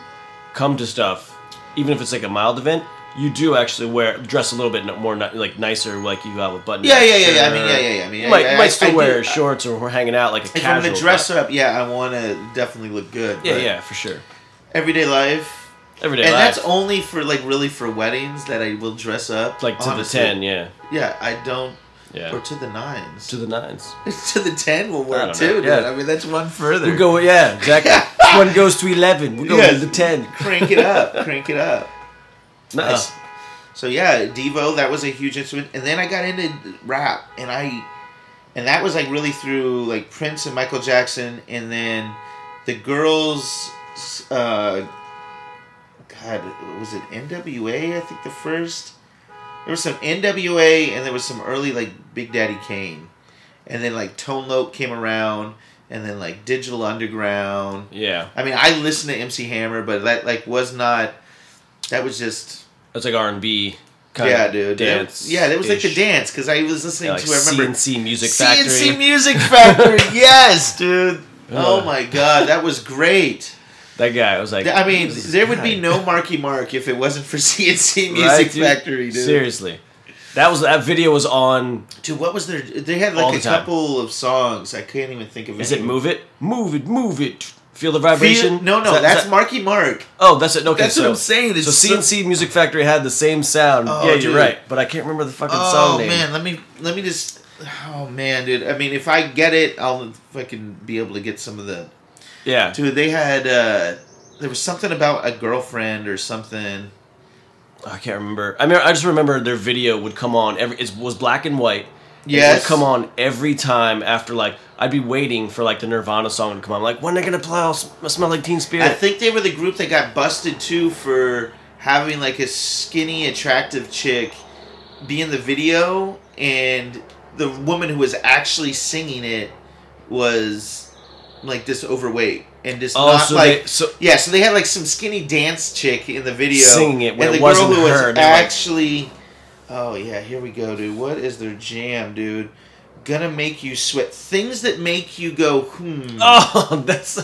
Speaker 5: come to stuff, even if it's like a mild event, you do actually wear dress a little bit more ni- like nicer, like you have a button.
Speaker 6: yeah, yeah, yeah, yeah. I mean, yeah, yeah, yeah. I mean,
Speaker 5: You might,
Speaker 6: I,
Speaker 5: you
Speaker 6: I-
Speaker 5: might still
Speaker 6: I do- uh,
Speaker 5: wear shorts or we're hanging out like a
Speaker 6: If I'm
Speaker 5: casual.
Speaker 6: gonna dress
Speaker 5: but-
Speaker 6: up, yeah, I want to definitely look good.
Speaker 5: Yeah,
Speaker 6: but
Speaker 5: yeah, for sure.
Speaker 6: Everyday life,
Speaker 5: Everyday
Speaker 6: and
Speaker 5: life.
Speaker 6: that's only for like really for weddings that I will dress up
Speaker 5: like to
Speaker 6: honestly.
Speaker 5: the ten, yeah,
Speaker 6: Yeah, I don't. Or
Speaker 5: yeah,
Speaker 6: to the nines.
Speaker 5: to the nines.
Speaker 6: to the ten will
Speaker 5: I
Speaker 6: work
Speaker 5: don't
Speaker 6: too.
Speaker 5: know, yeah.
Speaker 6: dude. I mean, that's one further.
Speaker 5: We go, yeah, exactly. One goes to eleven. We go
Speaker 6: Yes.
Speaker 5: to the ten.
Speaker 6: crank it up, crank it up.
Speaker 5: Nice.
Speaker 6: So yeah, Devo, that was a huge instrument, and then I got into rap, and I, and that was like really through like Prince and Michael Jackson, and then the girls, uh, God, was it NWA? I think the first. There was some NWA, and there was some early like Big Daddy Kane, and then like Tone Loc came around, and then like Digital Underground.
Speaker 5: yeah,
Speaker 6: I mean, I listened to MC Hammer, but that like was not. That was just
Speaker 5: that's like R and B. kind
Speaker 6: yeah,
Speaker 5: of
Speaker 6: dude. That-
Speaker 5: Dance.
Speaker 6: yeah, that was like the dance because I was listening
Speaker 5: Yeah, like
Speaker 6: to. I remember
Speaker 5: CNC Music Factory.
Speaker 6: CNC Music Factory. yes, dude. Oh
Speaker 5: Ugh.
Speaker 6: my god, that was great.
Speaker 5: that guy was like.
Speaker 6: Th- I mean,
Speaker 5: "Who's this
Speaker 6: there would
Speaker 5: guy?"
Speaker 6: be no Marky Mark if it wasn't for CNC Music
Speaker 5: Right, dude?
Speaker 6: Factory, dude.
Speaker 5: Seriously, that was that video was on.
Speaker 6: Dude, what was their? They had
Speaker 5: All
Speaker 6: like
Speaker 5: the
Speaker 6: a
Speaker 5: time.
Speaker 6: couple of songs. I can't even think of.
Speaker 5: Is
Speaker 6: any.
Speaker 5: it move it, move it, move it? Feel the
Speaker 6: Feel-
Speaker 5: vibration.
Speaker 6: No,
Speaker 5: Is
Speaker 6: no,
Speaker 5: that- is
Speaker 6: that's
Speaker 5: that-
Speaker 6: Marky Mark.
Speaker 5: oh, that's it. Okay,
Speaker 6: That's
Speaker 5: so,
Speaker 6: what I'm saying. It's
Speaker 5: so
Speaker 6: so-
Speaker 5: CNC Music Factory had the same sound.
Speaker 6: Oh,
Speaker 5: yeah, you're
Speaker 6: dude.
Speaker 5: right, but I can't remember the fucking
Speaker 6: Oh
Speaker 5: song name.
Speaker 6: man, let me let me just. Oh man, dude. I mean, if I get it, I'll fucking be able to get some of the
Speaker 5: Yeah,
Speaker 6: Dude, they had uh there was something about a girlfriend or something.
Speaker 5: I can't remember. I mean, I just remember their video would come on every. It was black and white. and It would
Speaker 6: Yes.
Speaker 5: come on every time after like I'd be waiting for like the Nirvana song to come on. like, when are they gonna play? I'll sm- I smell like Teen Spirit.
Speaker 6: I think they were the group that got busted too for having like a skinny, attractive chick be in the video, and the woman who was actually singing it was like this overweight and just
Speaker 5: oh,
Speaker 6: not
Speaker 5: so
Speaker 6: like.
Speaker 5: they, so
Speaker 6: yeah, so they had like some skinny dance chick in the video
Speaker 5: Singing it when
Speaker 6: and
Speaker 5: it
Speaker 6: the
Speaker 5: wasn't
Speaker 6: girl who
Speaker 5: her,
Speaker 6: was
Speaker 5: and they're like-
Speaker 6: actually. Oh yeah, here we go, dude. What is their jam, dude? Gonna make you sweat. Things that make you go hmm.
Speaker 5: Oh, that's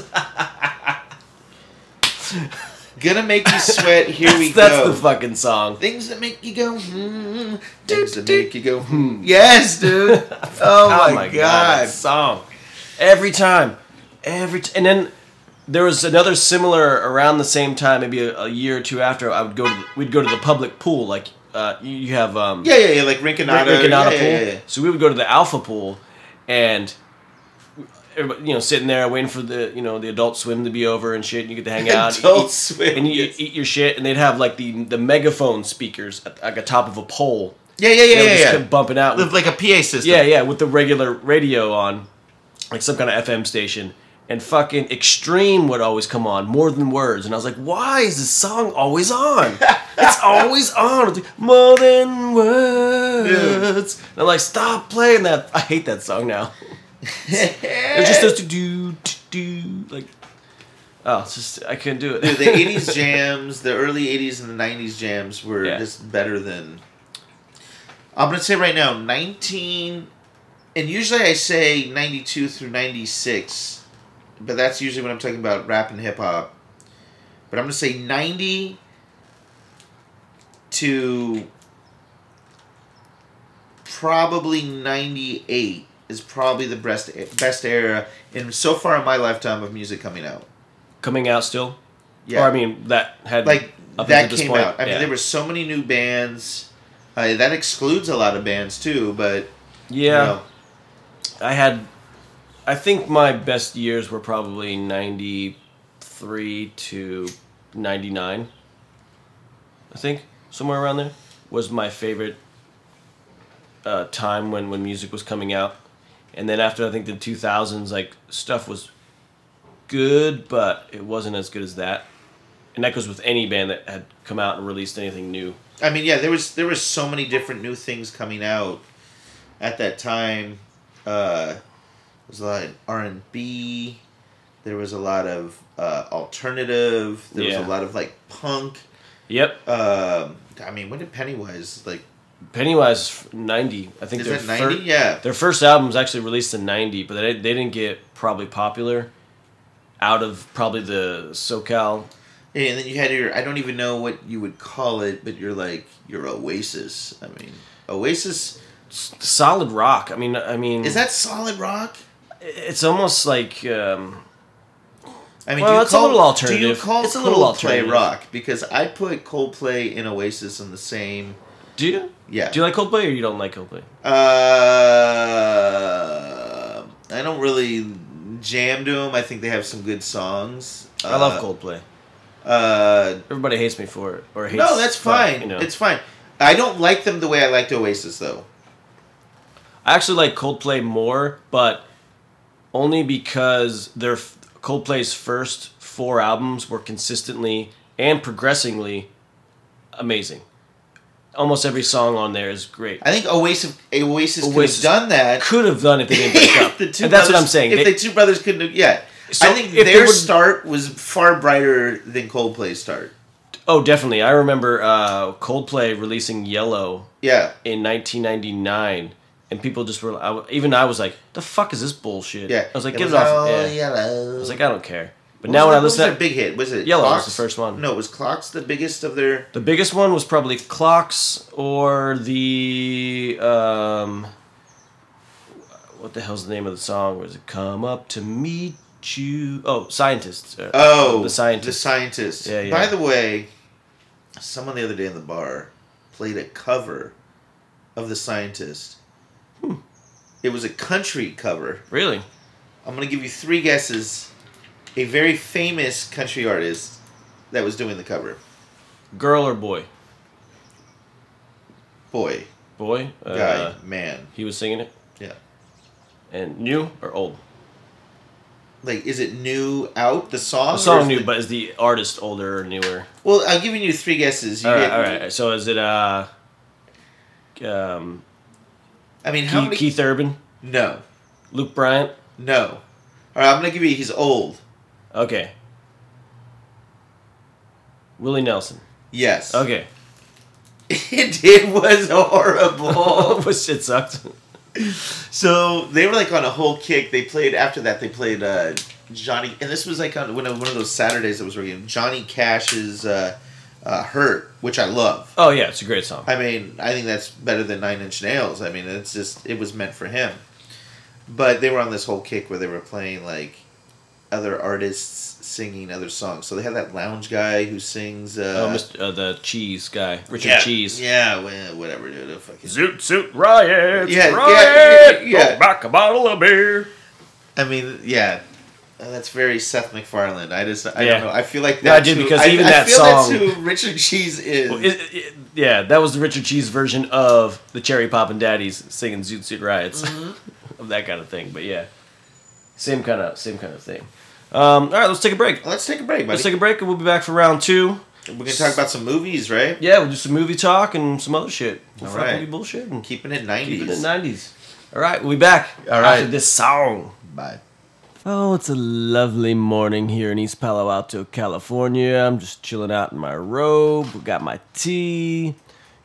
Speaker 6: Gonna make you sweat. Here
Speaker 5: that's,
Speaker 6: we
Speaker 5: that's
Speaker 6: go.
Speaker 5: the fucking song.
Speaker 6: Things that make you go hmm. Things that make you go hmm. Yes, dude. Oh my,
Speaker 5: that
Speaker 6: god.
Speaker 5: song! Every time, every t- and then there was another similar around the same time, maybe a, a year or two after. I would go to the, we'd go to the public pool, like uh, you, you have um
Speaker 6: Yeah, yeah, yeah. Like Rinconada.
Speaker 5: Rick and Anna
Speaker 6: yeah,
Speaker 5: pool.
Speaker 6: yeah, yeah, yeah.
Speaker 5: So we would go to the alpha pool, and everybody, you know, sitting there waiting for the you know the adult swim to be over and shit, and you get to hang out, and
Speaker 6: Adult
Speaker 5: eat,
Speaker 6: Swim,
Speaker 5: and you
Speaker 6: yes.
Speaker 5: eat your shit, and they'd have like the the megaphone speakers at, like the top of a pole.
Speaker 6: Yeah, yeah, yeah,
Speaker 5: They would
Speaker 6: yeah,
Speaker 5: just
Speaker 6: yeah.
Speaker 5: keep bumping out. With,
Speaker 6: Like a PA system.
Speaker 5: yeah, yeah, with the regular radio on, like some kind of FM station. And fucking extreme would always come on, more than words. And I was like, why is this song always on? It's always on. It's like, more than words. And I'm like, stop playing that. I hate that song now. It's just those do do do like. Oh, it's just I couldn't do it.
Speaker 6: Dude, the 80s jams, the early 80s and the 90s jams were
Speaker 5: Yeah.
Speaker 6: just better than. I'm going to say right now, 19 and usually I say 92 through 96, but that's usually when I'm talking about rap and hip hop. But I'm going to say 90 to probably 98 is probably the best best era in so far in my lifetime of music coming out.
Speaker 5: Coming out still?
Speaker 6: Yeah.
Speaker 5: Or I mean that had
Speaker 6: like
Speaker 5: up
Speaker 6: that
Speaker 5: until this
Speaker 6: came
Speaker 5: point,
Speaker 6: out. I mean
Speaker 5: yeah.
Speaker 6: there were so many new bands. Uh, that excludes a lot of bands too, but you
Speaker 5: Yeah.
Speaker 6: know,
Speaker 5: I had, I think my best years were probably 93 to 99. I think somewhere around there was my favorite uh, time when, when music was coming out. And then after I think the 2000s, like stuff was good, but it wasn't as good as that. And that goes with any band that had come out and released anything new.
Speaker 6: I mean, yeah, there was there was so many different new things coming out at that time. Uh, there was a lot of R and B. There was a lot of uh, alternative. There
Speaker 5: Yeah.
Speaker 6: was a lot of like punk.
Speaker 5: Yep,
Speaker 6: Um, I mean, when did Pennywise like?
Speaker 5: Pennywise ninety. I think
Speaker 6: Is
Speaker 5: their
Speaker 6: that ninety?
Speaker 5: thir-
Speaker 6: yeah.
Speaker 5: Their first album was actually released in 90, but they, they didn't get probably popular out of probably the SoCal.
Speaker 6: And then you had your I don't even know what you would call it, but you're like your Oasis. I mean, Oasis
Speaker 5: s- Solid rock. I mean, I mean,
Speaker 6: is that solid rock?
Speaker 5: It's almost like um,
Speaker 6: I mean,
Speaker 5: Well,
Speaker 6: do you
Speaker 5: it's a
Speaker 6: call,
Speaker 5: little
Speaker 6: Do you
Speaker 5: alternative.
Speaker 6: call
Speaker 5: It's a
Speaker 6: Coldplay
Speaker 5: little alternative.
Speaker 6: rock? Because I put Coldplay and Oasis in the same.
Speaker 5: do you
Speaker 6: Yeah.
Speaker 5: do you like Coldplay or you don't like Coldplay?
Speaker 6: uh, I don't really jam to them. I think they have some good songs.
Speaker 5: I
Speaker 6: Uh,
Speaker 5: love Coldplay.
Speaker 6: Uh,
Speaker 5: Everybody hates me for it or hates.
Speaker 6: no, that's
Speaker 5: but,
Speaker 6: fine.
Speaker 5: you know.
Speaker 6: It's fine. I don't like them the way I liked Oasis though.
Speaker 5: I actually like Coldplay more, but only because their f- Coldplay's first four albums were consistently and progressingly amazing. Almost every song on there is great.
Speaker 6: I think Oasis Oasis,
Speaker 5: Oasis
Speaker 6: could have done that.
Speaker 5: Could have done if they didn't break up.
Speaker 6: if the two
Speaker 5: and that's what
Speaker 6: brothers-
Speaker 5: I'm saying.
Speaker 6: If
Speaker 5: They-
Speaker 6: the two brothers couldn't have, yeah.
Speaker 5: So
Speaker 6: I think
Speaker 5: if they
Speaker 6: their
Speaker 5: would-
Speaker 6: start was far brighter than Coldplay's start.
Speaker 5: oh, definitely. I remember uh, Coldplay releasing Yellow
Speaker 6: Yeah.
Speaker 5: in 1999, and people just were. I w even I was like, "The fuck is this bullshit?"
Speaker 6: Yeah.
Speaker 5: I was like,
Speaker 6: It
Speaker 5: "Get
Speaker 6: was
Speaker 5: it off."
Speaker 6: all
Speaker 5: Yeah.
Speaker 6: Yellow.
Speaker 5: I was like, "I don't care." But now when I listen,
Speaker 6: to
Speaker 5: to
Speaker 6: their big hit, was it
Speaker 5: Yellow was
Speaker 6: Clocks?
Speaker 5: the first one.
Speaker 6: No, it was Clocks the biggest of their.
Speaker 5: The biggest one was probably clocks or the um, what the hell's the name of the song? Was it "Come Up to Meet You"? Oh, scientists. Uh,
Speaker 6: Oh,
Speaker 5: the
Speaker 6: The
Speaker 5: scientists.
Speaker 6: scientist.
Speaker 5: Yeah, yeah.
Speaker 6: By the way, someone the other day in the bar played a cover of the scientist.
Speaker 5: Hmm.
Speaker 6: It was a country cover.
Speaker 5: really?
Speaker 6: I'm gonna give you three guesses. A very famous country artist that was doing the cover.
Speaker 5: Girl or boy?
Speaker 6: Boy,
Speaker 5: Boy. Uh,
Speaker 6: guy, man.
Speaker 5: He was singing it.
Speaker 6: Yeah.
Speaker 5: And new or old?
Speaker 6: Like, is it new out the song?
Speaker 5: The
Speaker 6: or
Speaker 5: song
Speaker 6: is
Speaker 5: new,
Speaker 6: it-
Speaker 5: but is the artist older or newer?
Speaker 6: well, I'm giving you three guesses. You
Speaker 5: All right,
Speaker 6: get-
Speaker 5: all right. So is it uh, um,
Speaker 6: I mean, how
Speaker 5: Keith,
Speaker 6: many?
Speaker 5: Keith Urban,
Speaker 6: No,
Speaker 5: Luke Bryant?
Speaker 6: no. All right, I'm gonna give you. He's old.
Speaker 5: Okay. Willie Nelson.
Speaker 6: Yes.
Speaker 5: Okay.
Speaker 6: It, it was
Speaker 5: Oh,
Speaker 6: horrible.
Speaker 5: but shit sucked.
Speaker 6: so they were like on a whole kick. They played after that. They played uh, Johnny, and this was like on one of one of those Saturdays that was working. Johnny Cash's uh, uh, "Hurt," which I love.
Speaker 5: Oh yeah, it's a great song.
Speaker 6: I mean, I think that's better than Nine Inch Nails. I mean, it's just it was meant for him. But they were on this whole kick where they were playing like other artists singing other songs. So they had that lounge guy who sings. Uh,
Speaker 5: oh, Mr. Uh, the Cheese guy, Richard
Speaker 6: yeah,
Speaker 5: Cheese.
Speaker 6: Yeah, well, whatever, dude. A fucking-
Speaker 5: Zoot suit riot,
Speaker 6: Yeah, yeah,
Speaker 5: riot.
Speaker 6: yeah, yeah.
Speaker 5: Go Oh, back a bottle of beer.
Speaker 6: I mean, yeah, Uh, that's very Seth MacFarlane. I just, I
Speaker 5: Yeah.
Speaker 6: don't know. I feel like
Speaker 5: No, I
Speaker 6: that's
Speaker 5: did
Speaker 6: who-
Speaker 5: because
Speaker 6: I-
Speaker 5: even
Speaker 6: I
Speaker 5: that
Speaker 6: feel
Speaker 5: song-
Speaker 6: That's who Richard Cheese is.
Speaker 5: Well, it- it- yeah, that was the Richard Cheese version of the Cherry Pop and Daddies singing Zoot Suit Riots,
Speaker 6: Mm-hmm.
Speaker 5: of that kind of thing. But yeah, same kind of same kind of thing. Um, all right, let's take a break.
Speaker 6: Let's take a break, buddy.
Speaker 5: Let's take a break, and we'll be back for round two.
Speaker 6: We're gonna talk about some movies, right?
Speaker 5: Yeah, we'll do some movie talk and some other shit. We'll
Speaker 6: All
Speaker 5: fuck
Speaker 6: right.
Speaker 5: with you bullshit and keep,
Speaker 6: Keeping it nineties.
Speaker 5: it in nineties. All right, we'll be back
Speaker 6: All right.
Speaker 5: after this song.
Speaker 6: Bye.
Speaker 5: Oh, it's a lovely morning here in East Palo Alto, California. I'm just chilling out in my robe. Got my tea.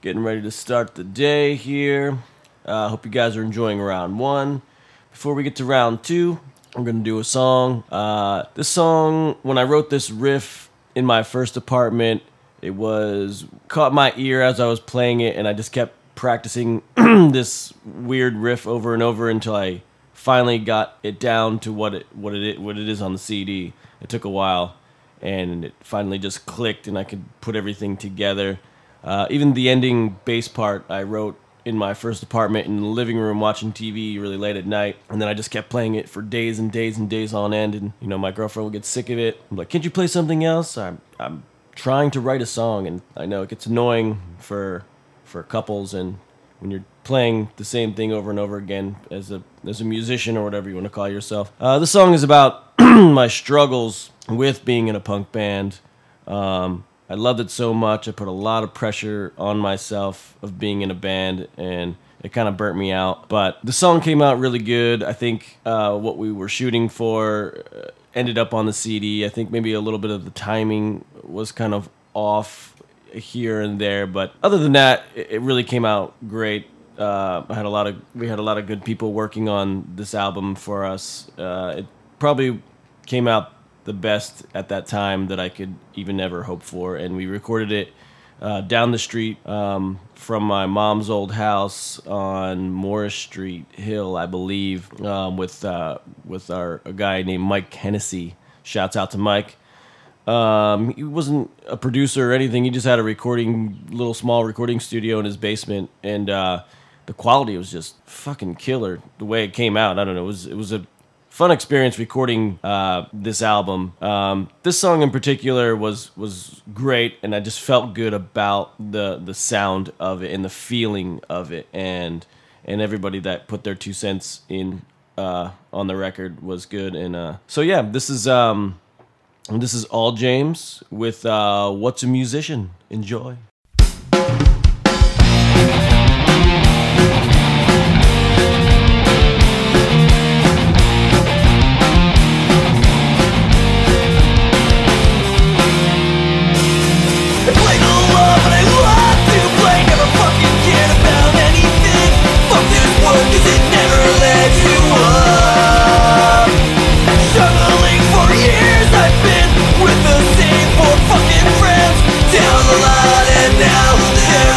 Speaker 5: Getting ready to start the day here. Uh, hope you guys are enjoying round one. Before we get to round two, I'm gonna do a song. Uh, this song, when I wrote this riff in my first apartment, it was caught my ear as I was playing it, and I just kept practicing this weird riff over and over until I finally got it down to what it what it what it is on the CD. It took a while, and it finally just clicked, and I could put everything together. Uh, even the ending bass part I wrote in my first apartment in the living room watching TV really late at night, and then I just kept playing it for days and days and days on end. And you know, my girlfriend would get sick of it. I'm like, "Can't you play something else?" I'm I'm trying to write a song, and I know it gets annoying for for couples and when you're playing the same thing over and over again as a as a musician or whatever you want to call yourself. Uh, this song is about my struggles with being in a punk band. Um, I loved it so much. I put a lot of pressure on myself of being in a band, and it kind of burnt me out. But the song came out really good. I think uh, what we were shooting for uh, ended up on the CD. I think maybe a little bit of the timing was kind of off here and there, but other than that, it, it really came out great. Uh, I had a lot of we had a lot of good people working on this album for us. Uh, it probably came out the best at that time that I could even ever hope for, and we recorded it uh, down the street um, from my mom's old house on Morris Street Hill, I believe, um, with uh, with our a guy named Mike Hennessy. Shouts out to Mike. Um, he wasn't a producer or anything. He just had a recording, little small recording studio in his basement, and uh, the quality was just fucking killer. The way it came out, I don't know. It was it was a fun experience recording uh, this album. Um, this song in particular was was great, and I just felt good about the the sound of it and the feeling of it, and and everybody that put their two cents in uh, on the record was good. And uh, so yeah, this is. Um, and this is All James with uh, What's a Musician? Enjoy.
Speaker 4: Play the love that I love to play Never fucking cared about anything Fuck this world cause it never led you up Struggling for years I've been With the same four fucking friends Down the line and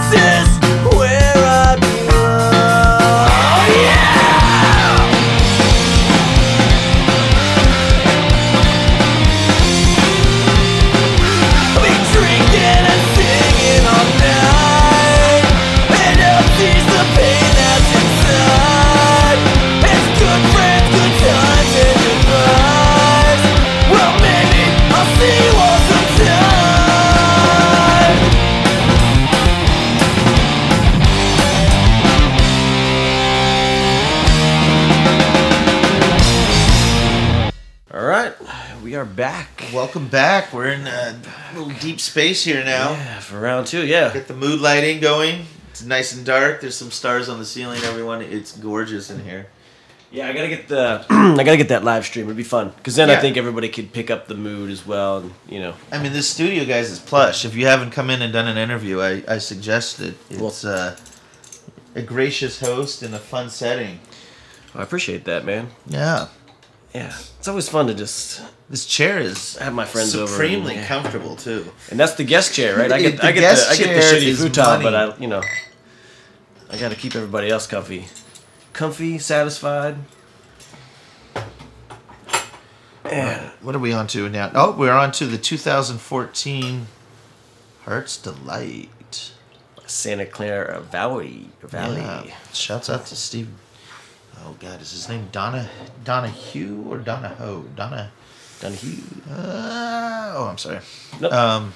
Speaker 4: Oh,
Speaker 5: We are back.
Speaker 6: Welcome back. We're in a little deep space here now.
Speaker 5: Yeah, for round two. Yeah.
Speaker 6: Get the mood lighting going. It's nice and dark. There's some stars on the ceiling, everyone. It's gorgeous in here.
Speaker 5: Yeah, I gotta get the. I gotta get that live stream. It'd be fun because then I
Speaker 6: Yeah.
Speaker 5: think everybody could pick up the mood as well. And you know,
Speaker 6: I mean, this studio, guys, is plush. If you haven't come in and done an interview, I, I suggest it. It's uh, a gracious host in a fun setting.
Speaker 5: I appreciate that, man.
Speaker 6: Yeah.
Speaker 5: Yeah, it's always fun to just,
Speaker 6: This chair is
Speaker 5: Have my friends over and-
Speaker 6: supremely
Speaker 5: yeah.
Speaker 6: comfortable, too.
Speaker 5: and that's the guest chair, right? I get,
Speaker 6: The
Speaker 5: I get
Speaker 6: guest
Speaker 5: the, I get the
Speaker 6: chair
Speaker 5: shitty
Speaker 6: is
Speaker 5: futon, but
Speaker 6: money.
Speaker 5: I, you know, I gotta keep everybody else comfy, comfy, satisfied.
Speaker 6: What are we on to now? Oh, we're on to the 2014 Heart's Delight.
Speaker 5: Santa Clara Valley, Valley.
Speaker 6: Yeah. Shouts out to Steve. Oh God, is his name Donna Donna Hugh or Donna Ho? Donna.
Speaker 5: Donahue.
Speaker 6: Uh, oh, I'm sorry.
Speaker 5: Nope.
Speaker 6: Um.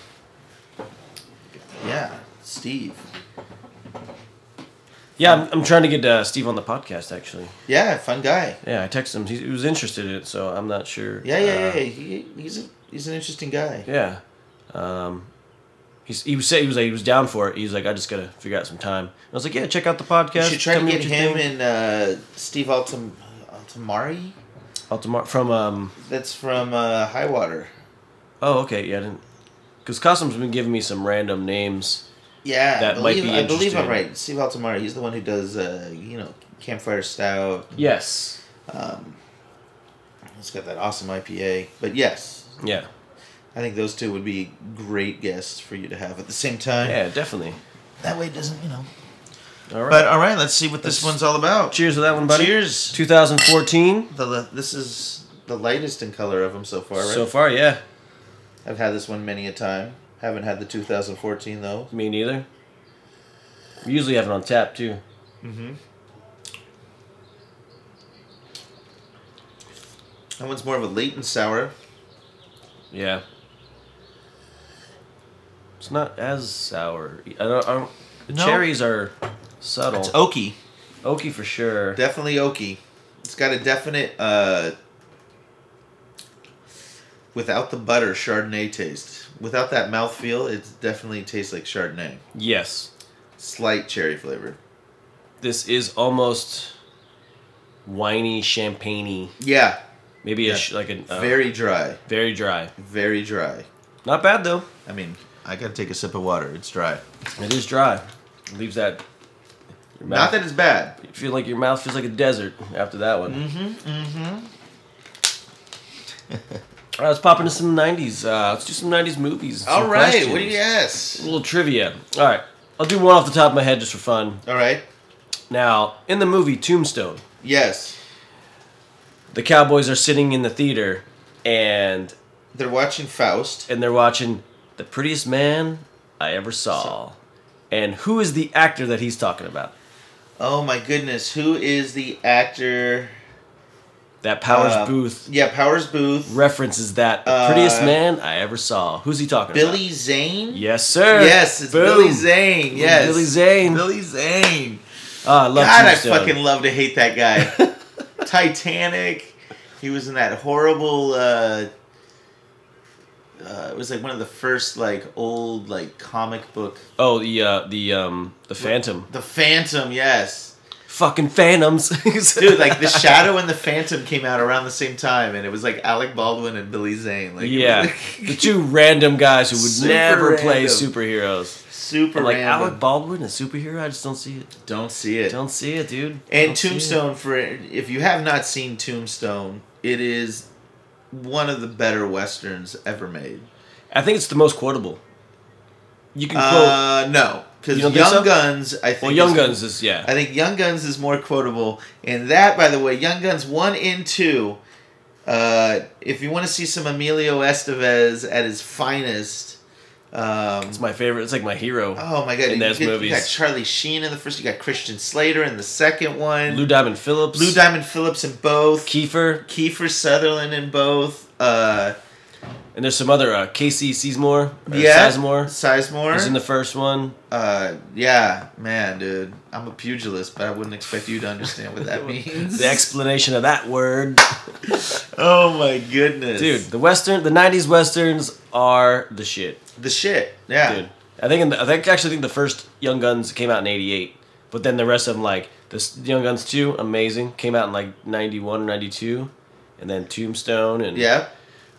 Speaker 6: Yeah, Steve.
Speaker 5: Yeah, I'm, I'm trying to get uh, Steve on the podcast actually.
Speaker 6: Yeah, fun guy.
Speaker 5: Yeah, I texted him. He, he was interested in it, so I'm not sure.
Speaker 6: Yeah, yeah,
Speaker 5: uh,
Speaker 6: yeah. He, he's a, he's an interesting guy.
Speaker 5: Yeah. Um, he's, he was say he was like, he was down for it. He was like, I just gotta figure out some time. I was like, yeah, check out the podcast.
Speaker 6: You should try
Speaker 5: Tell
Speaker 6: to
Speaker 5: me
Speaker 6: get
Speaker 5: what you
Speaker 6: him
Speaker 5: think."
Speaker 6: and uh, Steve Altam Altamari.
Speaker 5: Altamar from um.
Speaker 6: That's from uh, High Water.
Speaker 5: Oh, okay. Yeah, I didn't. Because Costum's been giving me some random names.
Speaker 6: Yeah,
Speaker 5: That
Speaker 6: I
Speaker 5: might
Speaker 6: believe,
Speaker 5: be
Speaker 6: I believe I'm
Speaker 5: interesting.
Speaker 6: right. Steve Altamari. He's the one who does uh, you know campfire stout.
Speaker 5: Yes.
Speaker 6: It's got that awesome IPA. But yes,
Speaker 5: Yeah.
Speaker 6: I think those two would be great guests for you to have at the same time.
Speaker 5: Yeah, definitely.
Speaker 6: That way it doesn't, you know.
Speaker 5: All right.
Speaker 6: But all right, let's see what this
Speaker 5: Let's-
Speaker 6: one's all about.
Speaker 5: Cheers to that one, buddy.
Speaker 6: Cheers.
Speaker 5: 2014.
Speaker 6: The li- this is the lightest in color of them so far, right?
Speaker 5: So far, yeah.
Speaker 6: I've had this one many a time. Haven't had the 2014 though.
Speaker 5: Me neither. We usually have it on tap too.
Speaker 6: That one's more of a late and sour.
Speaker 5: Yeah. It's not as sour. I don't. I don't the
Speaker 6: No.
Speaker 5: cherries are subtle.
Speaker 6: It's oaky.
Speaker 5: Oaky for sure.
Speaker 6: Definitely oaky. It's got a definite uh without the butter Chardonnay taste. Without that mouthfeel, it definitely tastes like Chardonnay.
Speaker 5: yes,
Speaker 6: Slight cherry flavor.
Speaker 5: this is almost winey, champagney.
Speaker 6: Yeah.
Speaker 5: Maybe
Speaker 6: Yeah.
Speaker 5: a sh- like a uh,
Speaker 6: very dry.
Speaker 5: very dry.
Speaker 6: Very dry.
Speaker 5: Not bad though.
Speaker 6: I mean, I gotta take a sip of water. It's dry.
Speaker 5: It is dry. It leaves that. Your
Speaker 6: Not
Speaker 5: mouth,
Speaker 6: that it's bad.
Speaker 5: you feel like your mouth feels like a desert after that one. Mm-hmm. Mm-hmm. All right, let's pop into some '90s. Uh, let's do some '90s movies. and
Speaker 6: All
Speaker 5: some
Speaker 6: right. What
Speaker 5: questions.
Speaker 6: do you
Speaker 5: A
Speaker 6: guess?
Speaker 5: little trivia. All right, I'll do one off the top of my head just for fun.
Speaker 6: All right.
Speaker 5: Now, in the movie Tombstone,
Speaker 6: Yes.
Speaker 5: the Cowboys are sitting in the theater and
Speaker 6: They're watching Faust.
Speaker 5: and they're watching The Prettiest Man I Ever Saw. And who is the actor that he's talking about?
Speaker 6: Oh my goodness. Who is the actor?
Speaker 5: That Powers
Speaker 6: Uh,
Speaker 5: Booth
Speaker 6: Yeah, Powers Booth.
Speaker 5: references that The Prettiest
Speaker 6: uh,
Speaker 5: Man I Ever Saw. Who's he talking about?
Speaker 6: Billy Zane.
Speaker 5: Yes, sir.
Speaker 6: Yes, it's
Speaker 5: Boom.
Speaker 6: Billy Zane. Yes,
Speaker 5: Billy Zane.
Speaker 6: Billy Zane.
Speaker 5: Oh, I love
Speaker 6: God, I
Speaker 5: Tombstone.
Speaker 6: fucking love to hate that guy. Titanic. He was in that horrible. Uh, uh, it was like one of the first like old like comic book.
Speaker 5: Oh, the uh, the um the Phantom.
Speaker 6: The Phantom, yes,
Speaker 5: Fucking Phantoms.
Speaker 6: dude. Like the Shadow and the Phantom came out around the same time, and it was like Alec Baldwin and Billy Zane. Like it was,
Speaker 5: Yeah,
Speaker 6: like,
Speaker 5: the two random guys who would
Speaker 6: Super
Speaker 5: never play
Speaker 6: random.
Speaker 5: superheroes.
Speaker 6: super
Speaker 5: But like
Speaker 6: random.
Speaker 5: Alec Baldwin, a superhero, I just don't see it.
Speaker 6: Don't see it.
Speaker 5: Don't see it, dude.
Speaker 6: And
Speaker 5: Don't see it.
Speaker 6: Tombstone for if you have not seen Tombstone, it is one of the better westerns ever made.
Speaker 5: I think it's the most quotable. You can quote.
Speaker 6: Uh, no, because
Speaker 5: You don't
Speaker 6: Young
Speaker 5: think so?
Speaker 6: Guns, I think.
Speaker 5: well, Young
Speaker 6: is-
Speaker 5: Guns is yeah.
Speaker 6: I think Young Guns is more quotable, and that, by the way, Young Guns one and two. Uh, if you want to see some Emilio Estevez at his finest, um,
Speaker 5: it's my favorite. It's like my hero.
Speaker 6: oh my god,
Speaker 5: in
Speaker 6: you,
Speaker 5: those
Speaker 6: get- you got
Speaker 5: movies.
Speaker 6: Charlie Sheen in the first, you got Christian Slater in the second one,
Speaker 5: Lou Diamond Phillips,
Speaker 6: Lou Diamond Phillips in both,
Speaker 5: Kiefer,
Speaker 6: Kiefer Sutherland in both. Uh,
Speaker 5: and there's some other uh, Casey Seasmore, or
Speaker 6: yeah,
Speaker 5: Sizemore.
Speaker 6: Sizemore.
Speaker 5: He's in the first one.
Speaker 6: uh, yeah, man, dude, I'm a pugilist, but I wouldn't expect you to understand what that means.
Speaker 5: The explanation of that word.
Speaker 6: Oh my goodness,
Speaker 5: Dude, the western, the '90s westerns are the shit,
Speaker 6: The shit, yeah.
Speaker 5: dude. I think in the, I think actually think the first Young Guns came out in '88, but then the rest of them like this Young Guns two, amazing, came out in like '91 or '92, and then Tombstone and
Speaker 6: Yeah.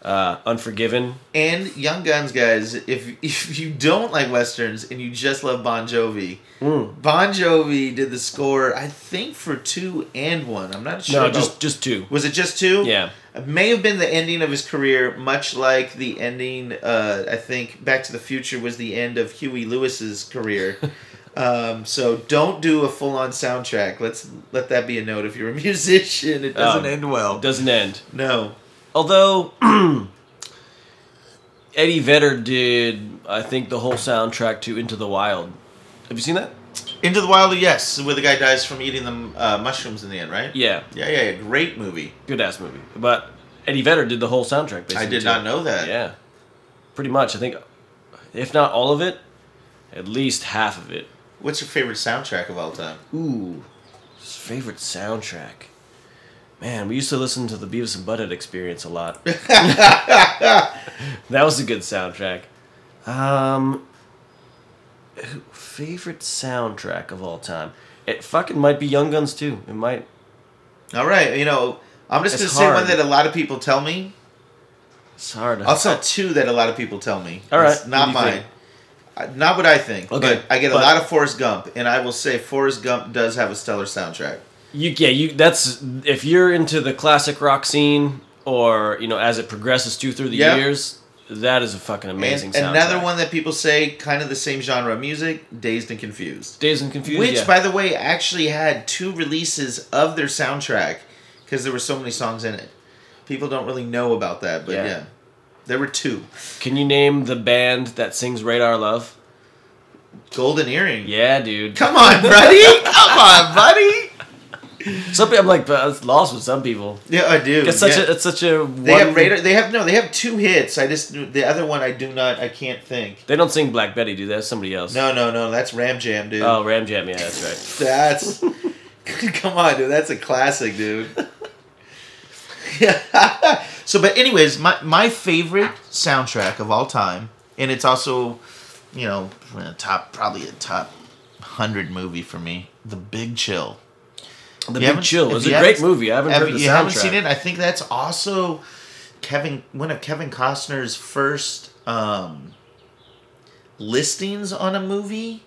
Speaker 5: uh, Unforgiven.
Speaker 6: And Young Guns, guys, if if you don't like westerns and you just love Bon Jovi, Bon Jovi did the score, I think, for two and one. I'm not sure.
Speaker 5: No,
Speaker 6: about-
Speaker 5: just just two.
Speaker 6: was it just two?
Speaker 5: Yeah.
Speaker 6: It may have been the ending of his career, much like the ending. Uh, I think Back to the Future was the end of Huey Lewis's career. um, so don't do a full on soundtrack. Let's let that be a note. If you're a musician, it doesn't
Speaker 5: Um,
Speaker 6: end well.
Speaker 5: Doesn't end.
Speaker 6: no.
Speaker 5: Although Eddie Vedder did, I think, the whole soundtrack to Into the Wild. Have you seen that?
Speaker 6: Into the Wild, yes, where the guy dies from eating the uh, mushrooms in the end, right?
Speaker 5: Yeah,
Speaker 6: Yeah, yeah, yeah. Great movie.
Speaker 5: good ass movie. But Eddie Vedder did the whole soundtrack. Basically,
Speaker 6: I did
Speaker 5: to
Speaker 6: not
Speaker 5: it.
Speaker 6: know that.
Speaker 5: Yeah, pretty much. I think, if not all of it, at least half of it.
Speaker 6: What's your favorite soundtrack of all time?
Speaker 5: Ooh, his favorite soundtrack. Man, we used to listen to the Beavis and Butthead Experience a lot. that was a good soundtrack. Um, who- favorite soundtrack of all time? It fucking might be Young Guns too. It might.
Speaker 6: All right, you know, I'm just
Speaker 5: It's
Speaker 6: going to say one
Speaker 5: hard.
Speaker 6: that a lot of people tell me.
Speaker 5: It's hard.
Speaker 6: I'll say two that a lot of people tell me.
Speaker 5: All right.
Speaker 6: It's not
Speaker 5: What do you
Speaker 6: mine. Uh, Not what I think.
Speaker 5: Okay,
Speaker 6: But I get a
Speaker 5: but-
Speaker 6: lot of Forrest Gump, and I will say Forrest Gump does have a stellar soundtrack.
Speaker 5: You yeah you that's if you're into the classic rock scene or you know as it progresses too through the
Speaker 6: Yeah.
Speaker 5: years, that is a fucking amazing.
Speaker 6: And another
Speaker 5: soundtrack.
Speaker 6: one that people say, kind of the same genre of music, Dazed and Confused.
Speaker 5: Dazed and Confused.
Speaker 6: Which,
Speaker 5: yeah.
Speaker 6: by the way, actually had two releases of their soundtrack because there were so many songs in it. People don't really know about that, but yeah,
Speaker 5: Yeah.
Speaker 6: there were two.
Speaker 5: Can you name the band that sings Radar Love?
Speaker 6: Golden Earring.
Speaker 5: Yeah, dude.
Speaker 6: Come on, buddy. Come on, buddy.
Speaker 5: Some people, I'm like, but it's lost with some people.
Speaker 6: Yeah, I do.
Speaker 5: It's such
Speaker 6: yeah.
Speaker 5: a, it's such a.
Speaker 6: They
Speaker 5: one-
Speaker 6: have radar. They have no. They have two hits. I just the other one. I do not. I can't think.
Speaker 5: They don't sing Black Betty, do they? That's somebody else.
Speaker 6: No, no, no. That's Ram Jam, dude.
Speaker 5: Oh, Ram Jam. Yeah, that's right.
Speaker 6: That's. come on, dude. That's a classic, dude. so, but anyways, my my favorite soundtrack of all time, and it's also, you know, a top probably a top hundred movie for me. The Big Chill.
Speaker 5: The
Speaker 6: You
Speaker 5: Big
Speaker 6: haven't-
Speaker 5: Chill
Speaker 6: if
Speaker 5: is
Speaker 6: you
Speaker 5: a great
Speaker 6: haven't-
Speaker 5: movie. I haven't
Speaker 6: Have,
Speaker 5: heard
Speaker 6: you
Speaker 5: the
Speaker 6: you
Speaker 5: soundtrack.
Speaker 6: haven't seen it? I think that's also Kevin one of Kevin Costner's first um, listings on a movie,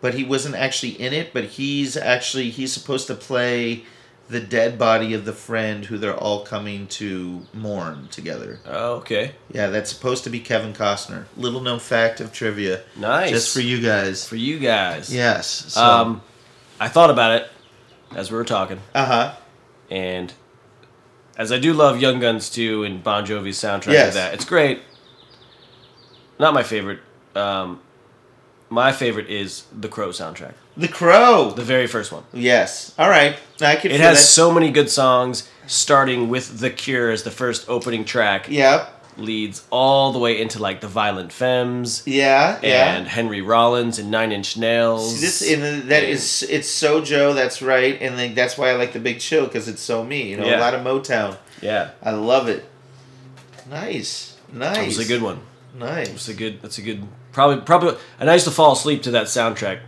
Speaker 6: but he wasn't actually in it. But he's actually he's supposed to play the dead body of the friend who they're all coming to mourn together.
Speaker 5: Oh, okay.
Speaker 6: Yeah, that's supposed to be Kevin Costner. Little known fact of trivia,
Speaker 5: Nice.
Speaker 6: just for you guys.
Speaker 5: For you guys.
Speaker 6: Yes. So,
Speaker 5: Um, I thought about it as we were talking,
Speaker 6: uh huh.
Speaker 5: and as I do love Young Guns too and Bon Jovi's soundtrack
Speaker 6: Yes.
Speaker 5: of that, it's great. Not my favorite. Um, my favorite is the Crow soundtrack,
Speaker 6: The Crow.
Speaker 5: the very first one.
Speaker 6: yes. All right. I could.
Speaker 5: It
Speaker 6: feel
Speaker 5: has
Speaker 6: that-
Speaker 5: so many good songs, starting with The Cure as the first opening track,
Speaker 6: Yeah.
Speaker 5: leads all the way into like the Violent Femmes
Speaker 6: Yeah, yeah.
Speaker 5: and Henry Rollins and Nine Inch Nails.
Speaker 6: See, this and that is it's so Joe. That's right, and like that's why I like the Big Chill because it's so me. You know,
Speaker 5: Yeah.
Speaker 6: a lot of Motown.
Speaker 5: yeah,
Speaker 6: I love it. Nice, nice.
Speaker 5: that was a good one.
Speaker 6: Nice.
Speaker 5: It's a good. That's a good. Probably, probably. And I used to fall asleep to that soundtrack,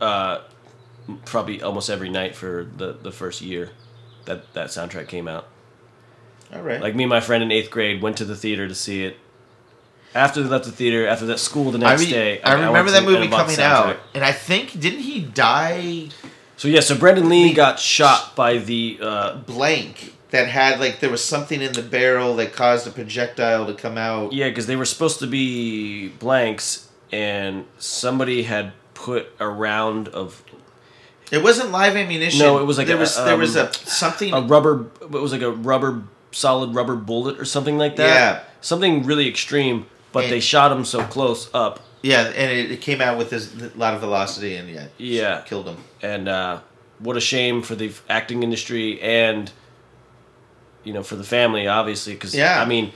Speaker 5: uh, probably almost every night for the the first year that that soundtrack came out.
Speaker 6: All right.
Speaker 5: Like me and my friend in eighth grade went to the theater to see it. After they left the theater, after that school the
Speaker 6: I,
Speaker 5: next
Speaker 6: re-
Speaker 5: day,
Speaker 6: I
Speaker 5: went
Speaker 6: remember
Speaker 5: to
Speaker 6: that
Speaker 5: the- and I
Speaker 6: movie
Speaker 5: bought the
Speaker 6: coming
Speaker 5: soundtrack.
Speaker 6: out, and I think didn't he die
Speaker 5: So yeah, so Brendan Lee got shot by the uh,
Speaker 6: blank? That had like there was something in the barrel that caused a projectile to come out.
Speaker 5: yeah because they were supposed to be blanks and somebody had put a round of
Speaker 6: It wasn't live ammunition.
Speaker 5: No, it was like
Speaker 6: there
Speaker 5: a,
Speaker 6: was there was
Speaker 5: um,
Speaker 6: a something.
Speaker 5: a rubber it was like a rubber solid rubber bullet or something like that
Speaker 6: Yeah.
Speaker 5: something really extreme but
Speaker 6: And-
Speaker 5: they shot him so close up
Speaker 6: yeah, and it, it came out with this a lot of velocity, and yeah,
Speaker 5: Yeah.
Speaker 6: killed him.
Speaker 5: and uh, what a shame for the acting industry and you know for the family obviously because
Speaker 6: Yeah.
Speaker 5: i mean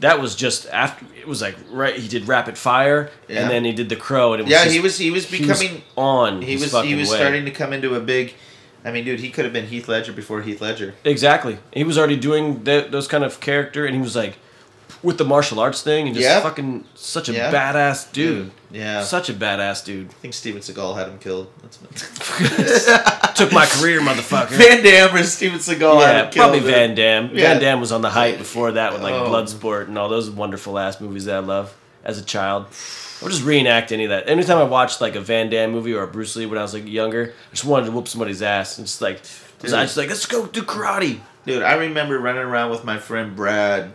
Speaker 5: that was just after it was like right he did rapid fire
Speaker 6: Yeah.
Speaker 5: and then he did the crow and it was
Speaker 6: Yeah,
Speaker 5: just-
Speaker 6: he was he was
Speaker 5: he was
Speaker 6: becoming
Speaker 5: on
Speaker 6: he
Speaker 5: his
Speaker 6: was he
Speaker 5: fucking
Speaker 6: was
Speaker 5: way.
Speaker 6: starting to come into a big I mean, dude, he could have been Heath Ledger before Heath Ledger.
Speaker 5: Exactly. He was already doing th- those kind of character, and he was like with the martial arts thing, and just
Speaker 6: Yeah.
Speaker 5: fucking such a
Speaker 6: Yeah.
Speaker 5: badass dude.
Speaker 6: Mm, Yeah.
Speaker 5: Such a badass dude.
Speaker 6: I think Steven Seagal had him killed. That's
Speaker 5: Took my career, motherfucker.
Speaker 6: Van Damme or Steven Seagal had
Speaker 5: yeah,
Speaker 6: him killed.
Speaker 5: probably Van Damme.
Speaker 6: Yeah.
Speaker 5: Van Damme was on the hype before that with like
Speaker 6: Oh.
Speaker 5: Bloodsport and all those wonderful ass movies that I love as a child. I would just reenact any of that. Anytime I watched like a Van Damme movie or a Bruce Lee when I was like younger, I just wanted to whoop somebody's ass and just like, I was
Speaker 6: Dude.
Speaker 5: just like, let's go do karate.
Speaker 6: Dude, I remember running around with my friend Brad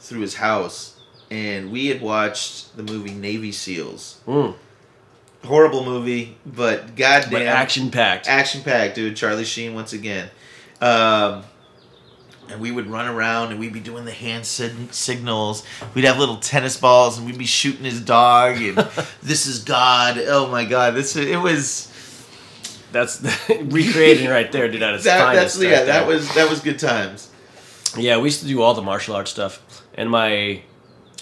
Speaker 6: through his house, and we had watched the movie Navy SEALs.
Speaker 5: Mm.
Speaker 6: Horrible movie, but goddamn
Speaker 5: But action packed.
Speaker 6: action packed, dude. Charlie Sheen once again. Um, and we would run around and we'd be doing the hand sig- signals. We'd have little tennis balls and we'd be shooting his dog. And this is God. Oh my God! This it was.
Speaker 5: That's recreating right there, dude. At its
Speaker 6: That,
Speaker 5: finest.
Speaker 6: that's yeah.
Speaker 5: right there.
Speaker 6: That was that was good times.
Speaker 5: Yeah, we used to do all the martial arts stuff, and my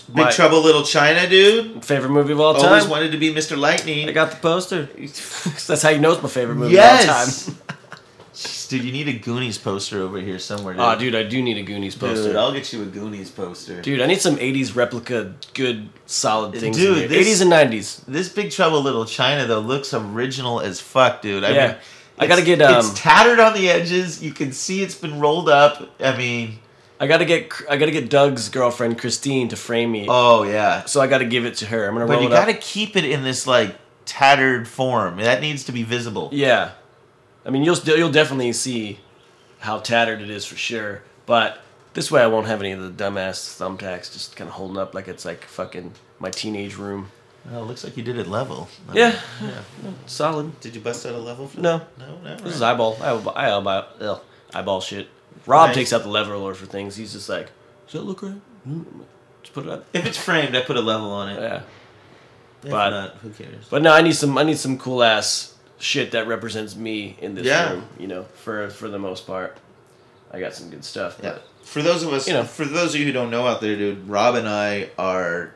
Speaker 6: Big
Speaker 5: My-
Speaker 6: Trouble Little China, dude.
Speaker 5: favorite movie of all
Speaker 6: Always
Speaker 5: time.
Speaker 6: wanted to be Mr. Lightning.
Speaker 5: I got the poster. That's how you know it's my favorite movie
Speaker 6: yes.
Speaker 5: of all time.
Speaker 6: dude, you need a Goonies poster over here somewhere. Dude.
Speaker 5: Oh, dude, I do need a Goonies poster.
Speaker 6: Dude,
Speaker 5: Dude,
Speaker 6: I'll get you a Goonies poster.
Speaker 5: I need some '80s replica, good, solid things.
Speaker 6: Dude,
Speaker 5: Dude,
Speaker 6: this-
Speaker 5: '80s and '90s.
Speaker 6: This Big Trouble Little China though looks original as fuck, dude. I
Speaker 5: Yeah.
Speaker 6: mean,
Speaker 5: I gotta
Speaker 6: it's-
Speaker 5: get, um,
Speaker 6: it's tattered on the edges. You can see it's been rolled up. I mean,
Speaker 5: I gotta get, I gotta get Doug's girlfriend Christine to frame me,
Speaker 6: oh yeah,
Speaker 5: so I gotta give it to her. I'm gonna
Speaker 6: but
Speaker 5: roll
Speaker 6: you
Speaker 5: it up.
Speaker 6: gotta keep it in this like tattered form. That needs to be visible.
Speaker 5: Yeah, I mean you'll still you'll definitely see how tattered it is for sure. But this way, I won't have any of the dumbass thumbtacks just kind of holding up like it's like fucking my teenage room.
Speaker 6: Oh, it looks like you did it level.
Speaker 5: Yeah, solid.
Speaker 6: Did you bust out a level? For
Speaker 5: No.
Speaker 6: that? no, no.
Speaker 5: This is eyeball. I eyeball. I eyeball, ugh, eyeball shit. Rob
Speaker 6: Nice.
Speaker 5: takes out the leveler for things. He's just like, does that look right? Mm, Just put it up.
Speaker 6: If it's framed, I put a level on it.
Speaker 5: Yeah.
Speaker 6: If
Speaker 5: but-
Speaker 6: not, who cares?
Speaker 5: But no, I need some. I need some cool ass shit that represents me in this
Speaker 6: Yeah.
Speaker 5: room. You know, for for the most part, I got some good stuff.
Speaker 6: Yeah.
Speaker 5: But
Speaker 6: For those of us,
Speaker 5: You know.
Speaker 6: for those of you who don't know out there, dude, Rob and I are.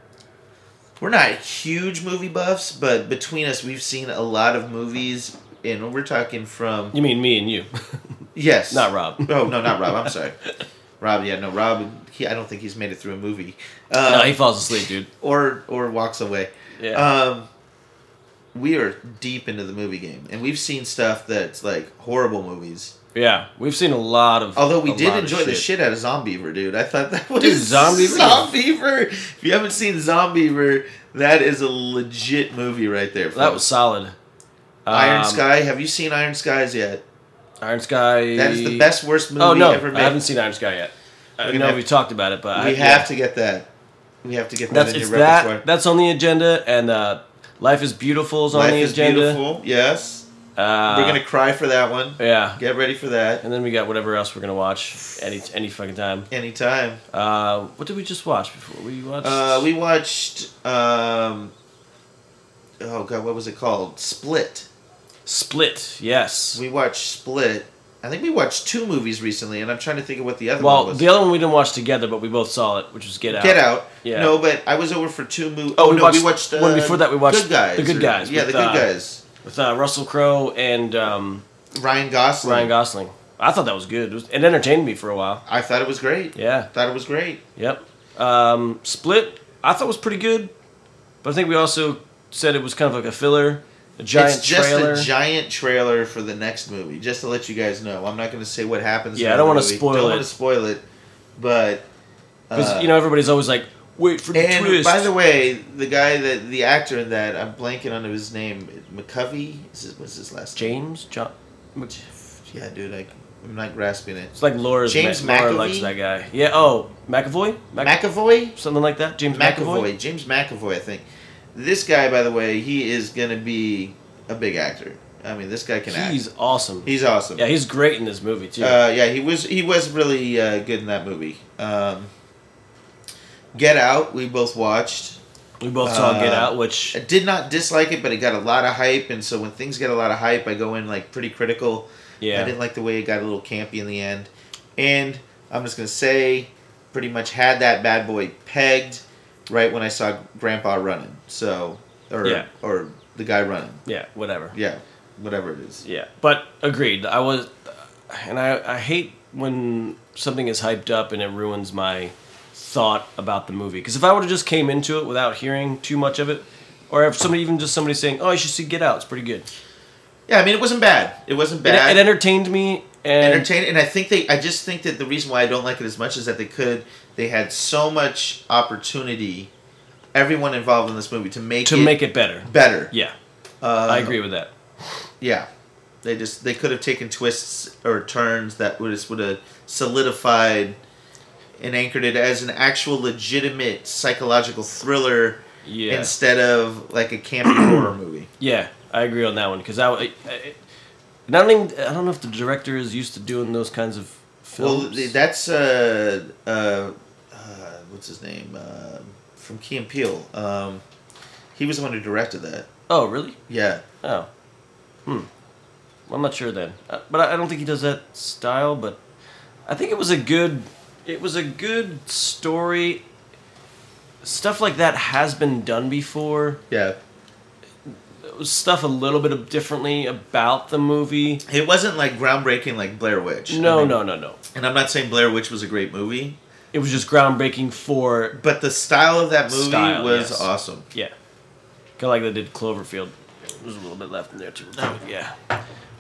Speaker 6: We're not huge movie buffs, but between us, we've seen a lot of movies, and we're talking from
Speaker 5: you mean me and you?
Speaker 6: yes,
Speaker 5: Not Rob.
Speaker 6: Oh no, not Rob. I'm sorry, Rob. Yeah, no, Rob. He, I don't think he's made it through a movie,
Speaker 5: no,
Speaker 6: uh,
Speaker 5: he falls asleep, dude.
Speaker 6: or or walks away.
Speaker 5: Yeah.
Speaker 6: Um, we are deep into the movie game, and we've seen stuff that's like horrible movies.
Speaker 5: yeah. We've seen a lot of.
Speaker 6: Although we
Speaker 5: a
Speaker 6: did
Speaker 5: lot of
Speaker 6: enjoy the shit out of Zombiever, dude. I thought that was
Speaker 5: Dude, Zombiever?
Speaker 6: Zombiever. If you haven't seen Zombiever, that is a legit movie right there.
Speaker 5: That was
Speaker 6: folks.
Speaker 5: solid.
Speaker 6: Iron
Speaker 5: Um,
Speaker 6: Sky. Have you seen Iron Skies yet?
Speaker 5: Iron Sky.
Speaker 6: That is the best worst movie
Speaker 5: Oh no,
Speaker 6: ever made.
Speaker 5: I haven't seen Iron Sky yet. I
Speaker 6: gonna
Speaker 5: know
Speaker 6: have-
Speaker 5: we talked about it, but I,
Speaker 6: we
Speaker 5: yeah.
Speaker 6: have to get that. We have to get that
Speaker 5: That's
Speaker 6: in
Speaker 5: it's
Speaker 6: your
Speaker 5: that.
Speaker 6: repertoire.
Speaker 5: That's on the agenda, and uh, Life is Beautiful is on
Speaker 6: Life
Speaker 5: the
Speaker 6: is
Speaker 5: agenda.
Speaker 6: beautiful. Yes,
Speaker 5: Uh,
Speaker 6: we're gonna cry for that one.
Speaker 5: yeah,
Speaker 6: Get ready for that
Speaker 5: and then we got whatever else we're gonna watch any any fucking time.
Speaker 6: anytime.
Speaker 5: Uh, what did we just watch before we watched?
Speaker 6: Uh, we watched. Um, oh god, what was it called? Split.
Speaker 5: Split. Yes.
Speaker 6: We watched Split. I think we watched two movies recently, and I'm trying to think of what the other
Speaker 5: well,
Speaker 6: one was.
Speaker 5: the other one we didn't watch together, but we both saw it, which was Get Out.
Speaker 6: Get Out.
Speaker 5: Yeah.
Speaker 6: No, but I was over for two movies.
Speaker 5: Oh,
Speaker 6: Oh,
Speaker 5: we
Speaker 6: no, we
Speaker 5: watched-
Speaker 6: watched uh,
Speaker 5: one before that, we watched
Speaker 6: Good Guys.
Speaker 5: The Good
Speaker 6: or-
Speaker 5: Guys
Speaker 6: yeah,
Speaker 5: with,
Speaker 6: The Good
Speaker 5: uh,
Speaker 6: Guys.
Speaker 5: with uh, Russell Crowe and um,
Speaker 6: Ryan Gosling.
Speaker 5: Ryan Gosling. I thought that was good. It, was, it entertained me for a while.
Speaker 6: I thought it was great.
Speaker 5: Yeah.
Speaker 6: Thought it was great.
Speaker 5: Yep. Um, Split, I thought was pretty good, but I think we also said it was kind of like a filler, a giant
Speaker 6: it's just
Speaker 5: trailer.
Speaker 6: a giant trailer for the next movie. Just to let you guys know, I'm not going to say what happens.
Speaker 5: Yeah, I
Speaker 6: in
Speaker 5: don't
Speaker 6: the
Speaker 5: wanna
Speaker 6: movie.
Speaker 5: spoil
Speaker 6: Don't
Speaker 5: it.
Speaker 6: want to spoil it, but
Speaker 5: 'Cause,
Speaker 6: uh,
Speaker 5: you know everybody's always like, wait for the
Speaker 6: And
Speaker 5: twist.
Speaker 6: by the way, the guy that the actor in that I'm blanking on his name, McCovey. Is his, what's his last name?
Speaker 5: James John.
Speaker 6: Yeah, dude, I, I'm not grasping it.
Speaker 5: It's like Laura's
Speaker 6: James
Speaker 5: ma- Laura
Speaker 6: McAvoy?
Speaker 5: likes that guy. Yeah. Oh, McAvoy. Mac-
Speaker 6: McAvoy?
Speaker 5: something like that. James McAvoy.
Speaker 6: McAvoy. James McAvoy, I think. This guy, by the way, he is going to be a big actor. I mean, this guy can
Speaker 5: He's
Speaker 6: act.
Speaker 5: awesome.
Speaker 6: He's awesome.
Speaker 5: yeah, he's great in this movie too.
Speaker 6: Uh, yeah, he was he was really uh, good in that movie. Um, Get Out, we both watched.
Speaker 5: we both saw Get
Speaker 6: uh,
Speaker 5: Out, which
Speaker 6: I did not dislike it, but it got a lot of hype, and so when things get a lot of hype, I go in like pretty critical. I
Speaker 5: yeah,
Speaker 6: didn't like the way it got a little campy in the end. And I'm just gonna say, pretty much had that bad boy pegged right when I saw Grandpa running. So or
Speaker 5: Yeah.
Speaker 6: or the guy running.
Speaker 5: yeah, whatever.
Speaker 6: Yeah. whatever it is.
Speaker 5: Yeah, but agreed. I was, and I, I hate when something is hyped up and it ruins my thought about the movie. Because if I would have just came into it without hearing too much of it, or if somebody even just somebody saying, "Oh, you should see Get Out. It's pretty good."
Speaker 6: Yeah, I mean, it wasn't bad. It wasn't
Speaker 5: It,
Speaker 6: bad.
Speaker 5: it entertained me and
Speaker 6: entertaining. And I think they. I just think that the reason why I don't like it as much is that they could. They had so much opportunity, everyone involved in this movie to make
Speaker 5: to
Speaker 6: it
Speaker 5: make it better.
Speaker 6: better.
Speaker 5: Yeah,
Speaker 6: Uh,
Speaker 5: I agree with that.
Speaker 6: Yeah, they just they could have taken twists or turns that would would have solidified and anchored it as an actual legitimate psychological thriller
Speaker 5: Yeah,
Speaker 6: instead of like a campy horror movie.
Speaker 5: yeah, I agree on that one because I, I, I, and I don't even, I don't know if the director is used to doing those kinds of films.
Speaker 6: Well, th- that's uh, uh, uh, what's his name uh, from Key and Peele. Um, he was the one who directed that.
Speaker 5: oh, really?
Speaker 6: Yeah,
Speaker 5: Oh. Hmm. I'm not sure then. Uh, but I, I don't think he does that style, but I think it was a good it was a good story. Stuff like that has been done before.
Speaker 6: yeah.
Speaker 5: It was stuff a little bit of differently about the movie.
Speaker 6: It wasn't like groundbreaking like Blair Witch. I
Speaker 5: No,
Speaker 6: mean-
Speaker 5: no, no, no.
Speaker 6: And I'm not saying Blair Witch was a great movie,
Speaker 5: It was just groundbreaking for
Speaker 6: but the style of that movie
Speaker 5: Style,
Speaker 6: was
Speaker 5: yes.
Speaker 6: awesome.
Speaker 5: yeah. Kind of like they did Cloverfield. There's a little bit left in there too. Yeah.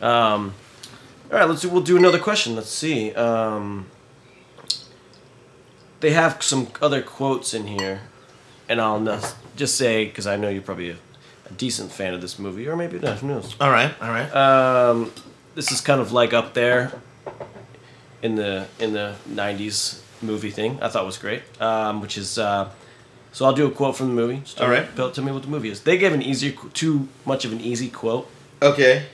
Speaker 5: Um, all right, let's do, we'll do another question. Let's see. Um, they have some other quotes in here, and I'll n- just say because I know you're probably a, a decent fan of this movie, or maybe not. Who knows?
Speaker 6: All right, all right.
Speaker 5: Um, this is kind of like up there in the in the '90s movie thing. I thought was great, um, which is. Uh, so I'll do a quote from the movie. Just
Speaker 6: All right.
Speaker 5: Tell, tell me what the movie is. They gave an easy, qu- too much of an easy quote,
Speaker 6: okay.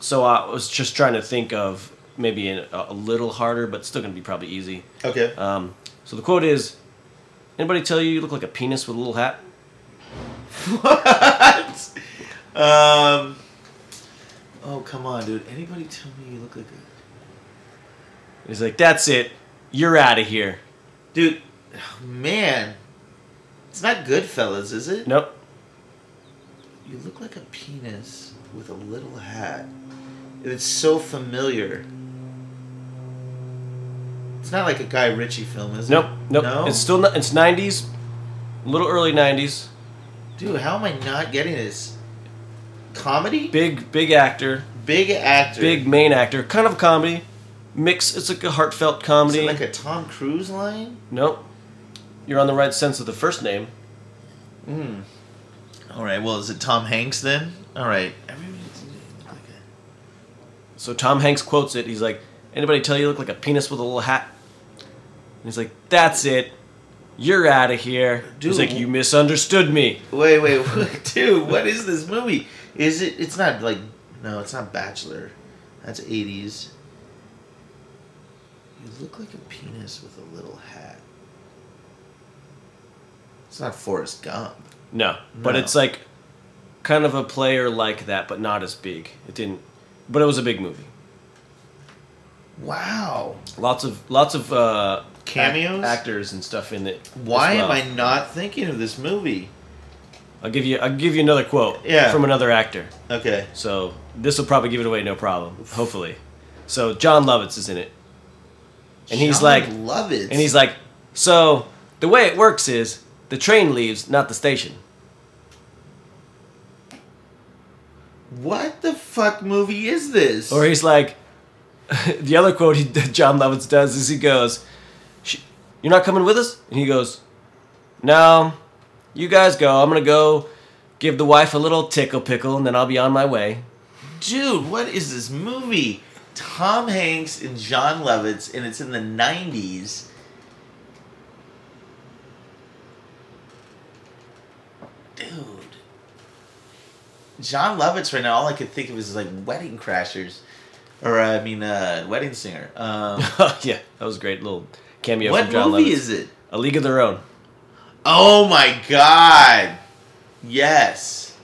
Speaker 5: so I was just trying to think of maybe an, a a little harder, but still gonna be probably easy.
Speaker 6: Okay.
Speaker 5: Um, so the quote is, "Anybody tell you you look like a penis with a little hat?"
Speaker 6: Um. Oh come on, dude! Anybody tell me you look like a
Speaker 5: He's like, "That's it. You're out of here."
Speaker 6: dude? oh, man, it's not good, fellas, is it?
Speaker 5: Nope.
Speaker 6: You look like a penis with a little hat. It's so familiar. It's not like a Guy Ritchie film, is
Speaker 5: Nope.
Speaker 6: it?
Speaker 5: Nope.
Speaker 6: No.
Speaker 5: It's still not, it's '90s, a little early '90s.
Speaker 6: Dude, how am I not getting this? Comedy? Big,
Speaker 5: Big big actor,
Speaker 6: actor.
Speaker 5: big main actor, kind of a comedy mix. It's like a heartfelt
Speaker 6: Is
Speaker 5: comedy.
Speaker 6: it like a Tom Cruise line?
Speaker 5: nope. You're on the right sense of the first name.
Speaker 6: Mm. All right. Well, is it Tom Hanks then? All right. Everybody-
Speaker 5: So Tom Hanks quotes it. He's like, "Anybody tell you you look like a penis with a little hat?" And he's like, "That's it. You're out of here." He's
Speaker 6: Dude.
Speaker 5: like, "You misunderstood me."
Speaker 6: Wait, wait, what, dude. What is this movie? Is it? It's not like. No, it's not Bachelor. That's eighties. You look like a penis with a little hat. It's not Forrest Gump.
Speaker 5: No, but
Speaker 6: No.
Speaker 5: it's like kind of a player like that, but not as big. It didn't, but it was a big movie.
Speaker 6: Wow.
Speaker 5: Lots of lots of uh, ac-
Speaker 6: Cameos?
Speaker 5: actors, and stuff in it. as
Speaker 6: Why
Speaker 5: well.
Speaker 6: am I not thinking of this movie?
Speaker 5: I'll give you. I'll give you another quote.
Speaker 6: Yeah.
Speaker 5: From another actor.
Speaker 6: Okay.
Speaker 5: So this will probably give it away, no problem. Hopefully. So John Lovitz is in it, and he's
Speaker 6: John
Speaker 5: like,
Speaker 6: Lovitz.
Speaker 5: and he's like, so the way it works is the train leaves, not the station.
Speaker 6: what the fuck movie is this?
Speaker 5: Or he's like, the other quote he, John Lovitz does is he goes, "Sh- "You're not coming with us?" And he goes, "No, you guys go. I'm gonna go give the wife a little tickle pickle, and then I'll be on my way."
Speaker 6: dude, what is this movie? Tom Hanks and John Lovitz, and it's in the '90s. Dude, John Lovitz right now. All I could think of is like Wedding Crashers, or I mean, uh, Wedding Singer. Um,
Speaker 5: yeah, that was a great little cameo
Speaker 6: what
Speaker 5: from John
Speaker 6: movie
Speaker 5: Lovitz.
Speaker 6: is it?
Speaker 5: A League of Their Own.
Speaker 6: Oh my god! Yes,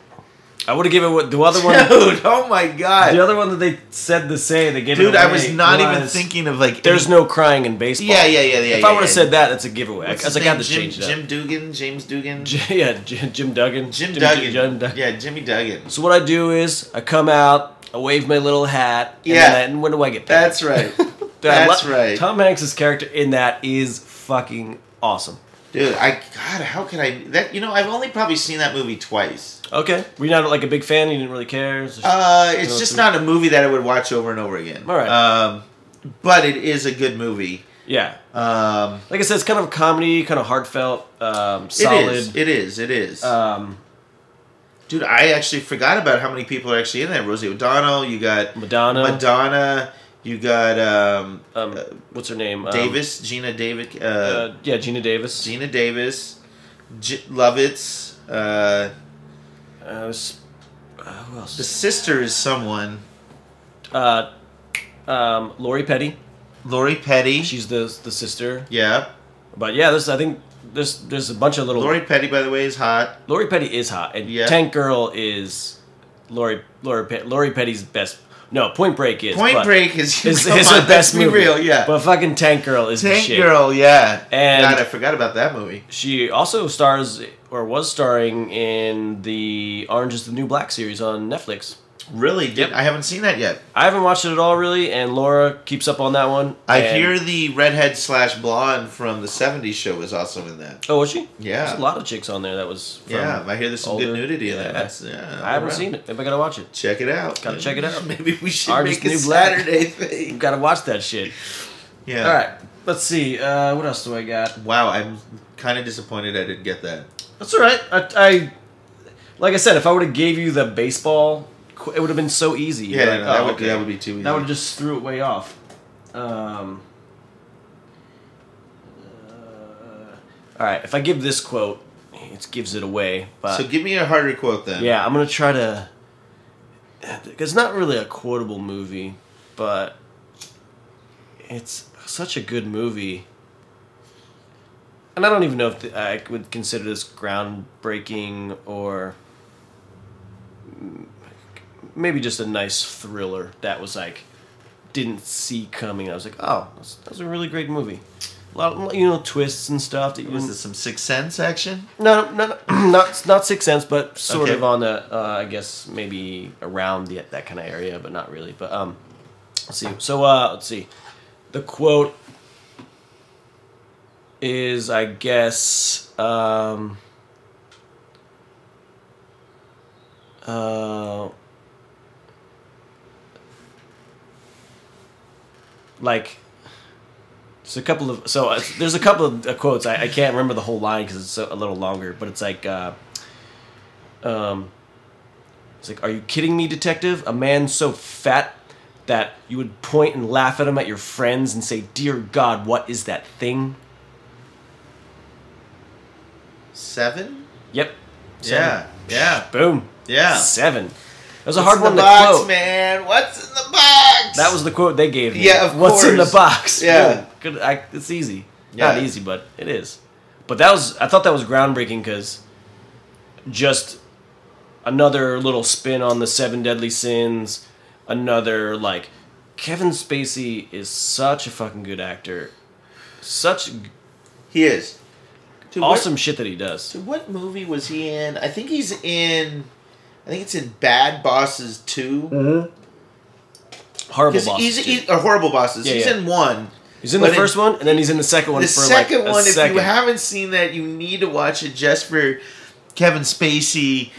Speaker 5: I would have given what the other one.
Speaker 6: dude. Oh my god,
Speaker 5: The other one that they said the say they gave. it
Speaker 6: dude. I was
Speaker 5: away
Speaker 6: not even
Speaker 5: was,
Speaker 6: thinking of like
Speaker 5: There's no crying in baseball.
Speaker 6: Yeah, yeah, yeah, yeah.
Speaker 5: If
Speaker 6: yeah,
Speaker 5: I would have
Speaker 6: yeah.
Speaker 5: said that, that's a giveaway. I,
Speaker 6: What's
Speaker 5: was
Speaker 6: his
Speaker 5: like, I had
Speaker 6: name?
Speaker 5: to
Speaker 6: Jim,
Speaker 5: change that.
Speaker 6: Jim Dugan, James Dugan, Jim,
Speaker 5: J- yeah, J- Jim Duggan. Jimmy-
Speaker 6: Duggan.
Speaker 5: Jim Duggan.
Speaker 6: Yeah, Jimmy Duggan.
Speaker 5: So what I do is I come out, I wave my little hat. And
Speaker 6: Yeah.
Speaker 5: Then I, and when do I get paid?
Speaker 6: That's right.
Speaker 5: Dude, I
Speaker 6: That's
Speaker 5: lo-
Speaker 6: right.
Speaker 5: Tom Hanks' character in that is fucking awesome.
Speaker 6: Dude, I God, how could I that you know, I've only probably seen that movie twice.
Speaker 5: Okay. Were you not like a big fan? You didn't really care? It's just-
Speaker 6: Uh it's
Speaker 5: No,
Speaker 6: just
Speaker 5: it's-
Speaker 6: not a movie that I would watch over and over again.
Speaker 5: All right.
Speaker 6: Um but it is a good movie.
Speaker 5: yeah.
Speaker 6: Um
Speaker 5: Like I said, it's kind of a comedy, kind of heartfelt, um,
Speaker 6: it
Speaker 5: solid.
Speaker 6: is. It is. It is.
Speaker 5: um,
Speaker 6: Dude, I actually forgot about how many people are actually in that. Rosie O'Donnell, you got
Speaker 5: Madonna.
Speaker 6: Madonna, you got um,
Speaker 5: um,
Speaker 6: uh,
Speaker 5: what's her name? Um,
Speaker 6: Davis, Gina David, uh,
Speaker 5: Uh, yeah, Gina Davis.
Speaker 6: Gina Davis, J- Lovitz. Uh,
Speaker 5: Uh, s- uh, who
Speaker 6: the
Speaker 5: else?
Speaker 6: sister is someone.
Speaker 5: Uh, um, Lori Petty.
Speaker 6: Lori Petty.
Speaker 5: She's the the sister.
Speaker 6: yeah.
Speaker 5: But yeah, this I think there's there's a bunch of little
Speaker 6: Lori Petty, by the way, is hot.
Speaker 5: Lori Petty is hot, and
Speaker 6: Yeah.
Speaker 5: Tank Girl is Lori Lori Pe- Lori Petty's best. No, Point Break is
Speaker 6: Point
Speaker 5: but-
Speaker 6: Break is,
Speaker 5: is,
Speaker 6: come
Speaker 5: is
Speaker 6: on,
Speaker 5: her
Speaker 6: let's
Speaker 5: best
Speaker 6: be
Speaker 5: movie.
Speaker 6: real, yeah.
Speaker 5: but fucking Tank Girl is the
Speaker 6: Tank
Speaker 5: shit.
Speaker 6: Girl, yeah.
Speaker 5: And-
Speaker 6: God, I forgot about that movie.
Speaker 5: She also stars or was starring in the Orange Is the New Black series on Netflix.
Speaker 6: Really? Did, I haven't seen that yet.
Speaker 5: I haven't watched it at all, really, and Laura keeps up on that one.
Speaker 6: I
Speaker 5: and-
Speaker 6: hear the redhead slash blonde from the '70s show was also in that.
Speaker 5: Oh, was she?
Speaker 6: Yeah.
Speaker 5: There's a lot of chicks on there that was. From
Speaker 6: yeah, I hear there's some
Speaker 5: older-
Speaker 6: good nudity in
Speaker 5: Yeah.
Speaker 6: that. That's, yeah,
Speaker 5: I haven't seen it. Maybe I gotta watch it.
Speaker 6: Check it out.
Speaker 5: Gotta check it out.
Speaker 6: Maybe we should
Speaker 5: Artist
Speaker 6: make a
Speaker 5: New Black.
Speaker 6: Saturday
Speaker 5: You
Speaker 6: thing.
Speaker 5: gotta watch that shit.
Speaker 6: Yeah.
Speaker 5: All right, let's see. Uh, what else do I got?
Speaker 6: Wow, I'm kind of disappointed I didn't get that.
Speaker 5: That's all right. I, I like I said, if I would have gave you the baseball, qu- it would have been so easy.
Speaker 6: Yeah,
Speaker 5: Like,
Speaker 6: no, that
Speaker 5: oh,
Speaker 6: would
Speaker 5: okay.
Speaker 6: that would be too easy.
Speaker 5: That would have just threw it way off. Um, uh, all right, if I give this quote, it gives it away. But
Speaker 6: so give me a harder quote then.
Speaker 5: yeah, I'm gonna try to. It's not really a quotable movie, but it's such a good movie. And I don't even know if th I would consider this groundbreaking or m- maybe just a nice thriller that was like didn't see coming. I was like, oh, that's, that was a really great movie. A lot, you know, twists and stuff that you
Speaker 6: Was this some Sixth Sense action?
Speaker 5: no, no, no not not six cents, but sort
Speaker 6: Okay.
Speaker 5: of on the, uh, I guess maybe around the, that kind of area, but not really. But um, let's see. So uh, let's see. The quote is, I guess, um, uh, like there's a couple of so uh, there's a couple of uh, quotes I, I can't remember the whole line because it's so, a little longer, but it's like, uh, um, it's like, are you kidding me, detective? A man so fat that you would point and laugh at him at your friends and say, "Dear God, what is that thing?"
Speaker 6: Seven?
Speaker 5: Yep.
Speaker 6: Yeah.
Speaker 5: Seven.
Speaker 6: Yeah.
Speaker 5: Boom.
Speaker 6: Yeah.
Speaker 5: Seven. That was a hard
Speaker 6: What's in
Speaker 5: one
Speaker 6: the
Speaker 5: to
Speaker 6: box,
Speaker 5: quote.
Speaker 6: man. What's in the box?
Speaker 5: That was the quote they gave me.
Speaker 6: Yeah, of
Speaker 5: What's in the
Speaker 6: course.
Speaker 5: box?
Speaker 6: Yeah.
Speaker 5: Boom. Good. I, it's easy.
Speaker 6: Yeah.
Speaker 5: Not easy, but it is. But that was. I thought that was groundbreaking because just another little spin on the seven deadly sins. Another like Kevin Spacey is such a fucking good actor. Such g-
Speaker 6: he is. Dude, what-
Speaker 5: awesome shit that he does.
Speaker 6: Dude, what movie was he in? I think he's in. I think it's in Bad Bosses 2
Speaker 5: Horrible
Speaker 6: Because
Speaker 5: boss.
Speaker 6: he's, he's or horrible Mm-hmm. bosses.
Speaker 5: Yeah,
Speaker 6: he's
Speaker 5: yeah.
Speaker 6: in one.
Speaker 5: He's in the
Speaker 6: but
Speaker 5: first one, and then he's in the second one.
Speaker 6: The
Speaker 5: for
Speaker 6: second
Speaker 5: like a
Speaker 6: one, if
Speaker 5: second.
Speaker 6: you haven't seen that, you need to watch it just for Kevin Spacey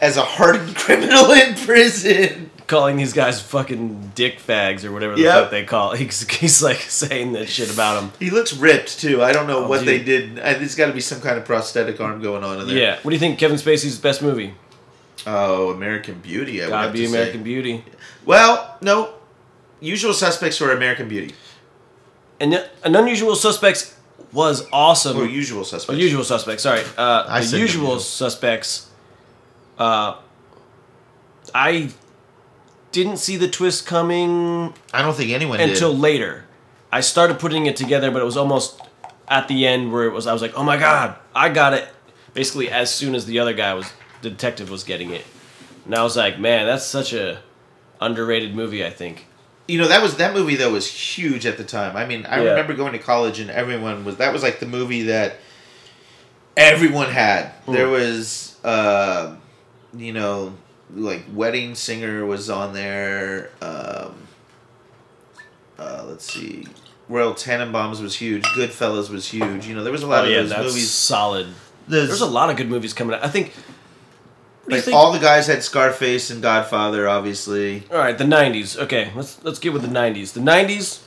Speaker 6: as a hardened criminal in prison.
Speaker 5: calling these guys fucking dick fags or whatever the
Speaker 6: Yep.
Speaker 5: fuck they call. He's, he's like saying that shit about them.
Speaker 6: He looks ripped too. I don't know
Speaker 5: Oh,
Speaker 6: what
Speaker 5: dude.
Speaker 6: they did. I, there's got to be some kind of prosthetic arm going on in there.
Speaker 5: Yeah. What do you think Kevin Spacey's best movie?
Speaker 6: Oh, American Beauty. I would
Speaker 5: Gotta
Speaker 6: have
Speaker 5: be
Speaker 6: to say.
Speaker 5: American Beauty.
Speaker 6: Well, no. Usual Suspects were American Beauty.
Speaker 5: And yet- an Unusual Suspects was awesome.
Speaker 6: Or Usual Suspects.
Speaker 5: Oh, usual Suspects. Sorry. Uh,
Speaker 6: I
Speaker 5: the
Speaker 6: said
Speaker 5: Usual
Speaker 6: Unusual.
Speaker 5: Suspects. Uh, I didn't see the twist coming
Speaker 6: I don't think anyone
Speaker 5: until
Speaker 6: did.
Speaker 5: later. I started putting it together, but it was almost at the end where it was. I was like, "Oh my god, I got it!" Basically, as soon as the other guy was, the detective was getting it, and I was like, "Man, that's such a underrated movie." I think.
Speaker 6: you know that was that movie though was huge at the time. I mean, I
Speaker 5: Yeah.
Speaker 6: remember going to college and everyone was that was like the movie that
Speaker 5: Hmm.
Speaker 6: everyone had. There was uh, you know like wedding singer was on there. Um, uh, let's see, Royal Tannenbaums was huge. Goodfellas was huge. You know, there was a
Speaker 5: Oh,
Speaker 6: lot of
Speaker 5: yeah,
Speaker 6: those
Speaker 5: that's
Speaker 6: movies.
Speaker 5: solid.
Speaker 6: There's,
Speaker 5: There's a lot of good movies coming out. I think. What do you
Speaker 6: like
Speaker 5: think-
Speaker 6: all the guys had Scarface and Godfather, obviously.
Speaker 5: All right, the '90s. Okay, let's let's get with the '90s. The '90s,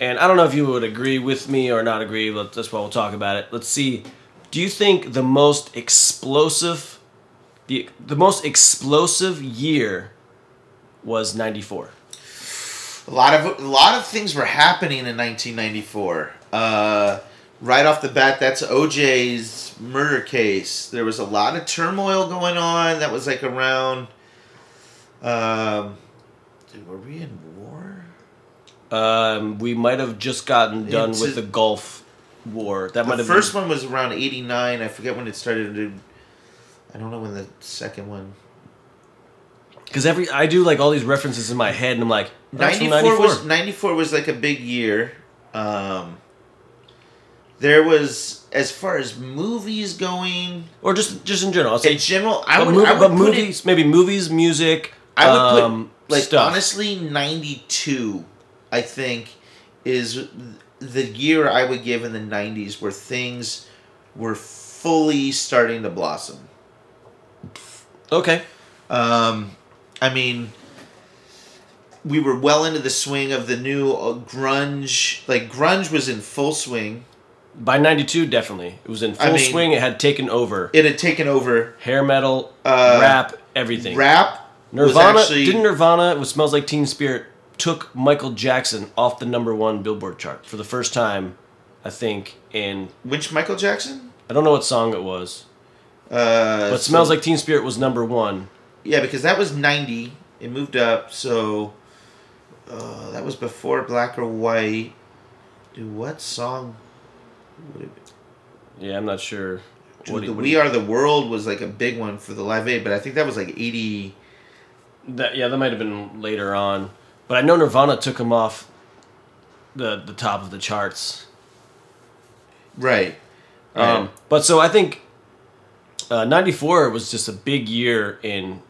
Speaker 5: and I don't know if you would agree with me or not agree. But that's why we'll talk about it. Let's see. Do you think the most explosive, the the most explosive year, was '94?
Speaker 6: A lot of a lot of things were happening in 1994. Uh, right off the bat, that's OJ's murder case. There was a lot of turmoil going on. That was like around. Um, dude, were we in war?
Speaker 5: Um, we might have just gotten done
Speaker 6: Into-
Speaker 5: with the Gulf War. That might
Speaker 6: The
Speaker 5: have
Speaker 6: first
Speaker 5: been,
Speaker 6: one was around 89. I forget when it started. To, I don't know when the second one.
Speaker 5: because every I do like all these references in my head, and I'm like, that's from
Speaker 6: 94, was 94 was like a big year. Um, there was as far as movies going.
Speaker 5: or just just in general. I'll say
Speaker 6: In general, I
Speaker 5: but
Speaker 6: would,
Speaker 5: mov-
Speaker 6: I would
Speaker 5: but
Speaker 6: put it-
Speaker 5: movies, maybe movies, music.
Speaker 6: I would put
Speaker 5: um,
Speaker 6: like
Speaker 5: stuff.
Speaker 6: honestly ninety two. I think is the year I would give in the nineties where things were fully starting to blossom.
Speaker 5: Okay,
Speaker 6: Um, I mean, we were well into the swing of the new uh, grunge. Like grunge was in full swing.
Speaker 5: by '92, definitely it was in full
Speaker 6: I mean-
Speaker 5: swing. It had taken over
Speaker 6: It had taken over
Speaker 5: hair metal,
Speaker 6: Uh,
Speaker 5: rap, everything.
Speaker 6: rap. was
Speaker 5: Nirvana
Speaker 6: actually-
Speaker 5: didn't Nirvana with "Smells Like Teen Spirit" took Michael Jackson off the number one Billboard chart for the first time, I think. In
Speaker 6: which Michael Jackson?
Speaker 5: I don't know what song it was,
Speaker 6: Uh,
Speaker 5: but
Speaker 6: so-
Speaker 5: "Smells Like Teen Spirit" was number one.
Speaker 6: Yeah, because that was 90. It moved up, so uh, that was before Black or White. Dude, what song? would it be?
Speaker 5: Yeah, I'm not sure.
Speaker 6: Dude,
Speaker 5: what he-
Speaker 6: the
Speaker 5: what
Speaker 6: We
Speaker 5: he-
Speaker 6: Are the World was like a big one for the Live Aid, but I think that was like 80.
Speaker 5: That yeah, that might have been later on, but I know Nirvana took him off the the top of the charts.
Speaker 6: Right.
Speaker 5: Um, but so I think uh, '94 was just a big year in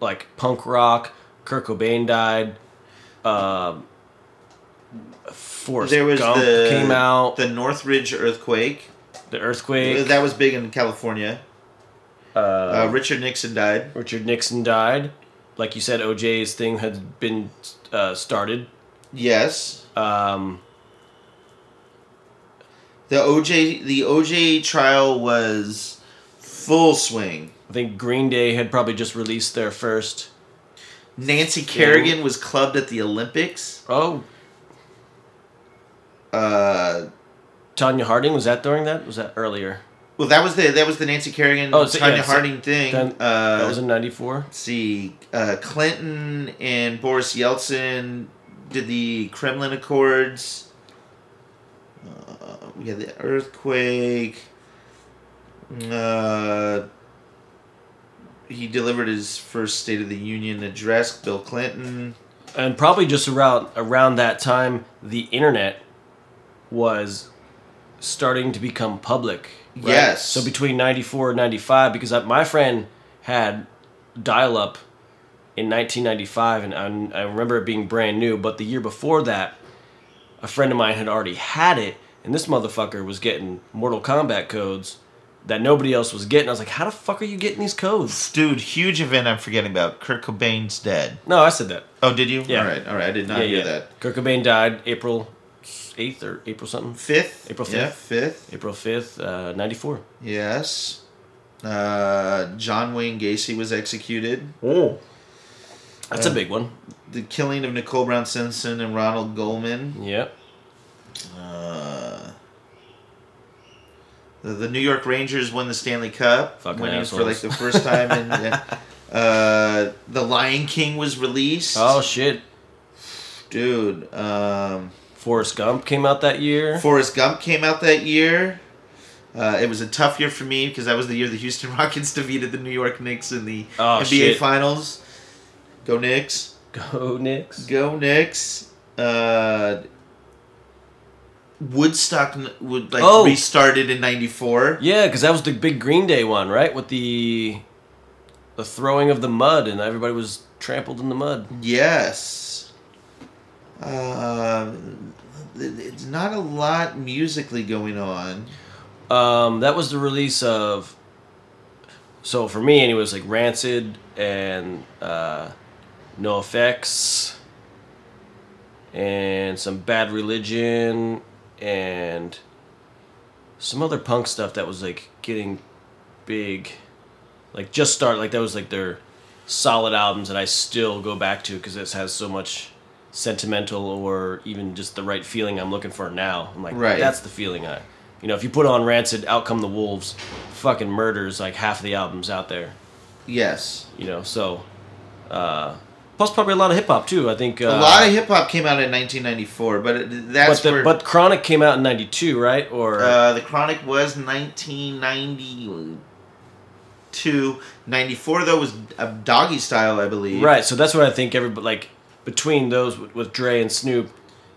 Speaker 5: like punk rock. Kurt Cobain died. Um, Forrest
Speaker 6: there was
Speaker 5: Gump
Speaker 6: the
Speaker 5: came out. The,
Speaker 6: the Northridge earthquake.
Speaker 5: earthquake.
Speaker 6: Uh, That was big in California.
Speaker 5: uh,
Speaker 6: Uh, Richard Nixon died.
Speaker 5: Richard Nixon died. Like you said, OJ's thing had been uh, started.
Speaker 6: Yes.
Speaker 5: Um,
Speaker 6: The OJ the OJ trial was full swing.
Speaker 5: I think Green Day had probably just released their first.
Speaker 6: Nancy Kerrigan was clubbed at the Olympics.
Speaker 5: Oh,
Speaker 6: Uh
Speaker 5: Tanya Harding was that during that? Was that earlier?
Speaker 6: Well, that was the that was the Nancy Kerrigan
Speaker 5: Oh,
Speaker 6: Tanya
Speaker 5: so- yeah, so
Speaker 6: Harding thing.
Speaker 5: Then-
Speaker 6: uh,
Speaker 5: that was in '94.
Speaker 6: let's see, uh, Clinton and Boris Yeltsin did the Kremlin Accords. Uh, we had the earthquake. Uh, he delivered his first State of the Union address. Bill Clinton.
Speaker 5: and probably just around around that time the internet was starting to become public
Speaker 6: Yes.
Speaker 5: so between 94 and 95 because I, my friend had dial-up in 1995 and I, I remember it being brand new but the year before that a friend of mine had already had it and this motherfucker was getting mortal kombat codes that nobody else was getting i was like how the fuck are you getting these codes
Speaker 6: Dude, huge event I'm forgetting about. Kurt Cobain's dead.
Speaker 5: no i said that
Speaker 6: Oh, did you?
Speaker 5: Yeah.
Speaker 6: All right, all right. I did not hear that.
Speaker 5: Kurt Cobain died April 8th or April something.
Speaker 6: Fifth.
Speaker 5: April
Speaker 6: Yeah,
Speaker 5: fifth.
Speaker 6: fifth.
Speaker 5: April 5th, uh, 94.
Speaker 6: Yes. Uh, John Wayne Gacy was executed.
Speaker 5: Oh. That's a big one.
Speaker 6: The killing of Nicole Brown Simpson and Ronald Goldman.
Speaker 5: Yep.
Speaker 6: Uh, the, the New York Rangers won the Stanley Cup,
Speaker 5: Fucking
Speaker 6: winning for like
Speaker 5: assholes.
Speaker 6: the first time. In, uh, the Lion King was released.
Speaker 5: Oh, shit.
Speaker 6: dude! Um,
Speaker 5: Forrest Gump came out that year.
Speaker 6: Forrest Gump came out that year. Uh, it was a tough year for me because that was the year the Houston Rockets defeated the New York Knicks in the
Speaker 5: Oh,
Speaker 6: NBA
Speaker 5: shit.
Speaker 6: Finals. Go Knicks!
Speaker 5: Go Knicks.
Speaker 6: Go Knicks. Uh, Woodstock n- would like
Speaker 5: Oh.
Speaker 6: restarted in '94.
Speaker 5: Yeah, because that was the big Green Day one, right? With the the throwing of the mud, and everybody was trampled in the mud.
Speaker 6: Yes. Uh, it- it's not a lot musically going on.
Speaker 5: Um, that was the release of. So for me, anyways, like Rancid and uh, No Effects, and some Bad Religion, and some other punk stuff that was like getting big, like just start like that was like their solid albums that I still go back to because this has so much sentimental or even just the right feeling I'm looking for now. I'm like,
Speaker 6: Right.
Speaker 5: that's the feeling I, you know, if you put on Rancid, out come the wolves, fucking murders like half the albums out there,
Speaker 6: Yes.
Speaker 5: you know. So, uh, plus probably a lot of hip hop too. I think uh,
Speaker 6: a lot of hip hop came out in 1994, but it, that's
Speaker 5: but the,
Speaker 6: where
Speaker 5: but Chronic came out in '92, right? Or
Speaker 6: uh, the Chronic was 1992. 94 though was a doggy style, I believe.
Speaker 5: Right, so that's what I think everybody like between those with, with Dre and Snoop,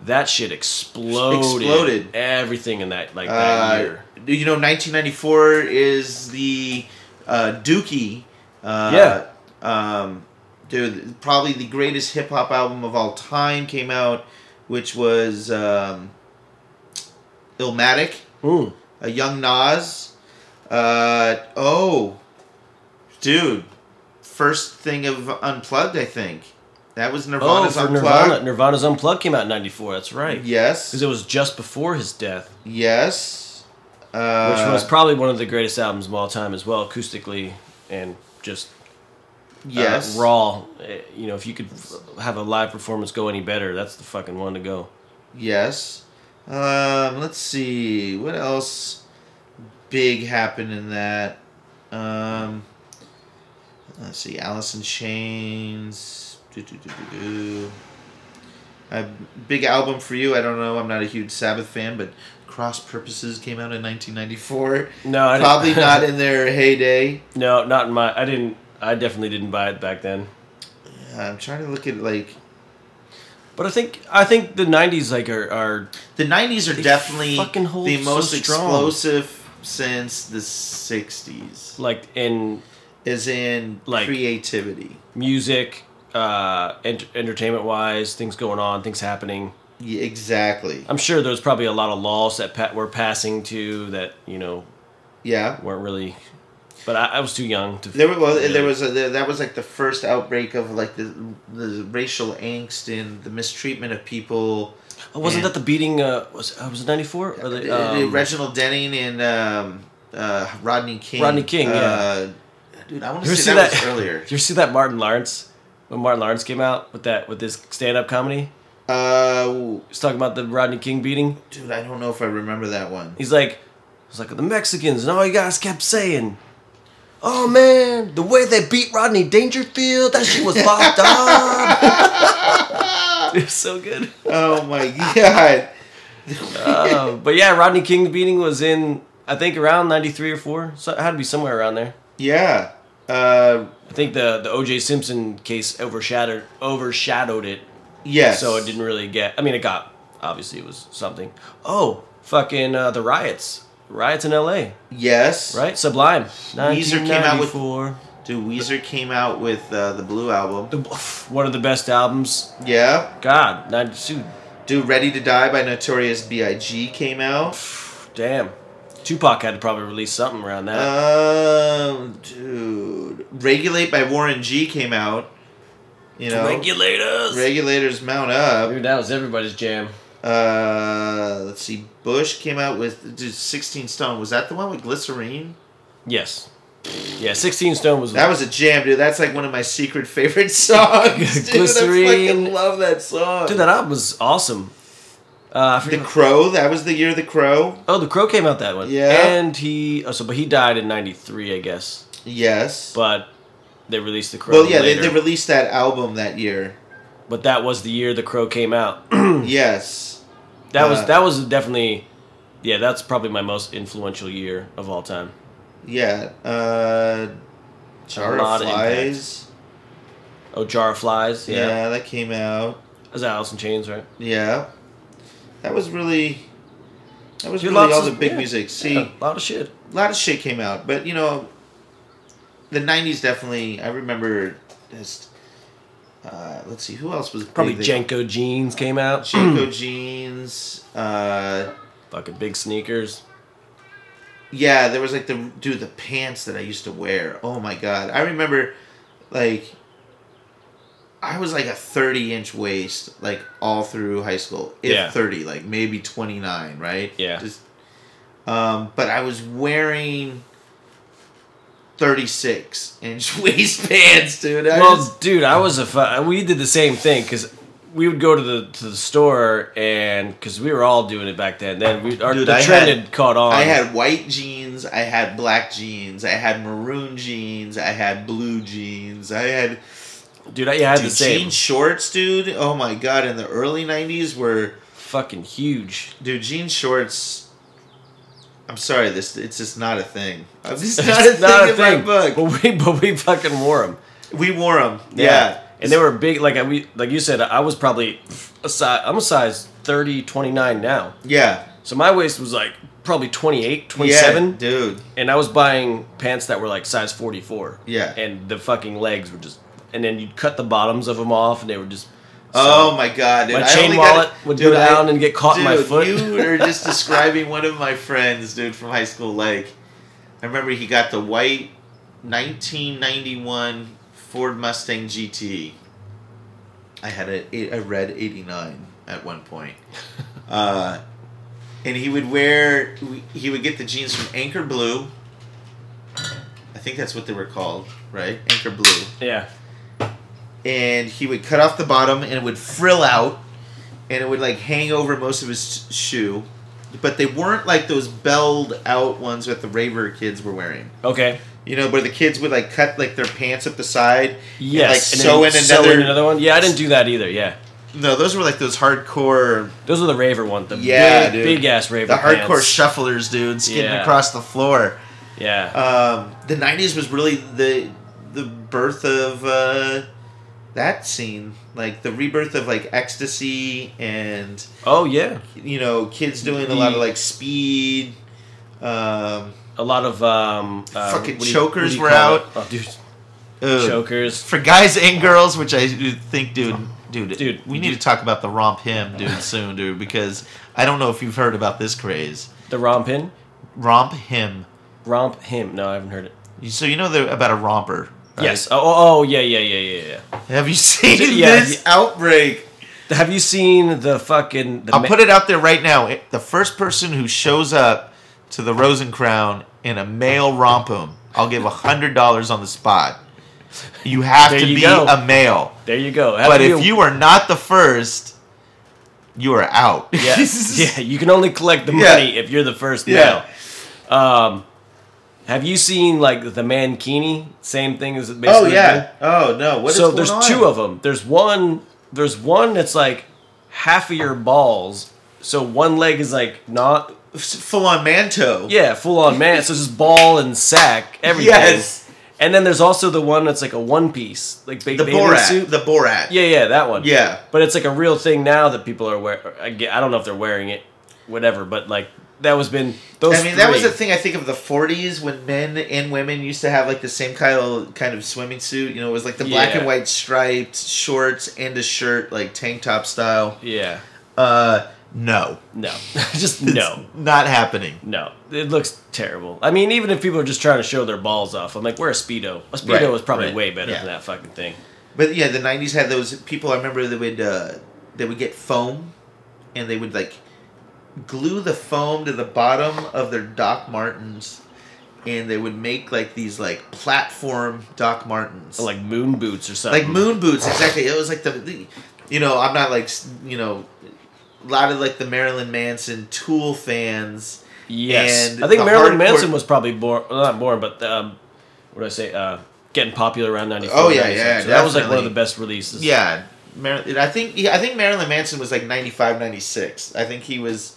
Speaker 5: that shit exploded.
Speaker 6: Exploded.
Speaker 5: everything in that like that
Speaker 6: Uh,
Speaker 5: year.
Speaker 6: you know, 1994 is the uh, Dookie. Uh, yeah. Um, dude, probably the greatest hip hop album of all time came out, which was um, Illmatic,
Speaker 5: Mm.
Speaker 6: a Young Nas. Uh, oh, dude, first thing of Unplugged, I think. That was
Speaker 5: Oh,
Speaker 6: Nirvana's
Speaker 5: for
Speaker 6: Unplugged.
Speaker 5: Nirvana, Nirvana's Unplugged came out in '94. That's right.
Speaker 6: Yes.
Speaker 5: because it was just before his death,
Speaker 6: yes. Uh,
Speaker 5: which was probably one of the greatest albums of all time as well, acoustically and just uh,
Speaker 6: yes.
Speaker 5: raw. Eh, You know, if you could f- have a live performance go any better, that's the fucking one to go.
Speaker 6: Yes. Um, let's see. What else big happened in that? Um, let's see. Alice in Chains. Do, do, do, do, do. A big album for you. I don't know. I'm not a huge Sabbath fan, but Cross Purposes came out in 1994.
Speaker 5: No, I didn't-
Speaker 6: Probably not in their heyday.
Speaker 5: No, not in my. I didn't. I definitely didn't buy it back then.
Speaker 6: I'm trying to look at like
Speaker 5: But I think I think the '90s like are, are
Speaker 6: the 90s are
Speaker 5: They
Speaker 6: definitely
Speaker 5: fucking hold
Speaker 6: the
Speaker 5: so
Speaker 6: most
Speaker 5: strong.
Speaker 6: explosive since the 60s.
Speaker 5: like in
Speaker 6: is in
Speaker 5: Like-
Speaker 6: creativity.
Speaker 5: music, uh, ent- entertainment wise, things going on, things happening.
Speaker 6: Yeah, exactly.
Speaker 5: I'm sure there's probably a lot of laws that pa- we're passing to that you know
Speaker 6: Yeah.
Speaker 5: weren't really. But I, I was too young to.
Speaker 6: There was well,
Speaker 5: really-
Speaker 6: there was a, there, that was like the first outbreak of like the the racial angst and the mistreatment of people.
Speaker 5: Oh, wasn't
Speaker 6: yeah.
Speaker 5: that the beating? Uh, was uh, was it '94? Or
Speaker 6: The-
Speaker 5: the,
Speaker 6: the
Speaker 5: um,
Speaker 6: Uh, Reginald Denning and um, uh, Rodney King.
Speaker 5: Rodney King, yeah.
Speaker 6: Uh, dude, I want
Speaker 5: you
Speaker 6: to
Speaker 5: ever
Speaker 6: say
Speaker 5: see
Speaker 6: that,
Speaker 5: that?
Speaker 6: was earlier.
Speaker 5: You ever see that Martin Lawrence? When Martin Lawrence came out with that with his stand up comedy,
Speaker 6: Uh,
Speaker 5: he was talking about the Rodney King beating.
Speaker 6: dude, I don't know if I remember that one.
Speaker 5: He's like, he's like the Mexicans, and all you guys kept saying, "Oh man, the way they beat Rodney Dangerfield, that shit was fucked up." it was so good.
Speaker 6: Oh my god.
Speaker 5: Uh, but yeah, Rodney King's beating was in, I think, around '93 or four. So it had to be somewhere around there.
Speaker 6: Yeah. Uh,
Speaker 5: I think the the O.J. Simpson case overshadowed overshadowed it,
Speaker 6: yes.
Speaker 5: so it didn't really get. I mean, it got obviously it was something. Oh, fucking uh, the riots, riots in L.A.
Speaker 6: Yes.
Speaker 5: Right, Sublime.
Speaker 6: Weezer came out with-
Speaker 5: 1994.
Speaker 6: Dude, Weezer came out with uh, the Blue album.
Speaker 5: The- one of the best albums.
Speaker 6: Yeah.
Speaker 5: God, not dude,
Speaker 6: Dude, Ready to Die by Notorious B.I.G. came out.
Speaker 5: damn. Tupac had to probably release something around
Speaker 6: Uh,
Speaker 5: that.
Speaker 6: Um, dude, Regulate by Warren G. came out. You know,
Speaker 5: Regulators.
Speaker 6: Regulators Mount Up.
Speaker 5: dude, that was everybody's jam.
Speaker 6: Uh, let's see, Bush came out with dude, 16 Stone. Was that the one with glycerine?
Speaker 5: Yes. Yeah, 16 Stone was
Speaker 6: That was a jam, dude. That's like one of my secret favorite songs. Dude, I fucking
Speaker 5: Glycerine.
Speaker 6: love that song.
Speaker 5: Dude, that album was awesome. Uh, I
Speaker 6: the
Speaker 5: forget what-
Speaker 6: Crow. That was the year of the Crow.
Speaker 5: oh, The Crow came out that one.
Speaker 6: Yeah.
Speaker 5: And he oh, so but he died in 93, I guess.
Speaker 6: Yes.
Speaker 5: But they released The Crow
Speaker 6: well, yeah, they,
Speaker 5: later.
Speaker 6: they released that album that year.
Speaker 5: but that was the year The Crow came out.
Speaker 6: yes.
Speaker 5: That was
Speaker 6: Uh,
Speaker 5: that was definitely yeah, that's probably my most influential year of all time.
Speaker 6: Yeah. Uh, Jar
Speaker 5: A lot
Speaker 6: of
Speaker 5: of
Speaker 6: Flies.
Speaker 5: Oh, Jar of Flies.
Speaker 6: Yeah.
Speaker 5: Yeah.
Speaker 6: that came out.
Speaker 5: That was Alice in Chains, right?
Speaker 6: Yeah. That was really. That was
Speaker 5: Dude,
Speaker 6: really
Speaker 5: lots
Speaker 6: all the
Speaker 5: of-
Speaker 6: big
Speaker 5: yeah,
Speaker 6: music. See,
Speaker 5: Yeah, a lot of shit.
Speaker 6: a lot of shit came out, but you know, the '90s definitely. I remember just. Uh, let's see, who else was big
Speaker 5: Probably
Speaker 6: that-
Speaker 5: Jenko jeans came out.
Speaker 6: Janko jeans. Uh,
Speaker 5: Fucking big sneakers.
Speaker 6: yeah, there was like the dude the pants that I used to wear. Oh my god, I remember, like, I was like a thirty inch waist like all through high school. If
Speaker 5: Yeah.
Speaker 6: thirty, like maybe twenty nine, right?
Speaker 5: Yeah.
Speaker 6: Just, um, but I was wearing. 36 inch waist pants, dude. I
Speaker 5: well,
Speaker 6: just-
Speaker 5: dude, I was a. Fu- we did the same thing because we would go to the to the store and because we were all doing it back then. Then we our,
Speaker 6: Dude,
Speaker 5: the
Speaker 6: I
Speaker 5: trend
Speaker 6: had-
Speaker 5: had caught on.
Speaker 6: I had white jeans, I had black jeans, I had maroon jeans, I had blue jeans, I had
Speaker 5: dude, I, yeah, I had
Speaker 6: dude,
Speaker 5: the same.
Speaker 6: jean shorts, dude. Oh my god, in the early nineties were
Speaker 5: Fucking huge.
Speaker 6: dude jean shorts I'm sorry, this it's just not a thing. It's just not a
Speaker 5: It's
Speaker 6: thing in my book.
Speaker 5: But we but we fucking wore them.
Speaker 6: we wore them. Yeah.
Speaker 5: And they were big, like I, we, like you said, I was probably a size, I'm a size 30, 29 now.
Speaker 6: Yeah.
Speaker 5: So my waist was like probably 28,
Speaker 6: Yeah,
Speaker 5: 27.
Speaker 6: dude.
Speaker 5: and I was buying pants that were like size 44.
Speaker 6: Yeah.
Speaker 5: And the fucking legs were just, and then you'd cut the bottoms of them off and they were just.
Speaker 6: Oh my god! dude,
Speaker 5: My
Speaker 6: I
Speaker 5: chain
Speaker 6: only
Speaker 5: wallet
Speaker 6: got-
Speaker 5: would go down and get caught in my
Speaker 6: dude,
Speaker 5: foot.
Speaker 6: You were just describing one of my friends, dude, from high school. Like, I remember he got the white 1991 Ford Mustang GT. I had a I read 89 at one point. Uh, and he would wear he would get the jeans from Anchor Blue. I think that's what they were called, right? Anchor Blue
Speaker 5: Yeah.
Speaker 6: and he would cut off the bottom and it would frill out and it would like hang over most of his sh- shoe but they weren't like those belled out ones that the raver kids were wearing
Speaker 5: Okay.
Speaker 6: you know where the kids would like cut like their pants up the side
Speaker 5: Yes.
Speaker 6: and like sew in another,
Speaker 5: one. Yeah, I didn't do that either. Yeah.
Speaker 6: no those were like those hardcore
Speaker 5: Those were the raver ones. The
Speaker 6: Yeah,
Speaker 5: big,
Speaker 6: dude.
Speaker 5: big ass raver.
Speaker 6: the hardcore
Speaker 5: pants.
Speaker 6: shufflers dude skidding
Speaker 5: Yeah.
Speaker 6: across the floor
Speaker 5: Yeah.
Speaker 6: um, the 90s was really the the birth of uh, that scene like the rebirth of like ecstasy and
Speaker 5: oh yeah.
Speaker 6: you know, kids doing a lot of like speed. Um,
Speaker 5: A lot of um. Uh,
Speaker 6: Fucking
Speaker 5: what do you-
Speaker 6: chokers
Speaker 5: what do you
Speaker 6: were
Speaker 5: call
Speaker 6: out.
Speaker 5: it? Oh, dude.
Speaker 6: ugh.
Speaker 5: Chokers.
Speaker 6: for guys and girls, which I do think, dude, dude,
Speaker 5: Dude,
Speaker 6: we
Speaker 5: you-
Speaker 6: need to talk about the romp him, dude, soon, dude, because I don't know if you've heard about this craze,
Speaker 5: The romp him.
Speaker 6: romp him.
Speaker 5: Romp him. No, I haven't heard it.
Speaker 6: You- So you know the, about a romper. right?
Speaker 5: Yes. Oh, oh, oh, yeah, yeah, yeah, yeah, yeah.
Speaker 6: Have you seen
Speaker 5: Yeah,
Speaker 6: this outbreak?
Speaker 5: Have you seen the fucking? The
Speaker 6: I'll
Speaker 5: ma-
Speaker 6: put it out there right now. It- The first person who shows up to the Rosen Crown in a male rompum, I'll give a hundred dollars on the spot. You have
Speaker 5: There
Speaker 6: to
Speaker 5: you
Speaker 6: be
Speaker 5: go.
Speaker 6: a male.
Speaker 5: There you go. Have
Speaker 6: but
Speaker 5: to be
Speaker 6: if
Speaker 5: a-
Speaker 6: you are not the first, you are out.
Speaker 5: yeah, yeah, you can only collect the
Speaker 6: Yeah.
Speaker 5: money if you're the first
Speaker 6: Yeah.
Speaker 5: male. Um, have you seen like the mankini? Same thing as basically.
Speaker 6: Oh yeah. Oh no. What is
Speaker 5: so
Speaker 6: going
Speaker 5: there's
Speaker 6: on?
Speaker 5: two of them. There's one. There's one that's like half of your balls. So one leg is like not
Speaker 6: Full on manto.
Speaker 5: Yeah, full on man. So it's just ball and sack, everything.
Speaker 6: Yes.
Speaker 5: And then there's also the one that's like a one piece, like big
Speaker 6: The
Speaker 5: bathing
Speaker 6: Borat.
Speaker 5: suit.
Speaker 6: The Borat.
Speaker 5: yeah, yeah, that one.
Speaker 6: Yeah.
Speaker 5: But it's like a real thing now that people are wear. I ge- I don't know if they're wearing it, whatever. But like that was been those.
Speaker 6: I mean, that was
Speaker 5: three.
Speaker 6: the thing I think of the 40s when men and women used to have like the same kind of, kind of swimming suit. You know, it was like the black
Speaker 5: Yeah.
Speaker 6: and white striped shorts and a shirt, like tank top style.
Speaker 5: Yeah.
Speaker 6: Uh, no.
Speaker 5: No. just
Speaker 6: It's
Speaker 5: no.
Speaker 6: Not happening.
Speaker 5: No. It looks terrible. I mean, even if people are just trying to show their balls off, I'm like, wear a speedo. A speedo
Speaker 6: Right,
Speaker 5: is probably
Speaker 6: right,
Speaker 5: way better
Speaker 6: yeah.
Speaker 5: than that fucking thing.
Speaker 6: But yeah, the '90s had those people. I remember they would uh, they would get foam, and they would like glue the foam to the bottom of their Doc Martens, and they would make like these like platform Doc Martens,
Speaker 5: Like moon boots or something.
Speaker 6: like moon boots. Exactly. It was like the, the you know I'm not like s- you know a lot of like the Marilyn Manson Tool fans.
Speaker 5: Yes,
Speaker 6: and
Speaker 5: I think
Speaker 6: the
Speaker 5: Marilyn
Speaker 6: hardcore-
Speaker 5: Manson was probably born, well, not born, but um, what do I say? Uh, getting popular around ninety four.
Speaker 6: Oh, yeah, yeah,
Speaker 5: So that was like one of
Speaker 6: definitely.
Speaker 5: the best releases.
Speaker 6: Yeah. Mar- I think yeah, I think Marilyn Manson was like 95, 96. I think he was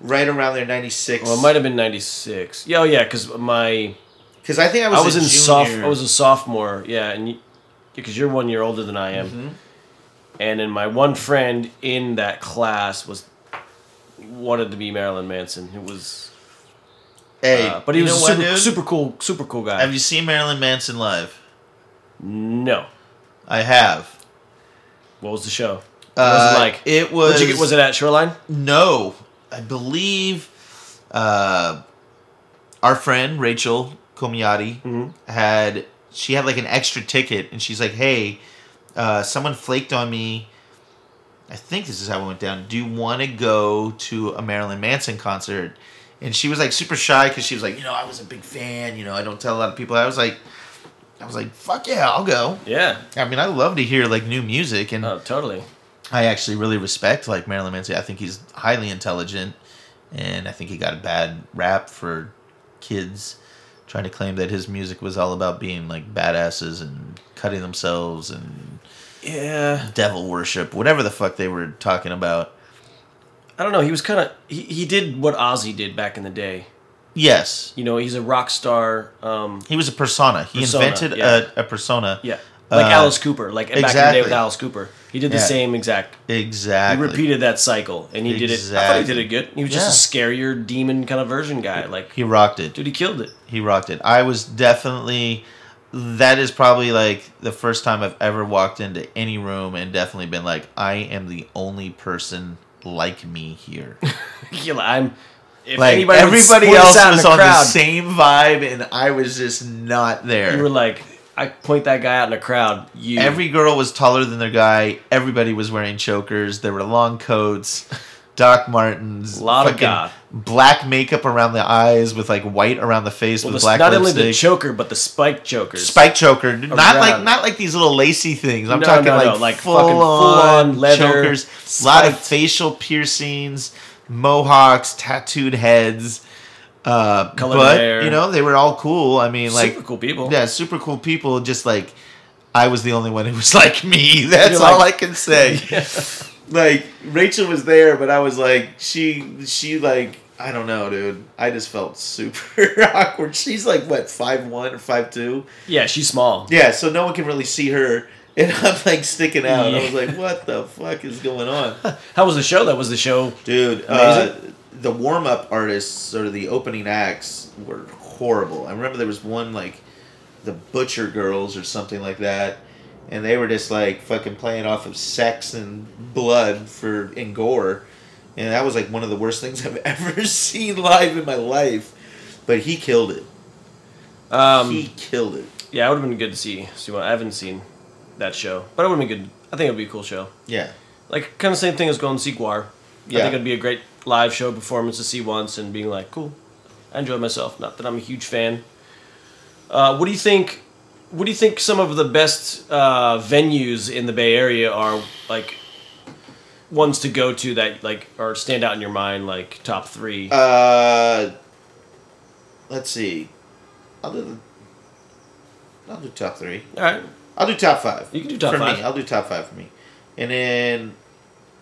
Speaker 6: right around there 96.
Speaker 5: Well, it might have been ninety six. Yeah, oh yeah, because my
Speaker 6: Because I think I was.
Speaker 5: I was
Speaker 6: a
Speaker 5: in
Speaker 6: junior.
Speaker 5: soph I was a sophomore. Yeah, and because you, are one year older than I am,
Speaker 6: Mm-hmm.
Speaker 5: and then my one friend in that class was wanted to be Marilyn Manson. It was
Speaker 6: Hey,
Speaker 5: Uh, but he
Speaker 6: you
Speaker 5: was
Speaker 6: know
Speaker 5: a
Speaker 6: what,
Speaker 5: super,
Speaker 6: dude?
Speaker 5: super cool, super cool guy.
Speaker 6: Have you seen Marilyn Manson live?
Speaker 5: no.
Speaker 6: I have.
Speaker 5: What was the show? What was
Speaker 6: Uh,
Speaker 5: it like?
Speaker 6: It was.
Speaker 5: What'd you get- was it at Shoreline?
Speaker 6: No, I believe uh, our friend Rachel Comiati
Speaker 5: Mm-hmm.
Speaker 6: had she had like an extra ticket, and she's like, "Hey, uh, someone flaked on me. I think this is how it went down. Do you want to go to a Marilyn Manson concert?" And she was like super shy because she was like, "You know, I was a big fan. You know, I don't tell a lot of people." I was like, "I was like, fuck yeah, I'll go."
Speaker 5: Yeah.
Speaker 6: I mean, I love to hear like new music and.
Speaker 5: Oh, totally.
Speaker 6: I actually really respect like Marilyn Manson. I think he's highly intelligent, and I think he got a bad rap for kids trying to claim that his music was all about being like badasses and cutting themselves and
Speaker 5: Yeah.
Speaker 6: devil worship, whatever the fuck they were talking about.
Speaker 5: I don't know. He was kind of he, he did what Ozzy did back in the day.
Speaker 6: Yes,
Speaker 5: You know, he's a rock star. Um,
Speaker 6: he was a persona. He
Speaker 5: Persona,
Speaker 6: invented
Speaker 5: yeah.
Speaker 6: a, a persona.
Speaker 5: yeah, like
Speaker 6: Uh,
Speaker 5: Alice Cooper. Like back in the day with
Speaker 6: exactly.
Speaker 5: Alice Cooper, he did the
Speaker 6: Yeah.
Speaker 5: same exact. He
Speaker 6: Uh, exactly.
Speaker 5: repeated that cycle, and he did it. I thought he
Speaker 6: Exactly.
Speaker 5: did it good. He was just a scarier demon kind of version guy. Like,
Speaker 6: He rocked it.
Speaker 5: dude, he killed it.
Speaker 6: He rocked it. I was definitely that is probably like the first time I've ever walked into any room and definitely been like, I am the only person like me here.
Speaker 5: Kill- I'm. If
Speaker 6: Like
Speaker 5: anybody would
Speaker 6: everybody
Speaker 5: point us
Speaker 6: else
Speaker 5: out in
Speaker 6: was
Speaker 5: the
Speaker 6: on the
Speaker 5: crowd,
Speaker 6: same vibe and I was just not there.
Speaker 5: You were like, I point that guy out in the crowd. You
Speaker 6: Every girl was taller than their guy. Everybody was wearing chokers. There were long coats, Doc Martens,
Speaker 5: Lot of
Speaker 6: fucking
Speaker 5: God.
Speaker 6: black makeup around the eyes with like white around the face
Speaker 5: well,
Speaker 6: with
Speaker 5: the,
Speaker 6: black
Speaker 5: not only
Speaker 6: lipstick.
Speaker 5: the choker, but the spike chokers.
Speaker 6: spike choker, not like
Speaker 5: Around.
Speaker 6: not like these little lacy things. I'm
Speaker 5: No,
Speaker 6: talking
Speaker 5: no,
Speaker 6: like,
Speaker 5: no, like
Speaker 6: full,
Speaker 5: fucking
Speaker 6: on
Speaker 5: full-on leather,
Speaker 6: chokers, a lot of
Speaker 5: spiked.
Speaker 6: facial piercings, mohawks, tattooed heads. Uh,
Speaker 5: Colored
Speaker 6: but
Speaker 5: hair.
Speaker 6: you know they were all cool. I mean, like
Speaker 5: super cool people.
Speaker 6: yeah, super cool people. Just like I was the only one who was like me. That's
Speaker 5: You're
Speaker 6: all
Speaker 5: like-
Speaker 6: I can say. Like Rachel was there, but I was like she she like I don't know, dude. I just felt super awkward. She's like what five one or five two.
Speaker 5: yeah, she's small.
Speaker 6: Yeah, so no one can really see her. And I'm like sticking out. I
Speaker 5: Yeah.
Speaker 6: was like, what the fuck is going on?
Speaker 5: How was the show? That was the show.
Speaker 6: Dude, uh, the warm up artists or the opening acts were horrible. I remember there was one like the Butcher Girls or something like that. And they were just like fucking playing off of sex and blood for and gore. And that was like one of the worst things I've ever seen live in my life. But he killed it.
Speaker 5: Um,
Speaker 6: he killed it.
Speaker 5: yeah, it would have been good to see. see what- I haven't seen that show, but it would have been good. I think it would be a cool show.
Speaker 6: Yeah.
Speaker 5: Like kind of same thing as going to see Guar. I
Speaker 6: Yeah.
Speaker 5: think it'd be a great live show performance to see once and being like, cool, I enjoyed myself. Not that I'm a huge fan. Uh, what do you think? What do you think some of the best uh, venues in the Bay Area are like? Ones to go to that like or stand out in your mind like top three.
Speaker 6: Uh, let's see. I'll do the. I'll do top three.
Speaker 5: All right,
Speaker 6: I'll do top five.
Speaker 5: You can do top
Speaker 6: for
Speaker 5: five.
Speaker 6: me. I'll do top five for me, and then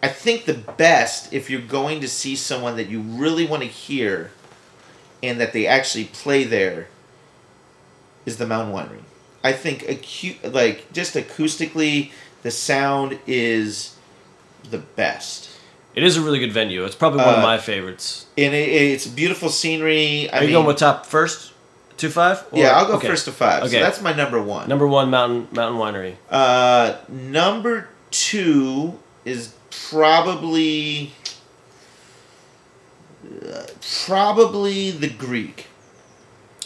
Speaker 6: I think the best if you're going to see someone that you really want to hear, and that they actually play there, is the Mountain Winery. I think acu- like just acoustically, the sound is the best.
Speaker 5: it is a really good venue. It's probably one of
Speaker 6: Uh,
Speaker 5: my favorites.
Speaker 6: And it, it's beautiful scenery. I
Speaker 5: Are
Speaker 6: mean,
Speaker 5: you going with top first, two five? Or-
Speaker 6: yeah, I'll go
Speaker 5: okay.
Speaker 6: first to five.
Speaker 5: Okay.
Speaker 6: So that's my number one.
Speaker 5: Number one, Mountain Mountain Winery.
Speaker 6: uh, number two is probably uh, probably the Greek.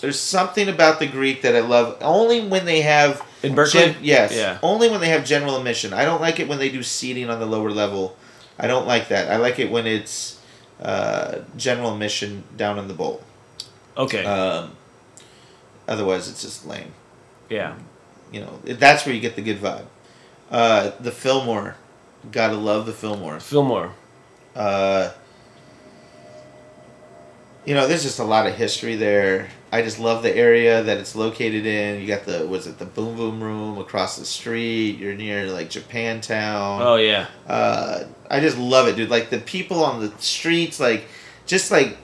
Speaker 6: There's something about the Greek that I love. Only when they have
Speaker 5: In Berkeley?
Speaker 6: yes.
Speaker 5: Yeah.
Speaker 6: Only when they have general admission. I don't like it when they do seating on the lower level. I don't like that. I like it when it's uh, general admission down in the bowl.
Speaker 5: Okay.
Speaker 6: Um, otherwise, it's just lame
Speaker 5: yeah.
Speaker 6: you know that's where you get the good vibe. Uh, the Fillmore, gotta love the Fillmore.
Speaker 5: Fillmore.
Speaker 6: Uh, you know, there's just a lot of history there. I just love the area that it's located in. You got the was it the Boom Boom Room across the street. You're near like Japantown
Speaker 5: Oh yeah.
Speaker 6: uh, I just love it, dude. Like the people on the streets, like just like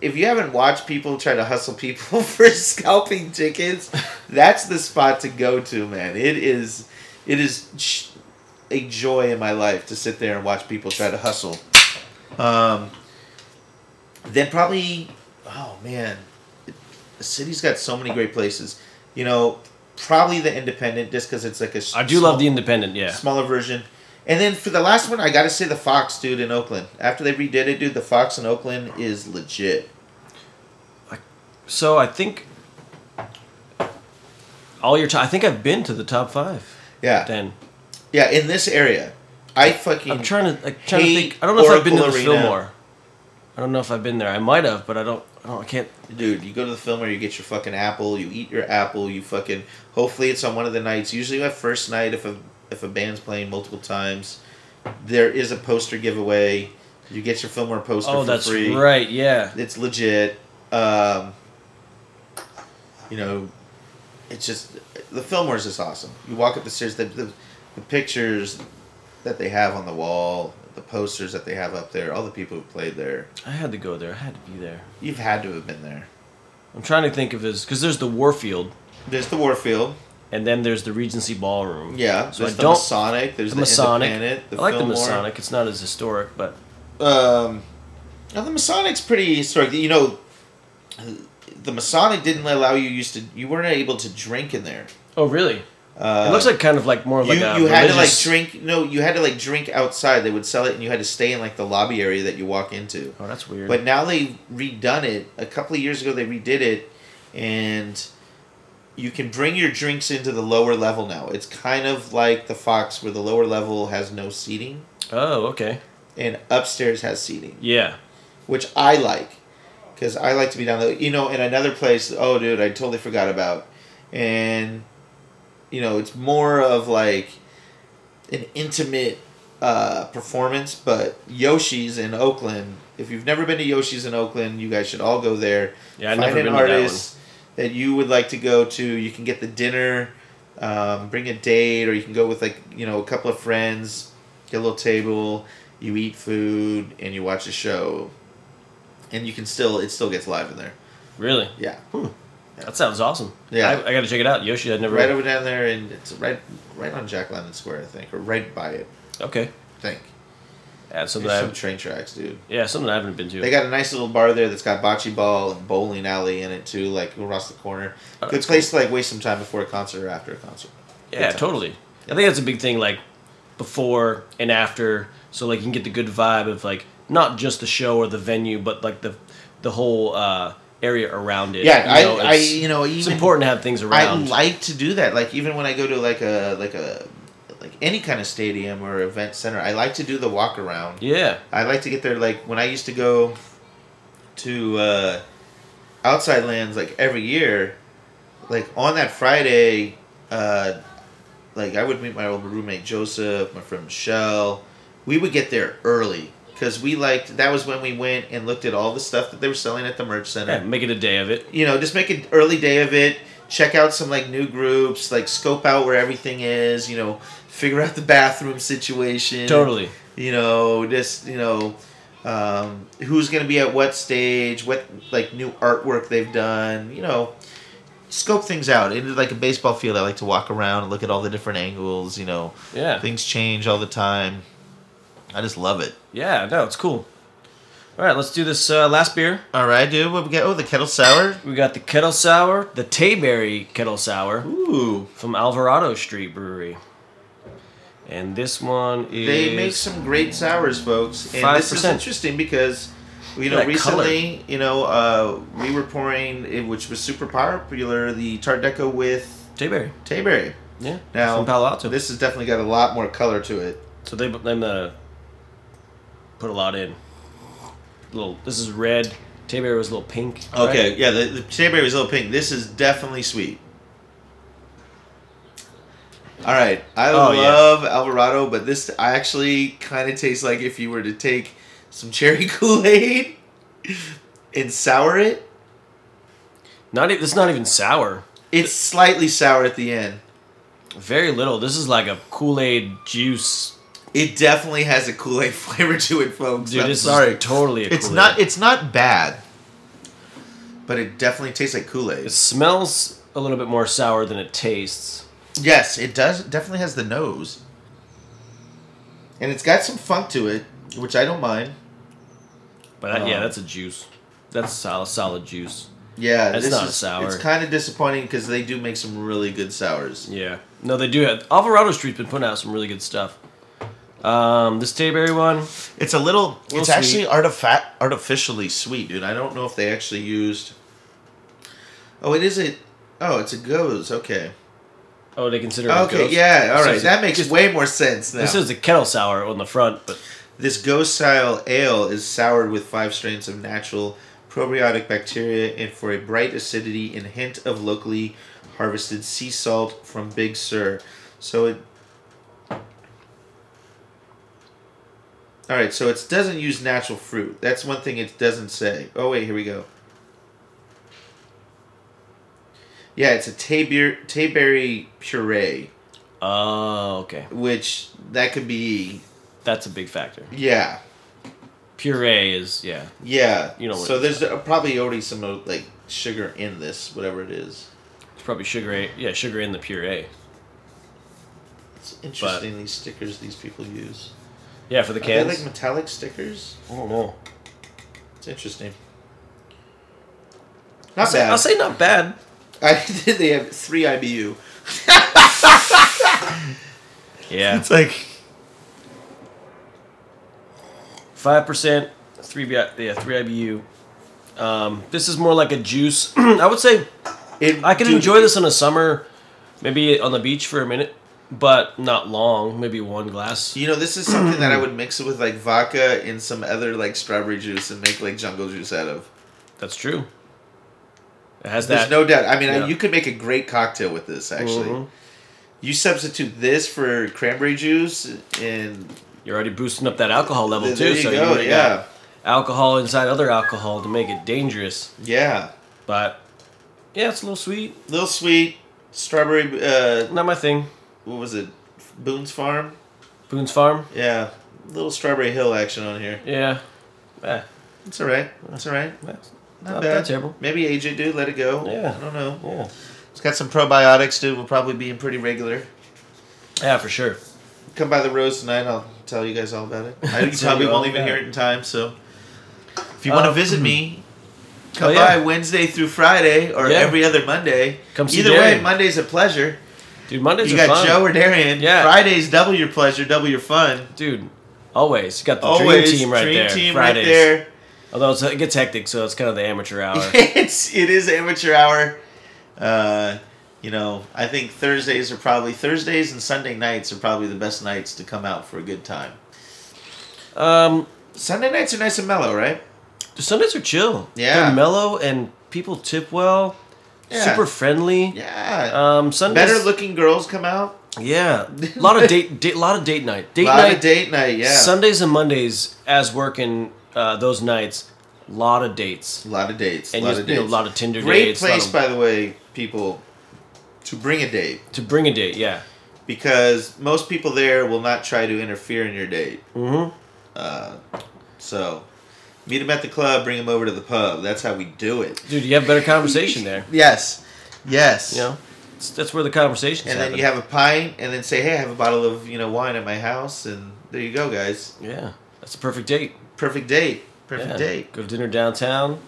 Speaker 6: if you haven't watched people try to hustle people for scalping tickets, that's the spot to go to, man. It is, it is sh- a joy in my life to sit there and watch people try to hustle. Um, then probably, oh man, the city's got so many great places. You know, probably the Independent, just because it's like a.
Speaker 5: I do love the independent. Yeah,
Speaker 6: smaller version. And then for the last one, I gotta say the Fox dude in Oakland. After they redid it, dude, the Fox in Oakland is legit.
Speaker 5: so I think all your time. I think I've been to the top five.
Speaker 6: Yeah,
Speaker 5: Then
Speaker 6: yeah, in this area, I fucking
Speaker 5: I'm trying to. I'm trying to
Speaker 6: Hate
Speaker 5: think. I don't know if I've been to the
Speaker 6: Oracle Arena.
Speaker 5: Fillmore. I don't know if I've been there. I might have, but I don't. I don't. I can't.
Speaker 6: dude. You go to the film where you get your fucking apple, you eat your apple, you fucking. Hopefully, it's on one of the nights. Usually, my first night, if a if a band's playing multiple times, there is a poster giveaway. You get your Fillmore poster
Speaker 5: Oh,
Speaker 6: for
Speaker 5: that's
Speaker 6: free.
Speaker 5: right. Yeah.
Speaker 6: it's legit. Um, you know, it's just the Fillmore's just awesome. You walk up the stairs, the, the the pictures that they have on the wall, the posters that they have up there, all the people who played there.
Speaker 5: I had to go there. I had to be there.
Speaker 6: You've had to have been there.
Speaker 5: I'm trying to think of this because there's the Warfield,
Speaker 6: There's the Warfield.
Speaker 5: and then there's the Regency Ballroom.
Speaker 6: Yeah.
Speaker 5: So
Speaker 6: there's
Speaker 5: I
Speaker 6: the
Speaker 5: don't.
Speaker 6: Masonic. There's
Speaker 5: the
Speaker 6: the,
Speaker 5: Masonic.
Speaker 6: Independent. The
Speaker 5: I like
Speaker 6: Fillmore.
Speaker 5: the Masonic. It's not as historic, but
Speaker 6: Um, now the Masonic's pretty historic. You know, the Masonic didn't allow you used to. You weren't able to drink in there.
Speaker 5: oh really?
Speaker 6: Uh,
Speaker 5: it looks like kind of like more of like
Speaker 6: you,
Speaker 5: a
Speaker 6: you had to like
Speaker 5: religious-
Speaker 6: drink no you had to like drink outside they would sell it and you had to stay in like the lobby area that you walk into
Speaker 5: Oh, that's weird.
Speaker 6: but now they redone it a couple of years ago they redid it and you can bring your drinks into the lower level now it's kind of like the fox where the lower level has no seating
Speaker 5: oh, okay.
Speaker 6: and upstairs has seating
Speaker 5: Yeah.
Speaker 6: which I like because I like to be down there. You know, in another place, oh, dude, I totally forgot about. And, you know, it's more of like an intimate uh, performance, but Yoshi's in Oakland. If you've never been to Yoshi's in Oakland, you guys should all go there.
Speaker 5: Yeah, I've never been to that
Speaker 6: that, you would like to go to. You can get the dinner, um, bring a date, or you can go with like you know a couple of friends, get a little table, you eat food, and you watch a show, and you can still it still gets live in there.
Speaker 5: Really?
Speaker 6: Yeah,
Speaker 5: That sounds awesome.
Speaker 6: Yeah.
Speaker 5: I, I got to check it out. Yoshi, I'd never.
Speaker 6: right over down there, and it's right right on Jack London Square, I think, or right by it.
Speaker 5: okay.
Speaker 6: I think
Speaker 5: Yeah, it's something.
Speaker 6: there's
Speaker 5: I
Speaker 6: some
Speaker 5: haven't,
Speaker 6: train tracks, dude.
Speaker 5: yeah, something I haven't been to.
Speaker 6: They got a nice little bar there that's got bocce ball and bowling alley in it too, like across the corner.
Speaker 5: Oh,
Speaker 6: Good
Speaker 5: that's
Speaker 6: place to like waste some time before a concert or after a concert. good
Speaker 5: yeah,
Speaker 6: times.
Speaker 5: totally. I think that's a big thing, like before and after, so like you can get the good vibe of like not just the show or the venue, but like the the whole uh, area around it.
Speaker 6: Yeah,
Speaker 5: You know,
Speaker 6: I, I,
Speaker 5: it's-
Speaker 6: you know, even
Speaker 5: It's important to have things
Speaker 6: I
Speaker 5: around.
Speaker 6: like to do that. Like even when I go to like a like a like any kind of stadium or event center, I like to do the walk around.
Speaker 5: yeah.
Speaker 6: I like to get there like when I used to go to uh, outside lands like every year, like on that Friday, uh, like I would meet my old roommate Joseph, my friend Michelle. We would get there early because we liked that was when we went and looked at all the stuff that they were selling at the merch center
Speaker 5: yeah, make it a day of it.
Speaker 6: you know, just make an early day of it. Check out some like new groups, like scope out where everything is. You know, figure out the bathroom situation.
Speaker 5: Totally.
Speaker 6: You know, just you know, um, who's gonna be at what stage, what like new artwork they've done. You know, scope things out. Into like a baseball field, I like to walk around and look at all the different angles. You know,
Speaker 5: Yeah.
Speaker 6: things change all the time. I just love it.
Speaker 5: Yeah, no, it's cool. All right, let's do this uh, last beer.
Speaker 6: All right, dude. What we get? Oh, the kettle sour.
Speaker 5: We got the Kettle Sour, the Tayberry Kettle Sour
Speaker 6: Ooh.
Speaker 5: from Alvarado Street Brewery. And this one is.
Speaker 6: They make some great sours, folks. And this is
Speaker 5: 5%.
Speaker 6: interesting because, you know,
Speaker 5: Look at that color.
Speaker 6: recently, you know, uh, we were pouring, eh, which was super popular, the Tart Deco with
Speaker 5: Tayberry.
Speaker 6: Tayberry.
Speaker 5: Yeah.
Speaker 6: Now,
Speaker 5: from Palo Alto.
Speaker 6: This has definitely got a lot more color to it.
Speaker 5: so they, they uh, put a lot in. Little. This is red. Tayberry was a little pink. right?
Speaker 6: yeah, the, the Tayberry was a little pink. This is definitely sweet. All right, I
Speaker 5: Oh, yeah.
Speaker 6: love Alvarado, but this I actually kind of tastes like if you were to take some cherry Kool Aid and sour it.
Speaker 5: Not e- It's not even sour.
Speaker 6: It's slightly sour at the end.
Speaker 5: Very little. This is like a Kool Aid juice.
Speaker 6: It definitely has a Kool Aid flavor to it, folks.
Speaker 5: Dude,
Speaker 6: I'm
Speaker 5: this
Speaker 6: sorry.
Speaker 5: is totally a
Speaker 6: it's
Speaker 5: Kool-Aid.
Speaker 6: not. It's not bad, but it definitely tastes like Kool
Speaker 5: It
Speaker 6: Aid.
Speaker 5: smells a little bit more sour than it tastes.
Speaker 6: Yes, it does. It definitely has the nose, and it's got some funk to it, which I don't mind.
Speaker 5: But that, yeah,
Speaker 6: Um,
Speaker 5: that's a juice. That's solid, solid juice.
Speaker 6: Yeah,
Speaker 5: That's
Speaker 6: this
Speaker 5: not a
Speaker 6: is-
Speaker 5: sour.
Speaker 6: It's kind of disappointing because they do make some really good sours.
Speaker 5: Yeah. No, they do have. Alvarado Street's been putting out some really good stuff. Um, this Tayberry one,
Speaker 6: It's a little.
Speaker 5: Little
Speaker 6: it's
Speaker 5: sweet.
Speaker 6: actually artifact artificially sweet, dude. I don't know if they actually used. Oh, it is it. Oh, it's a goes. Okay.
Speaker 5: oh, they consider it a
Speaker 6: Okay.
Speaker 5: ghost.
Speaker 6: Yeah. All
Speaker 5: This
Speaker 6: right.
Speaker 5: is-
Speaker 6: that makes
Speaker 5: just-
Speaker 6: way more sense now.
Speaker 5: This is a kettle sour on the front, but
Speaker 6: This ghost style ale is soured with five strains of natural probiotic bacteria and for a bright acidity and hint of locally harvested sea salt from Big Sur. So it. Alright, so it doesn't use natural fruit. That's one thing it doesn't say. Oh, wait, here we go. Yeah, it's a taybeer- tayberry puree,
Speaker 5: oh, okay,
Speaker 6: which that could be.
Speaker 5: that's a big factor.
Speaker 6: Yeah.
Speaker 5: Puree is yeah.
Speaker 6: Yeah.
Speaker 5: You know what
Speaker 6: So
Speaker 5: it
Speaker 6: there's uh, probably already some uh, like sugar in this, whatever it is.
Speaker 5: It's probably sugar. Yeah, sugar in the puree.
Speaker 6: It's interesting these stickers these people use.
Speaker 5: Yeah, for the
Speaker 6: Are they
Speaker 5: cans.
Speaker 6: like metallic stickers?
Speaker 5: I don't know.
Speaker 6: It's interesting.
Speaker 5: I'll
Speaker 6: Not
Speaker 5: say,
Speaker 6: bad.
Speaker 5: I'll say not bad.
Speaker 6: I did. They have three IBU.
Speaker 5: Yeah,
Speaker 6: like
Speaker 5: five percent, three B- yeah three IBU. Um, this is more like a juice. I would say
Speaker 6: it,
Speaker 5: I could
Speaker 6: dude,
Speaker 5: enjoy this in a summer, maybe on the beach for a minute, but not long. Maybe one glass.
Speaker 6: You know, this is something that I would mix it with like vodka and some other like strawberry juice and make like jungle juice out of.
Speaker 5: That's true. It has
Speaker 6: There's
Speaker 5: that.
Speaker 6: no doubt. I mean, I-
Speaker 5: yeah.
Speaker 6: you could make a great cocktail with this. Actually,
Speaker 5: Mhm.
Speaker 6: you substitute this for cranberry juice and
Speaker 5: You're already boosting up that alcohol level
Speaker 6: There
Speaker 5: too.
Speaker 6: you
Speaker 5: so
Speaker 6: go,
Speaker 5: you already
Speaker 6: yeah.
Speaker 5: got alcohol inside other alcohol to make it dangerous.
Speaker 6: yeah.
Speaker 5: But yeah, it's a little sweet.
Speaker 6: Little Sweet, Strawberry, uh,
Speaker 5: Not my thing.
Speaker 6: what was it? Boone's Farm?
Speaker 5: Boone's Farm.
Speaker 6: Yeah. Little Strawberry Hill action on here.
Speaker 5: Yeah. Eh,
Speaker 6: It's alright. It's alright.
Speaker 5: eh,
Speaker 6: Not,
Speaker 5: Not
Speaker 6: bad.
Speaker 5: that terrible.
Speaker 6: Maybe age it, dude. Let it go.
Speaker 5: Yeah.
Speaker 6: I don't know.
Speaker 5: yeah.
Speaker 6: It's got some probiotics, dude. We'll probably be in pretty regular.
Speaker 5: Yeah, for sure.
Speaker 6: Come by the Rose tonight. I'll tell you guys all about it. I
Speaker 5: Tell
Speaker 6: probably
Speaker 5: you all
Speaker 6: won't even
Speaker 5: about
Speaker 6: hear
Speaker 5: it.
Speaker 6: it in time, so. If you want to
Speaker 5: Um,
Speaker 6: visit me, come
Speaker 5: oh, yeah.
Speaker 6: by Wednesday through Friday or
Speaker 5: Yeah.
Speaker 6: every other Monday.
Speaker 5: Come see
Speaker 6: Either
Speaker 5: Darren.
Speaker 6: way, Monday's a pleasure.
Speaker 5: Dude, Mondays
Speaker 6: you
Speaker 5: are
Speaker 6: got
Speaker 5: fun.
Speaker 6: Joe or Darian.
Speaker 5: Yeah.
Speaker 6: Friday's double your pleasure, double your fun.
Speaker 5: Dude, always. You got the
Speaker 6: Always
Speaker 5: dream team right
Speaker 6: dream
Speaker 5: there.
Speaker 6: team
Speaker 5: Fridays.
Speaker 6: right there.
Speaker 5: Although it's, it gets hectic, so it's kind of the amateur hour.
Speaker 6: it's it is amateur hour. Uh, you know, I think Thursdays are probably Thursdays and Sunday nights are probably the best nights to come out for a good time.
Speaker 5: um,
Speaker 6: Sunday nights are nice and mellow, right?
Speaker 5: the Sundays are chill.
Speaker 6: Yeah.
Speaker 5: They're mellow and people tip well.
Speaker 6: Yeah.
Speaker 5: Super friendly.
Speaker 6: Yeah.
Speaker 5: Um, Sundays.
Speaker 6: Better looking girls come out.
Speaker 5: Yeah, a lot of date, date, lot of date night, date
Speaker 6: lot
Speaker 5: night,
Speaker 6: of date night. Yeah.
Speaker 5: Sundays and Mondays as working uh, those nights, lot of dates,
Speaker 6: a lot of dates.
Speaker 5: and
Speaker 6: lot
Speaker 5: you
Speaker 6: of
Speaker 5: you know,
Speaker 6: dates.
Speaker 5: a lot of Tinder
Speaker 6: Great
Speaker 5: dates. lot
Speaker 6: place,
Speaker 5: of-
Speaker 6: by the way, people, to bring a date
Speaker 5: to bring a date, yeah.
Speaker 6: because most people there will not try to interfere in your date.
Speaker 5: Mm-hmm.
Speaker 6: Uh, so, meet them at the club, bring them over to the pub. That's how we do it.
Speaker 5: Dude, you have better conversation there.
Speaker 6: Yes, yes.
Speaker 5: You know, It's- that's where the conversations
Speaker 6: and
Speaker 5: happen.
Speaker 6: then you have a pint, and then say, "Hey, I have a bottle of you know wine at my house," and there you go, guys.
Speaker 5: yeah, that's a perfect date.
Speaker 6: Perfect date. Perfect
Speaker 5: yeah.
Speaker 6: date.
Speaker 5: Go to dinner downtown.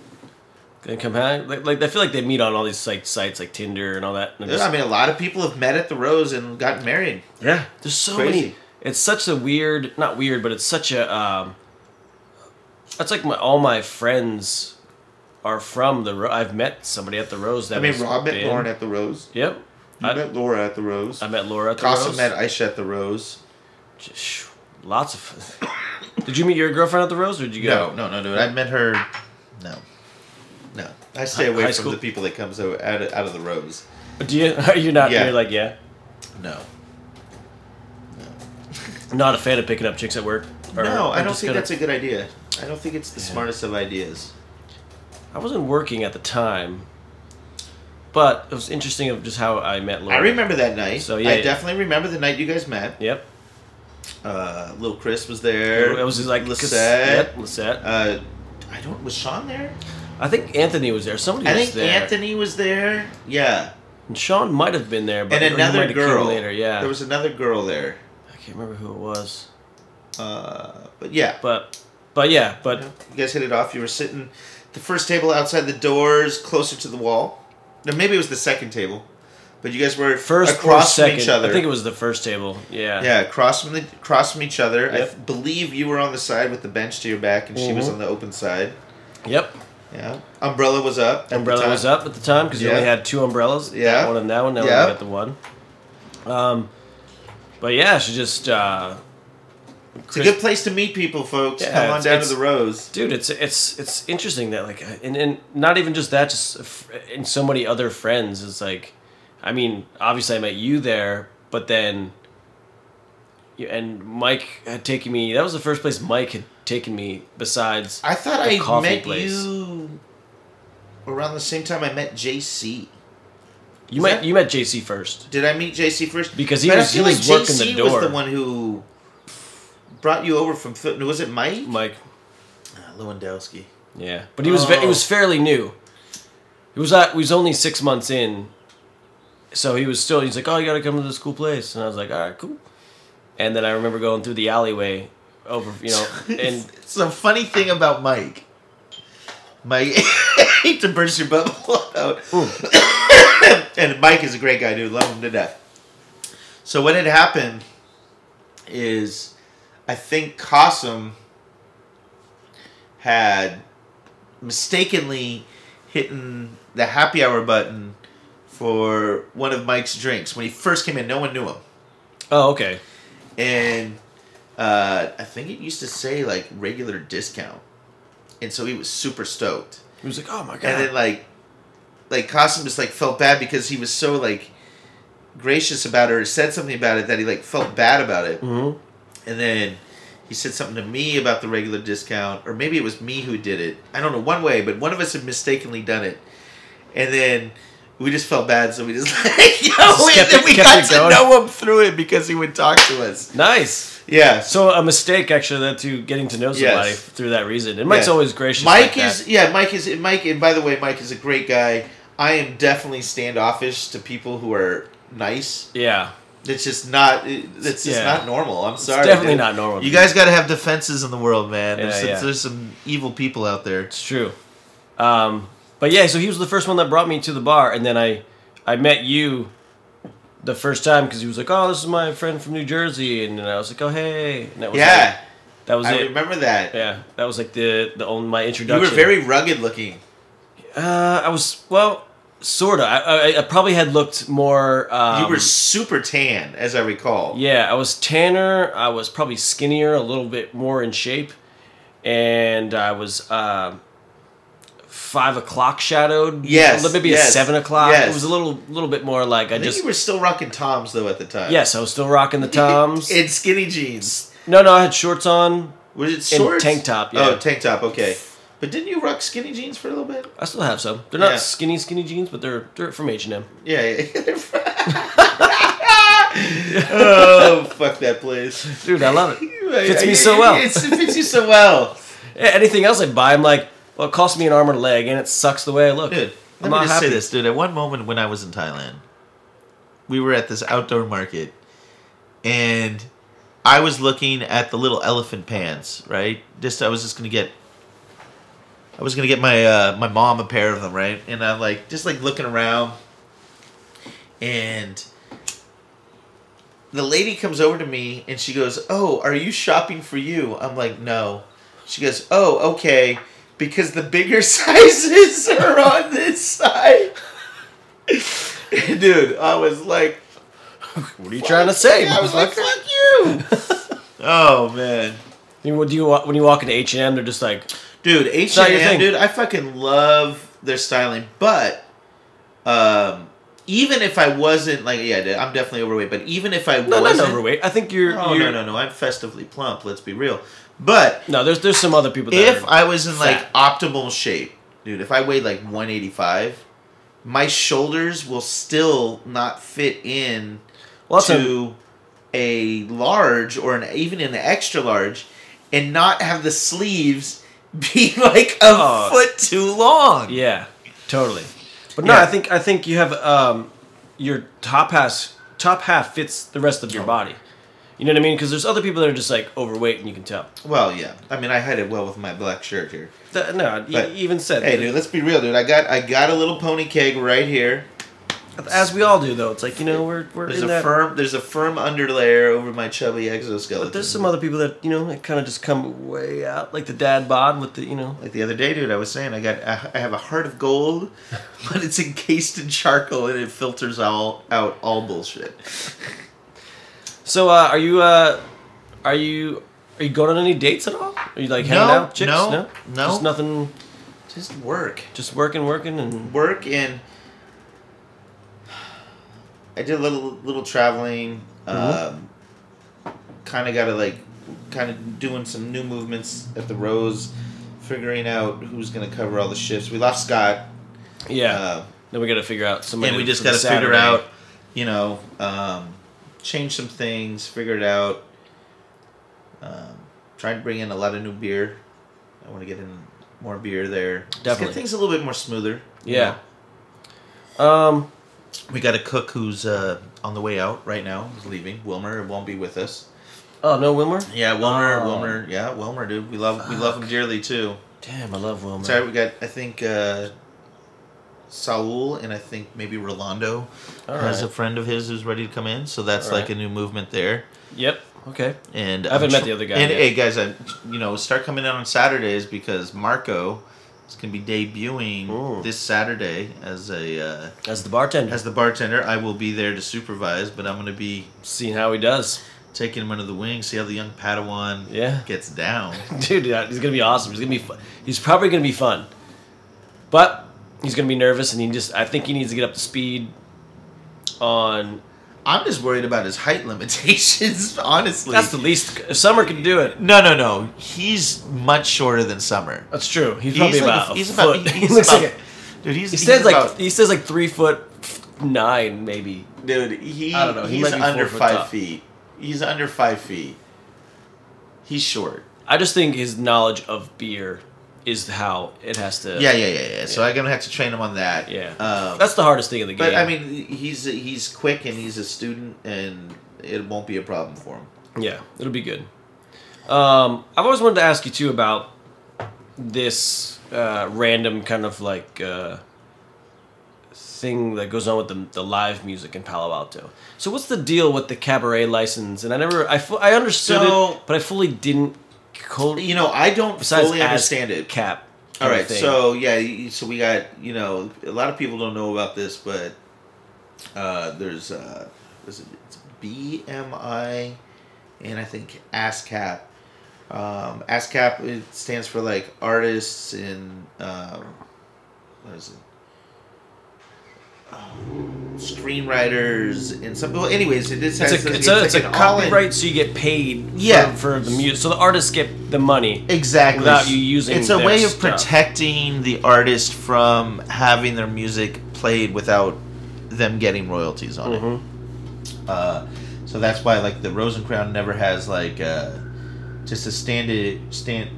Speaker 5: Then come hang. Like, like I feel like they meet on all these like sites like Tinder and all that. and
Speaker 6: Dude,
Speaker 5: just-
Speaker 6: I mean, a lot of people have met at the Rose and gotten married.
Speaker 5: Yeah, there's so
Speaker 6: Crazy.
Speaker 5: many. It's such a weird, not weird, but it's such a. Um, that's like my all my friends are from the. Ro- I've met somebody at the Rose. That
Speaker 6: I mean,
Speaker 5: has
Speaker 6: Rob met
Speaker 5: been-
Speaker 6: Lauren at the Rose.
Speaker 5: Yep,
Speaker 6: You
Speaker 5: I-
Speaker 6: met Laura at the Rose.
Speaker 5: I met Laura at the
Speaker 6: Casa
Speaker 5: Rose.
Speaker 6: met Aisha at the Rose.
Speaker 5: Sh- Lots of. did you meet your girlfriend at the Rose, or did you go?
Speaker 6: No, no, no, dude. I met her. No, no. I stay
Speaker 5: Hi-
Speaker 6: away
Speaker 5: high
Speaker 6: from
Speaker 5: school?
Speaker 6: the people that comes out out of, out of the Rose.
Speaker 5: Do you? Are you not?
Speaker 6: Yeah.
Speaker 5: You're like yeah.
Speaker 6: No.
Speaker 5: Not a fan of picking up chicks at work. or-
Speaker 6: no,
Speaker 5: or
Speaker 6: I don't
Speaker 5: just
Speaker 6: think
Speaker 5: gonna-
Speaker 6: that's a good idea. I don't think it's the smartest of ideas.
Speaker 5: I wasn't working at the time, but it was interesting of just how I met Laura.
Speaker 6: I remember that night.
Speaker 5: So, yeah,
Speaker 6: I
Speaker 5: yeah.
Speaker 6: definitely remember the night you guys met.
Speaker 5: Yep.
Speaker 6: Uh, Little Chris was there.
Speaker 5: It was just like 'cause-
Speaker 6: Lisette.
Speaker 5: Yep, Lisette.
Speaker 6: Uh, I don't. Was Sean there?
Speaker 5: I think Anthony was there. Somebody
Speaker 6: I
Speaker 5: was
Speaker 6: think
Speaker 5: there.
Speaker 6: Anthony was there. Yeah,
Speaker 5: And Sean might have been there, but
Speaker 6: and
Speaker 5: he might
Speaker 6: another
Speaker 5: have
Speaker 6: girl.
Speaker 5: came later. Yeah,
Speaker 6: there was another girl there.
Speaker 5: I can't remember who it was,
Speaker 6: Uh, but yeah,
Speaker 5: but But yeah, but
Speaker 6: You guys hit it off. You were sitting the first table outside the doors, closer to the wall. Or maybe it was the second table, but you guys were
Speaker 5: first or
Speaker 6: across
Speaker 5: second,
Speaker 6: from each other.
Speaker 5: I think it was the first table. Yeah.
Speaker 6: yeah, across from the across from each other. I
Speaker 5: Yep. Mm-hmm.
Speaker 6: f- believe you were on the side with the bench to your back, and she was on the open side.
Speaker 5: Yep.
Speaker 6: Yeah, umbrella was up. at the
Speaker 5: Umbrella
Speaker 6: time.
Speaker 5: was up at the time because
Speaker 6: Yeah.
Speaker 5: we only had two umbrellas.
Speaker 6: Yeah.
Speaker 5: That one and that one. Now
Speaker 6: Yeah.
Speaker 5: we got the one. Um, but yeah, she just uh,
Speaker 6: It's a good place to meet people, folks.
Speaker 5: Yeah,
Speaker 6: Come on
Speaker 5: it's-
Speaker 6: down to
Speaker 5: it's-
Speaker 6: the rows.
Speaker 5: dude it's it's it's interesting that like and, and not even just that just f- and so many other friends it's like i mean obviously i met you there but then yeah, and mike had taken me that was the first place mike had taken me besides
Speaker 6: I thought
Speaker 5: The
Speaker 6: I
Speaker 5: coffee
Speaker 6: met
Speaker 5: place.
Speaker 6: you around the same time I met JC.
Speaker 5: you met
Speaker 6: that-
Speaker 5: you met jc first
Speaker 6: Did I meet JC first?
Speaker 5: Because he
Speaker 6: But I
Speaker 5: was- he
Speaker 6: feel
Speaker 5: was working the
Speaker 6: JC
Speaker 5: door.
Speaker 6: Was the one who brought you over from Phil- was it Mike?
Speaker 5: mike
Speaker 6: Ah, Lewandowski.
Speaker 5: yeah but he was ve- he
Speaker 6: Oh.
Speaker 5: was fairly new it was not, he was only six months in so he was still he's like oh you gotta come to this cool place and i was like all right cool and then i remember going through the alleyway over you know and
Speaker 6: it's a funny thing about Mike. Mike, hate to burst your bubble out. and Mike is a great guy, dude. Love him to death. So what had happened is, I think Cossum had mistakenly hitting the happy hour button for one of Mike's drinks when he first came in. No one knew him
Speaker 5: Oh, okay.
Speaker 6: and uh, I think it used to say like regular discount, and so he was super stoked.
Speaker 5: He was like, "Oh my god!"
Speaker 6: And then like, like Costume just like felt bad because he was so like gracious about it or said something about it that he like felt bad about it.
Speaker 5: Mhm.
Speaker 6: And then he said something to me about the regular discount, or maybe it was me who did it. I don't know one way, but one of us had mistakenly done it, and then. We just felt bad, so we just like, yo,
Speaker 5: Just
Speaker 6: and
Speaker 5: kept
Speaker 6: then
Speaker 5: it-
Speaker 6: we
Speaker 5: kept
Speaker 6: got
Speaker 5: it
Speaker 6: to
Speaker 5: going.
Speaker 6: know him through it because he would talk to us.
Speaker 5: nice.
Speaker 6: Yeah, so
Speaker 5: So a mistake actually led to getting to know somebody
Speaker 6: Yes.
Speaker 5: through that reason. And Mike's
Speaker 6: Yes.
Speaker 5: always gracious.
Speaker 6: Mike
Speaker 5: like that.
Speaker 6: is yeah, Mike is Mike and by the way, Mike is a great guy. I am definitely standoffish to people who are nice.
Speaker 5: Yeah.
Speaker 6: It's just not it's just
Speaker 5: Yeah.
Speaker 6: not normal. I'm sorry.
Speaker 5: definitely
Speaker 6: dude.
Speaker 5: not normal.
Speaker 6: You guys got to have defenses in the world, man.
Speaker 5: Yeah,
Speaker 6: There's, some,
Speaker 5: yeah.
Speaker 6: there's some evil people out there.
Speaker 5: It's true. Um, but yeah, so he was the first one that brought me to the bar, and then I, I met you, the first time because he was like, "Oh, this is my friend from New Jersey," and then I was like, "Oh, hey," and that was
Speaker 6: Yeah.
Speaker 5: like- that was
Speaker 6: I
Speaker 5: it.
Speaker 6: remember that.
Speaker 5: Yeah, that was like the the only my
Speaker 6: You
Speaker 5: introduction.
Speaker 6: were very rugged looking.
Speaker 5: Uh, I was well, sorta. I, I, I probably had looked more. Um,
Speaker 6: you were super tan, as I recall.
Speaker 5: Yeah, I was tanner. I was probably skinnier, a little bit more in shape, and I was um five o'clock shadowed.
Speaker 6: Yes,
Speaker 5: maybe a
Speaker 6: yes,
Speaker 5: seven o'clock.
Speaker 6: yes.
Speaker 5: It was a little, little bit more like I,
Speaker 6: I think
Speaker 5: just.
Speaker 6: you were still rocking Toms though at the time.
Speaker 5: yes, I was still rocking the toms.
Speaker 6: In skinny jeans.
Speaker 5: no, no, I had shorts on.
Speaker 6: Was it shorts?
Speaker 5: tank top, yeah.
Speaker 6: Oh, tank top. Okay, but didn't you rock skinny jeans for a little bit?
Speaker 5: I still have some. They're not
Speaker 6: Yeah.
Speaker 5: skinny, skinny jeans, but they're they're from H and M.
Speaker 6: Yeah. yeah. oh, fuck that place.
Speaker 5: Dude, I love it.
Speaker 6: Fits
Speaker 5: me so well.
Speaker 6: It fits you so well,
Speaker 5: Yeah, Anything else I buy, I'm like, well, it cost me an arm and a leg, and it sucks the way I look.
Speaker 6: dude. Let
Speaker 5: I'm
Speaker 6: me
Speaker 5: not
Speaker 6: just
Speaker 5: happy.
Speaker 6: say this, dude. At one moment when I was in Thailand, we were at this outdoor market, and I was looking at the little elephant pants. Right, just I was just gonna get. I was gonna get my uh, my mom a pair of them, right? And I'm like just like looking around, and the lady comes over to me and she goes, "Oh, are you shopping for you?" I'm like, "No." She goes, "Oh, okay, because the bigger sizes are on this side." Dude, I was like,
Speaker 5: What are you trying to say?
Speaker 6: I was like,
Speaker 5: motherfucker?
Speaker 6: "Fuck you." oh man.
Speaker 5: You- when you wa- when you walk into H and M, they're just like,
Speaker 6: Dude, H
Speaker 5: not your
Speaker 6: and
Speaker 5: thing.
Speaker 6: M, dude, I fucking love their styling, but um, even if I wasn't like, yeah, dude, I'm definitely overweight, but even if I
Speaker 5: no, not
Speaker 6: wasn't,
Speaker 5: overweight. I think you're.
Speaker 6: Oh, no,
Speaker 5: you're
Speaker 6: no, no, no, I'm festively plump. Let's be real, but
Speaker 5: No, there's there's some other people. That
Speaker 6: if
Speaker 5: are-
Speaker 6: I was in like
Speaker 5: fat.
Speaker 6: optimal shape, dude, if I weighed like 185, my shoulders will still not fit in
Speaker 5: well, that's a-
Speaker 6: to a large or an even an extra large, and not have the sleeves be like a
Speaker 5: Oh.
Speaker 6: foot too long.
Speaker 5: yeah, totally. But no,
Speaker 6: Yeah.
Speaker 5: I think I
Speaker 6: Oh.
Speaker 5: think you have um, your top half top half fits the rest of your body. You know what I mean? Because there's other people that are just like overweight, and you can tell.
Speaker 6: Well, yeah. I mean, I hide it well with my black shirt here.
Speaker 5: That, no,
Speaker 6: But-
Speaker 5: e- even said.
Speaker 6: Hey, dude, let's be real, dude. I got I got a little pony keg right here.
Speaker 5: as we all do though. It's like you know we're we're
Speaker 6: There's
Speaker 5: in
Speaker 6: a
Speaker 5: that.
Speaker 6: firm there's a firm underlayer over my chubby exoskeleton.
Speaker 5: But there's some other people that you know that kind of just come way out, like the dad bod with the you know.
Speaker 6: like the other day, dude. I was saying I got I have a heart of gold, but it's encased in charcoal and it filters all out all bullshit.
Speaker 5: So uh, are you uh, are you are you going on any dates at all? Are you like hanging
Speaker 6: No,
Speaker 5: out, chicks?
Speaker 6: no,
Speaker 5: no,
Speaker 6: no.
Speaker 5: Just nothing.
Speaker 6: Just work.
Speaker 5: Just working, working, and
Speaker 6: work and I did a little little traveling.
Speaker 5: Mm-hmm.
Speaker 6: Um, kind of got to like, kind of doing some new movements at the Rose, figuring out who's gonna cover all the shifts. We lost Scott,
Speaker 5: yeah.
Speaker 6: uh,
Speaker 5: then we got to figure out somebody.
Speaker 6: and we just
Speaker 5: for
Speaker 6: got
Speaker 5: the
Speaker 6: to figure
Speaker 5: Saturday.
Speaker 6: out, you know, um, change some things, figure it out. Um, trying to bring in a lot of new beer. I want to get in more beer there. Just
Speaker 5: Definitely.
Speaker 6: get things a little bit more smoother. you know?
Speaker 5: Yeah. Um.
Speaker 6: We got a cook who's uh, on the way out right now. He's leaving. Wilmer won't be with us.
Speaker 5: Oh no, Wilmer.
Speaker 6: Yeah, Wilmer.
Speaker 5: Oh.
Speaker 6: Wilmer. Yeah, Wilmer, dude. We love we love him dearly too.
Speaker 5: Damn, I love Wilmer.
Speaker 6: Sorry, we got I think uh, Saul and I think maybe Rolando
Speaker 5: All
Speaker 6: has
Speaker 5: right.
Speaker 6: a friend of his who's ready to come in. So that's
Speaker 5: All
Speaker 6: like
Speaker 5: right.
Speaker 6: a new movement there.
Speaker 5: Yep. Okay.
Speaker 6: And
Speaker 5: I haven't
Speaker 6: I'm
Speaker 5: met
Speaker 6: tr-
Speaker 5: the other guy
Speaker 6: And
Speaker 5: yet.
Speaker 6: hey, guys, I you know start coming out on Saturdays because Marco is gonna be debuting
Speaker 5: Ooh.
Speaker 6: this Saturday as a uh,
Speaker 5: As the bartender,
Speaker 6: as the bartender. I will be there to supervise, but I'm gonna be
Speaker 5: seeing how he does.
Speaker 6: taking him under the wing, see how the young Padawan
Speaker 5: Yeah.
Speaker 6: gets down.
Speaker 5: Dude, yeah, he's gonna be awesome. He's gonna be. Fun. He's probably gonna be fun, but he's gonna be nervous, and he just. I think he needs to get up to speed on
Speaker 6: I'm just worried about his height limitations, honestly.
Speaker 5: That's the least. If Summer can do it,
Speaker 6: no, no, no. He's much shorter than Summer.
Speaker 5: that's true. He's probably
Speaker 6: like
Speaker 5: about
Speaker 6: a-
Speaker 5: a
Speaker 6: he's
Speaker 5: foot.
Speaker 6: about-
Speaker 5: he
Speaker 6: he's
Speaker 5: looks
Speaker 6: about-
Speaker 5: like
Speaker 6: Dude, he's
Speaker 5: a, he stands
Speaker 6: he's
Speaker 5: like
Speaker 6: about-
Speaker 5: he stands like three foot nine maybe.
Speaker 6: dude. He
Speaker 5: I don't know, he
Speaker 6: he's
Speaker 5: might be
Speaker 6: under
Speaker 5: four foot
Speaker 6: five
Speaker 5: top.
Speaker 6: feet. He's under five feet. He's short.
Speaker 5: I just think his knowledge of beer is how it has to.
Speaker 6: Yeah, yeah, yeah, yeah. So I'm gonna have to train him on that.
Speaker 5: yeah.
Speaker 6: Um,
Speaker 5: that's the hardest thing in the game.
Speaker 6: but I mean, he's he's quick and he's a student, and it won't be a problem for him.
Speaker 5: Yeah, it'll be good. Um, I've always wanted to ask you too about this uh, random kind of like uh, thing that goes on with the, the live music in Palo Alto. So what's the deal with the cabaret license? And I never, I, fu- I understood
Speaker 6: So-
Speaker 5: it, but I fully didn't. Co-
Speaker 6: You know, I don't fully understand it.
Speaker 5: Cap.
Speaker 6: All
Speaker 5: kind of
Speaker 6: right,
Speaker 5: thing.
Speaker 6: so yeah, y- so we got you know a lot of people don't know about this, but uh, there's uh, was it it's BMI, and I think ASCAP. Um, ASCAP it stands for like artists and um, what is it? Oh, Screenwriters and some. Well, anyways, it is.
Speaker 5: it's
Speaker 6: has-
Speaker 5: a, it's a, it's a
Speaker 6: an all-in-
Speaker 5: copyright, so you get paid
Speaker 6: Yeah.
Speaker 5: for, for the music. So the artists get the money.
Speaker 6: Exactly.
Speaker 5: Without you using
Speaker 6: It's a
Speaker 5: their
Speaker 6: way of
Speaker 5: stuff.
Speaker 6: protecting the artist from having their music played without them getting royalties on
Speaker 5: Mm-hmm.
Speaker 6: it. Uh, so that's why, like, the Rosen Crown never has like uh, just a standard stand,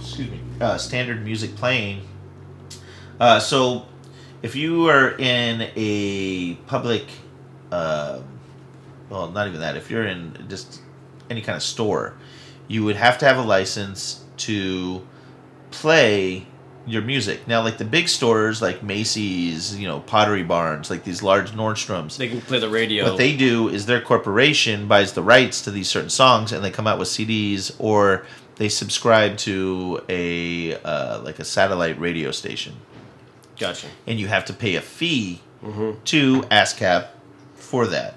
Speaker 6: excuse me, uh, standard music playing. Uh, so if you are in a public, uh, well, not even that. If you're in just any kind of store, you would have to have a license to play your music. Now, like the big stores, like Macy's, you know, Pottery Barns, like these large Nordstroms,
Speaker 5: They can play the radio.
Speaker 6: what they do is their corporation buys the rights to these certain songs, and they come out with CDs or they subscribe to a uh, like a satellite radio station,
Speaker 5: gotcha.
Speaker 6: and you have to pay a fee to ASCAP for that.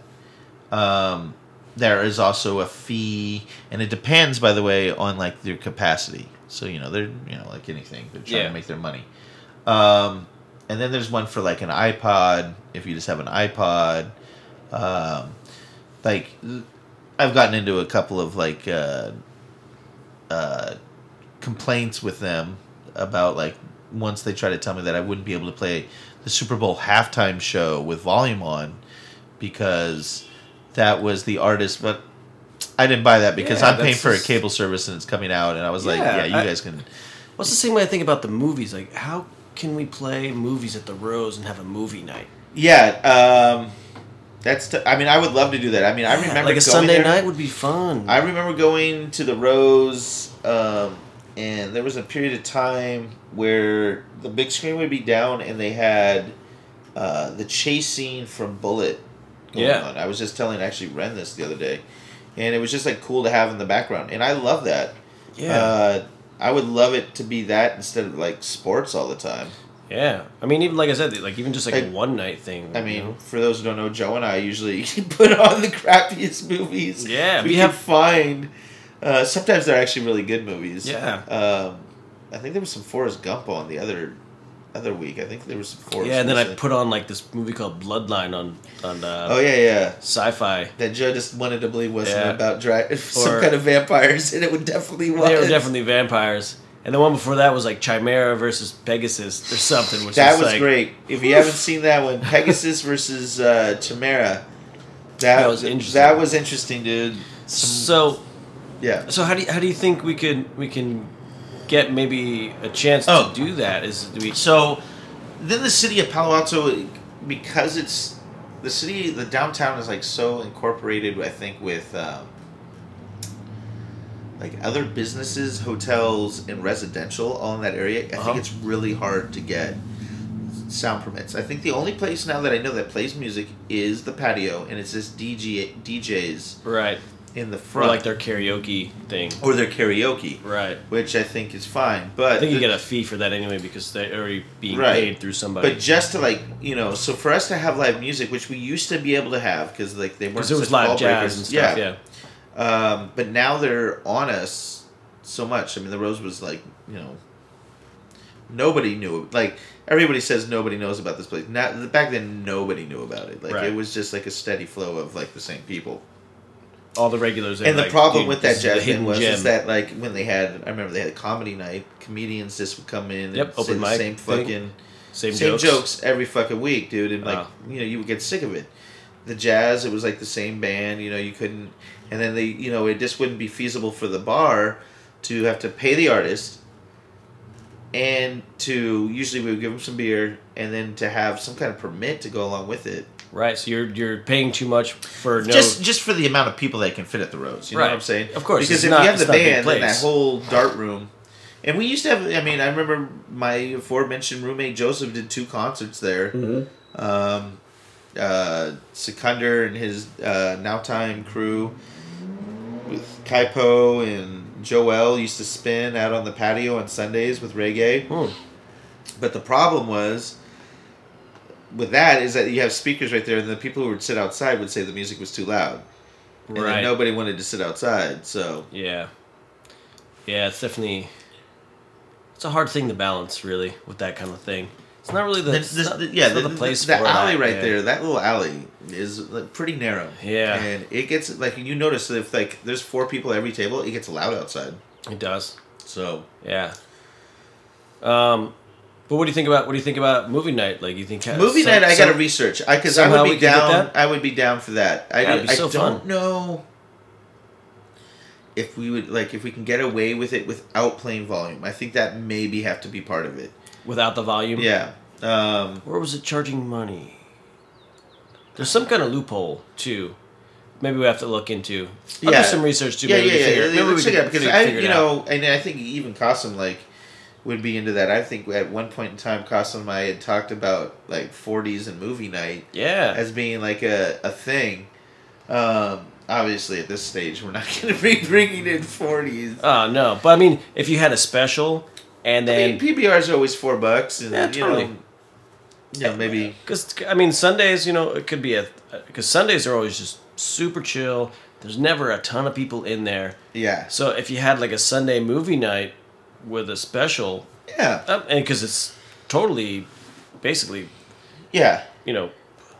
Speaker 6: Um, there is also a fee, and it depends, by the way, on like their capacity. So you know they're you know like anything, they're trying
Speaker 5: Yeah.
Speaker 6: to make their money. Um, and then there's one for like an iPod. If you just have an iPod, um, like I've gotten into a couple of like uh, uh, complaints with them about like once they try to tell me that I wouldn't be able to play the Super Bowl halftime show with volume on because that was the artist, but I didn't buy that because
Speaker 5: Yeah,
Speaker 6: I'm paying
Speaker 5: that's
Speaker 6: for a
Speaker 5: just-
Speaker 6: cable service and it's coming out, and I was like,
Speaker 5: Yeah,
Speaker 6: yeah, you
Speaker 5: I-
Speaker 6: guys can.
Speaker 5: What's the same way I think about the movies? Like, how can we play movies at the Rose and have a movie night?
Speaker 6: Yeah, um, That's. T- I mean, I would love to do that. I mean, I remember
Speaker 5: like a
Speaker 6: going
Speaker 5: Sunday
Speaker 6: there.
Speaker 5: night would be fun.
Speaker 6: I remember going to the Rose, um, and there was a period of time where the big screen would be down, and they had uh, the chase scene from Bullet. Going
Speaker 5: Yeah.
Speaker 6: on. I was just telling actually Ren this the other day, and it was just like cool to have in the background, and I love that.
Speaker 5: yeah.
Speaker 6: Uh, I would love it to be that instead of like sports all the time.
Speaker 5: yeah. I mean, even like I said, like even just like a
Speaker 6: I-
Speaker 5: one night thing.
Speaker 6: I
Speaker 5: you
Speaker 6: mean,
Speaker 5: know?
Speaker 6: for those who don't know, Joe and I usually put on the crappiest movies.
Speaker 5: Yeah,
Speaker 6: we,
Speaker 5: we
Speaker 6: can
Speaker 5: have-
Speaker 6: find. Uh, sometimes they're actually really good movies.
Speaker 5: Yeah.
Speaker 6: Um, I think there was some Forrest Gump on the other other week. I think there was some Forrest.
Speaker 5: yeah. And then I
Speaker 6: recently.
Speaker 5: put on like this movie called Bloodline on on uh,
Speaker 6: Oh yeah, yeah.
Speaker 5: sci-fi.
Speaker 6: That Joe just wanted to believe wasn't
Speaker 5: Yeah.
Speaker 6: about dra- some
Speaker 5: Or-
Speaker 6: kind of vampires, and it would definitely was.
Speaker 5: They were definitely vampires. And the one before that was like Chimera versus Pegasus or something. Which
Speaker 6: That
Speaker 5: is,
Speaker 6: was
Speaker 5: like,
Speaker 6: great. If you haven't seen that one, Pegasus versus uh, Chimera. That,
Speaker 5: That was interesting.
Speaker 6: That was interesting, dude.
Speaker 5: So,
Speaker 6: Yeah.
Speaker 5: so how do you, how do you think we could we can get maybe a chance
Speaker 6: Oh.
Speaker 5: to do that? Is do we
Speaker 6: So, then the city of Palo Alto, because it's the city, the downtown is like so incorporated. I think with um, like other businesses, hotels, and residential all in that area. I
Speaker 5: Uh-huh.
Speaker 6: think it's really hard to get sound permits. I think the only place now that I know that plays music is the patio, and it's just DJ DJs
Speaker 5: right
Speaker 6: in the
Speaker 5: for
Speaker 6: front,
Speaker 5: like their karaoke thing?
Speaker 6: or their karaoke,
Speaker 5: Right.
Speaker 6: which I think is fine. But
Speaker 5: I think you
Speaker 6: the-
Speaker 5: get a fee for that anyway because they're already being
Speaker 6: Right.
Speaker 5: paid through somebody.
Speaker 6: But just to like you know, so for us to have live music, which we used to be able to have, because like they weren't
Speaker 5: Because it was
Speaker 6: such
Speaker 5: live
Speaker 6: ball
Speaker 5: jazz
Speaker 6: breakers.
Speaker 5: and stuff. Yeah.
Speaker 6: yeah. Um, but now they're on us so much. I mean, the Rose was like you know, nobody knew. Like everybody says, nobody knows about this place. Now back then, nobody knew about it. Like
Speaker 5: Right.
Speaker 6: it was just like a steady flow of like the same people.
Speaker 5: All the regulars. are
Speaker 6: And
Speaker 5: like,
Speaker 6: the problem
Speaker 5: dude,
Speaker 6: with
Speaker 5: this
Speaker 6: that
Speaker 5: is the
Speaker 6: jazz
Speaker 5: hidden
Speaker 6: band was
Speaker 5: gem.
Speaker 6: is that like when they had, I remember they had a comedy night. Comedians just would come in.
Speaker 5: Yep,
Speaker 6: and say
Speaker 5: open
Speaker 6: the
Speaker 5: mic
Speaker 6: Same
Speaker 5: thing.
Speaker 6: fucking
Speaker 5: same,
Speaker 6: same
Speaker 5: jokes.
Speaker 6: jokes. every fucking week, dude, and like
Speaker 5: Oh.
Speaker 6: you know you would get sick of it. The jazz, it was like the same band, you know, you couldn't, and then they, you know, it just wouldn't be feasible for the bar to have to pay the artist, and to usually we would give them some beer, and then to have some kind of permit to go along with it,
Speaker 5: Right. So you're you're paying too much for no.
Speaker 6: just just for the amount of people that can fit at the roads. You know what I'm
Speaker 5: Right.
Speaker 6: saying?
Speaker 5: Of course,
Speaker 6: because
Speaker 5: it's
Speaker 6: if
Speaker 5: not-
Speaker 6: you have
Speaker 5: it's
Speaker 6: the
Speaker 5: not a big
Speaker 6: band, then that
Speaker 5: place.
Speaker 6: whole dart room, and we used to have. I mean, I remember my aforementioned roommate Joseph did two concerts there.
Speaker 5: Mm-hmm.
Speaker 6: Um, uh, Sikunder and his uh, now time crew with Kaipo and Joel used to spin out on the patio on Sundays with reggae.
Speaker 5: Hmm.
Speaker 6: But the problem was with that is that you have speakers right there, and the people who would sit outside would say the music was too loud, and then
Speaker 5: Right.
Speaker 6: nobody wanted to sit outside. So
Speaker 5: Yeah. Yeah, it's definitely it's a hard thing to balance really with that kind of thing. It's not really the,
Speaker 6: the,
Speaker 5: it's
Speaker 6: this-
Speaker 5: not-
Speaker 6: the- yeah,
Speaker 5: it's not
Speaker 6: the,
Speaker 5: the place
Speaker 6: the
Speaker 5: for
Speaker 6: alley
Speaker 5: that,
Speaker 6: right
Speaker 5: yeah.
Speaker 6: there, that little alley is like, pretty narrow.
Speaker 5: Yeah.
Speaker 6: and it gets like you notice that if like there's four people at every table, it gets loud outside.
Speaker 5: It does.
Speaker 6: So
Speaker 5: Yeah. Um but what do you think about what do you think about movie night? Like you think uh,
Speaker 6: movie
Speaker 5: some-
Speaker 6: night, I got to
Speaker 5: some-
Speaker 6: research. I because I
Speaker 5: somehow
Speaker 6: would
Speaker 5: we
Speaker 6: be
Speaker 5: could get
Speaker 6: down.
Speaker 5: that?
Speaker 6: I would be down for that. I,
Speaker 5: That'd
Speaker 6: do,
Speaker 5: be so
Speaker 6: I don't
Speaker 5: fun.
Speaker 6: know if we would like if we can get away with it without playing volume. I think that maybe have to be part of it.
Speaker 5: without the volume.
Speaker 6: Yeah. Um,
Speaker 5: Where was it charging money? There's some kind of loophole too. Maybe we have to look into. I'll
Speaker 6: Yeah.
Speaker 5: do some research too.
Speaker 6: yeah,
Speaker 5: maybe
Speaker 6: yeah,
Speaker 5: we
Speaker 6: yeah.
Speaker 5: figure-
Speaker 6: yeah,
Speaker 5: maybe we
Speaker 6: Let's check
Speaker 5: could
Speaker 6: it out because
Speaker 5: fig-
Speaker 6: I,
Speaker 5: figure it
Speaker 6: you
Speaker 5: out.
Speaker 6: know, and I think even Costum like would be into that. I think at one point in time, Costum and I had talked about like 40s and movie night.
Speaker 5: Yeah.
Speaker 6: as being like a, a thing. Um, obviously, at this stage, we're not going to be bringing in 40s.
Speaker 5: Oh no, but I mean, if you had a special, and
Speaker 6: I
Speaker 5: then
Speaker 6: mean, PBRs are always four bucks, and
Speaker 5: Yeah,
Speaker 6: you
Speaker 5: totally.
Speaker 6: know, you know, maybe
Speaker 5: Because I mean, Sundays, you know, it could be a because Sundays are always just super chill. There's never a ton of people in there.
Speaker 6: yeah,
Speaker 5: So if you had like a Sunday movie night with a special,
Speaker 6: yeah,
Speaker 5: um, and because it's totally, basically,
Speaker 6: yeah.
Speaker 5: you know,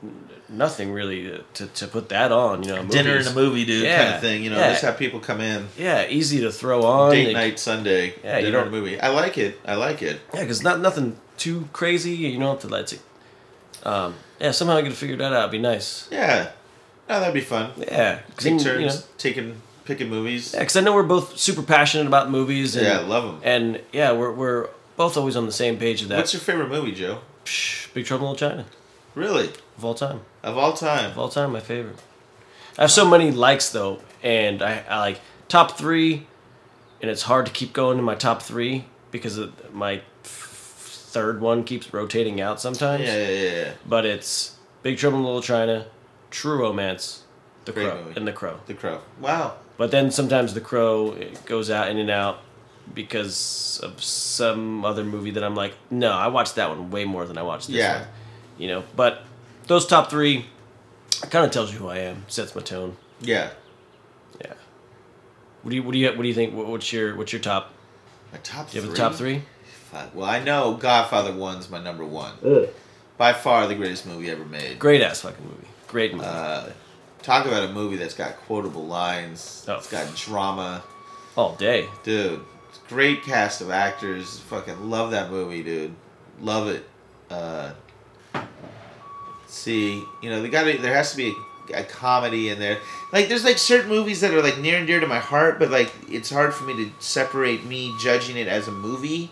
Speaker 5: n- nothing really to, to put that on. You know,
Speaker 6: Dinner
Speaker 5: movies.
Speaker 6: and a movie, dude, kind
Speaker 5: Yeah,
Speaker 6: of thing. You know,
Speaker 5: yeah.
Speaker 6: just have people come in.
Speaker 5: Yeah, easy to throw on.
Speaker 6: Date
Speaker 5: They-
Speaker 6: night Sunday,
Speaker 5: Yeah, you
Speaker 6: dinner and
Speaker 5: don't-
Speaker 6: movie. I like it. I like it.
Speaker 5: Yeah, because not nothing too crazy. You know, to let it. Um, yeah, somehow I could figure that out. It'd be nice.
Speaker 6: Yeah, no, that'd be fun.
Speaker 5: Yeah, 'cause
Speaker 6: Take
Speaker 5: then,
Speaker 6: turns
Speaker 5: you know,
Speaker 6: taking picking movies.
Speaker 5: Yeah, because I know we're both super passionate about movies. And,
Speaker 6: Yeah, I love 'em.
Speaker 5: And yeah, we're, we're both always on the same page of that.
Speaker 6: What's your favorite movie, Joe?
Speaker 5: Psh, Big Trouble in Little China.
Speaker 6: Really?
Speaker 5: of all time.
Speaker 6: Of all time.
Speaker 5: Of all time, my favorite. I have so many likes though, and I, I like top three, and it's hard to keep going to my top three because of my f- third one keeps rotating out sometimes.
Speaker 6: yeah, yeah, yeah, yeah.
Speaker 5: But it's Big Trouble in Little China, True Romance, The
Speaker 6: Great
Speaker 5: Crow,
Speaker 6: movie.
Speaker 5: and The Crow.
Speaker 6: The Crow. Wow.
Speaker 5: But then sometimes The Crow it goes out in and out because of some other movie that I'm like, no, I watched that one way more than I watched this
Speaker 6: Yeah.
Speaker 5: one. You know, but those top three kind of tells you who I am, sets my tone.
Speaker 6: Yeah.
Speaker 5: Yeah. What do you what do you what do you think? What, what's your what's your top?
Speaker 6: My top
Speaker 5: Do you have
Speaker 6: three.
Speaker 5: a top three?
Speaker 6: Fuck. Well, I know Godfather One's my number one. By far the greatest movie ever made.
Speaker 5: Great ass fucking movie. Great movie.
Speaker 6: Uh, talk about a movie that's got quotable lines.
Speaker 5: Oh.
Speaker 6: It's got drama,
Speaker 5: All day.
Speaker 6: dude. it's Great cast of actors. Fucking love that movie, dude. Love it. Uh, see, you know, they got to there has to be a, a comedy in there. Like, there's like certain movies that are like near and dear to my heart, but like it's hard for me to separate me judging it as a movie,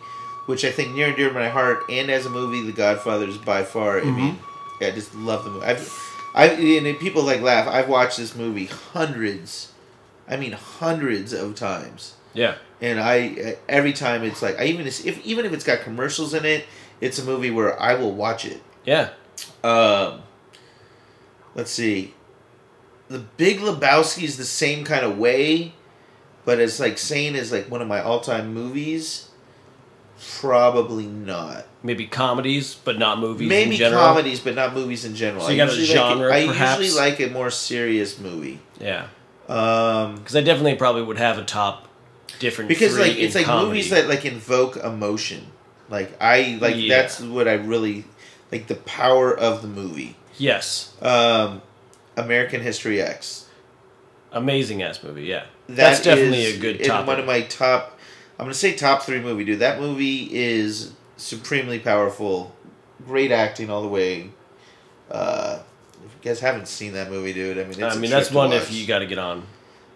Speaker 6: which I think near and dear to my heart, and as a movie, The Godfather is by far. I mean, yeah, I just love the movie. I've, I and it- people like laugh. I've watched this movie hundreds, I mean hundreds of times
Speaker 5: Yeah.
Speaker 6: and I every time it's like I even if even if it's got commercials in it, it's a movie where I will watch it.
Speaker 5: Yeah.
Speaker 6: Um, let's see, The Big Lebowski is the same kind of way, but it's like saying is like one of my all time movies. Probably not.
Speaker 5: Maybe comedies, but not movies.
Speaker 6: Maybe
Speaker 5: in general.
Speaker 6: comedies, but not movies in general.
Speaker 5: So you got a
Speaker 6: usually like it-
Speaker 5: genre,
Speaker 6: I
Speaker 5: perhaps?
Speaker 6: usually like a more serious movie.
Speaker 5: Yeah.
Speaker 6: Um,
Speaker 5: Because I definitely probably would have a top different
Speaker 6: because
Speaker 5: three
Speaker 6: like it's
Speaker 5: in
Speaker 6: like
Speaker 5: comedy.
Speaker 6: movies that like invoke emotion like i like
Speaker 5: Yeah.
Speaker 6: that's what i really like the power of the movie
Speaker 5: yes,
Speaker 6: um american history x
Speaker 5: amazing ass movie. Yeah,
Speaker 6: That
Speaker 5: that's definitely
Speaker 6: is
Speaker 5: a good
Speaker 6: in
Speaker 5: topic.
Speaker 6: one of my top i'm gonna say top three movie dude that movie is supremely powerful great acting all the way uh if you guys haven't seen that movie dude i mean it's
Speaker 5: I
Speaker 6: a
Speaker 5: mean, that's
Speaker 6: trip to
Speaker 5: one if
Speaker 6: watch.
Speaker 5: you got to get on.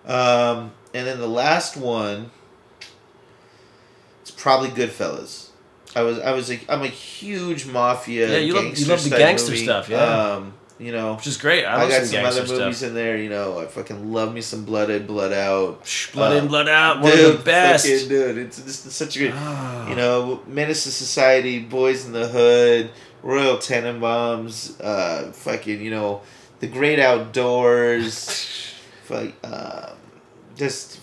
Speaker 6: Um, and then the last one, it's probably Goodfellas. I was I was a, I'm a huge mafia.
Speaker 5: Yeah, you love- you
Speaker 6: gangster
Speaker 5: love the
Speaker 6: type
Speaker 5: gangster
Speaker 6: movie.
Speaker 5: stuff, yeah.
Speaker 6: Um, you know,
Speaker 5: Which is great. I,
Speaker 6: I,
Speaker 5: love
Speaker 6: got
Speaker 5: some
Speaker 6: some other
Speaker 5: gangster
Speaker 6: movies
Speaker 5: stuff.
Speaker 6: in there. You know, I fucking love me some Blooded, Blood Out.
Speaker 5: Psh, blood in,
Speaker 6: Uh,
Speaker 5: blood out. One of the best.
Speaker 6: fucking dude, it's this is such a good.
Speaker 5: Ah.
Speaker 6: You know, Menace to Society, Boys in the Hood, Royal Tenenbaums, uh, fucking, you know, The Great Outdoors, fuck, um, just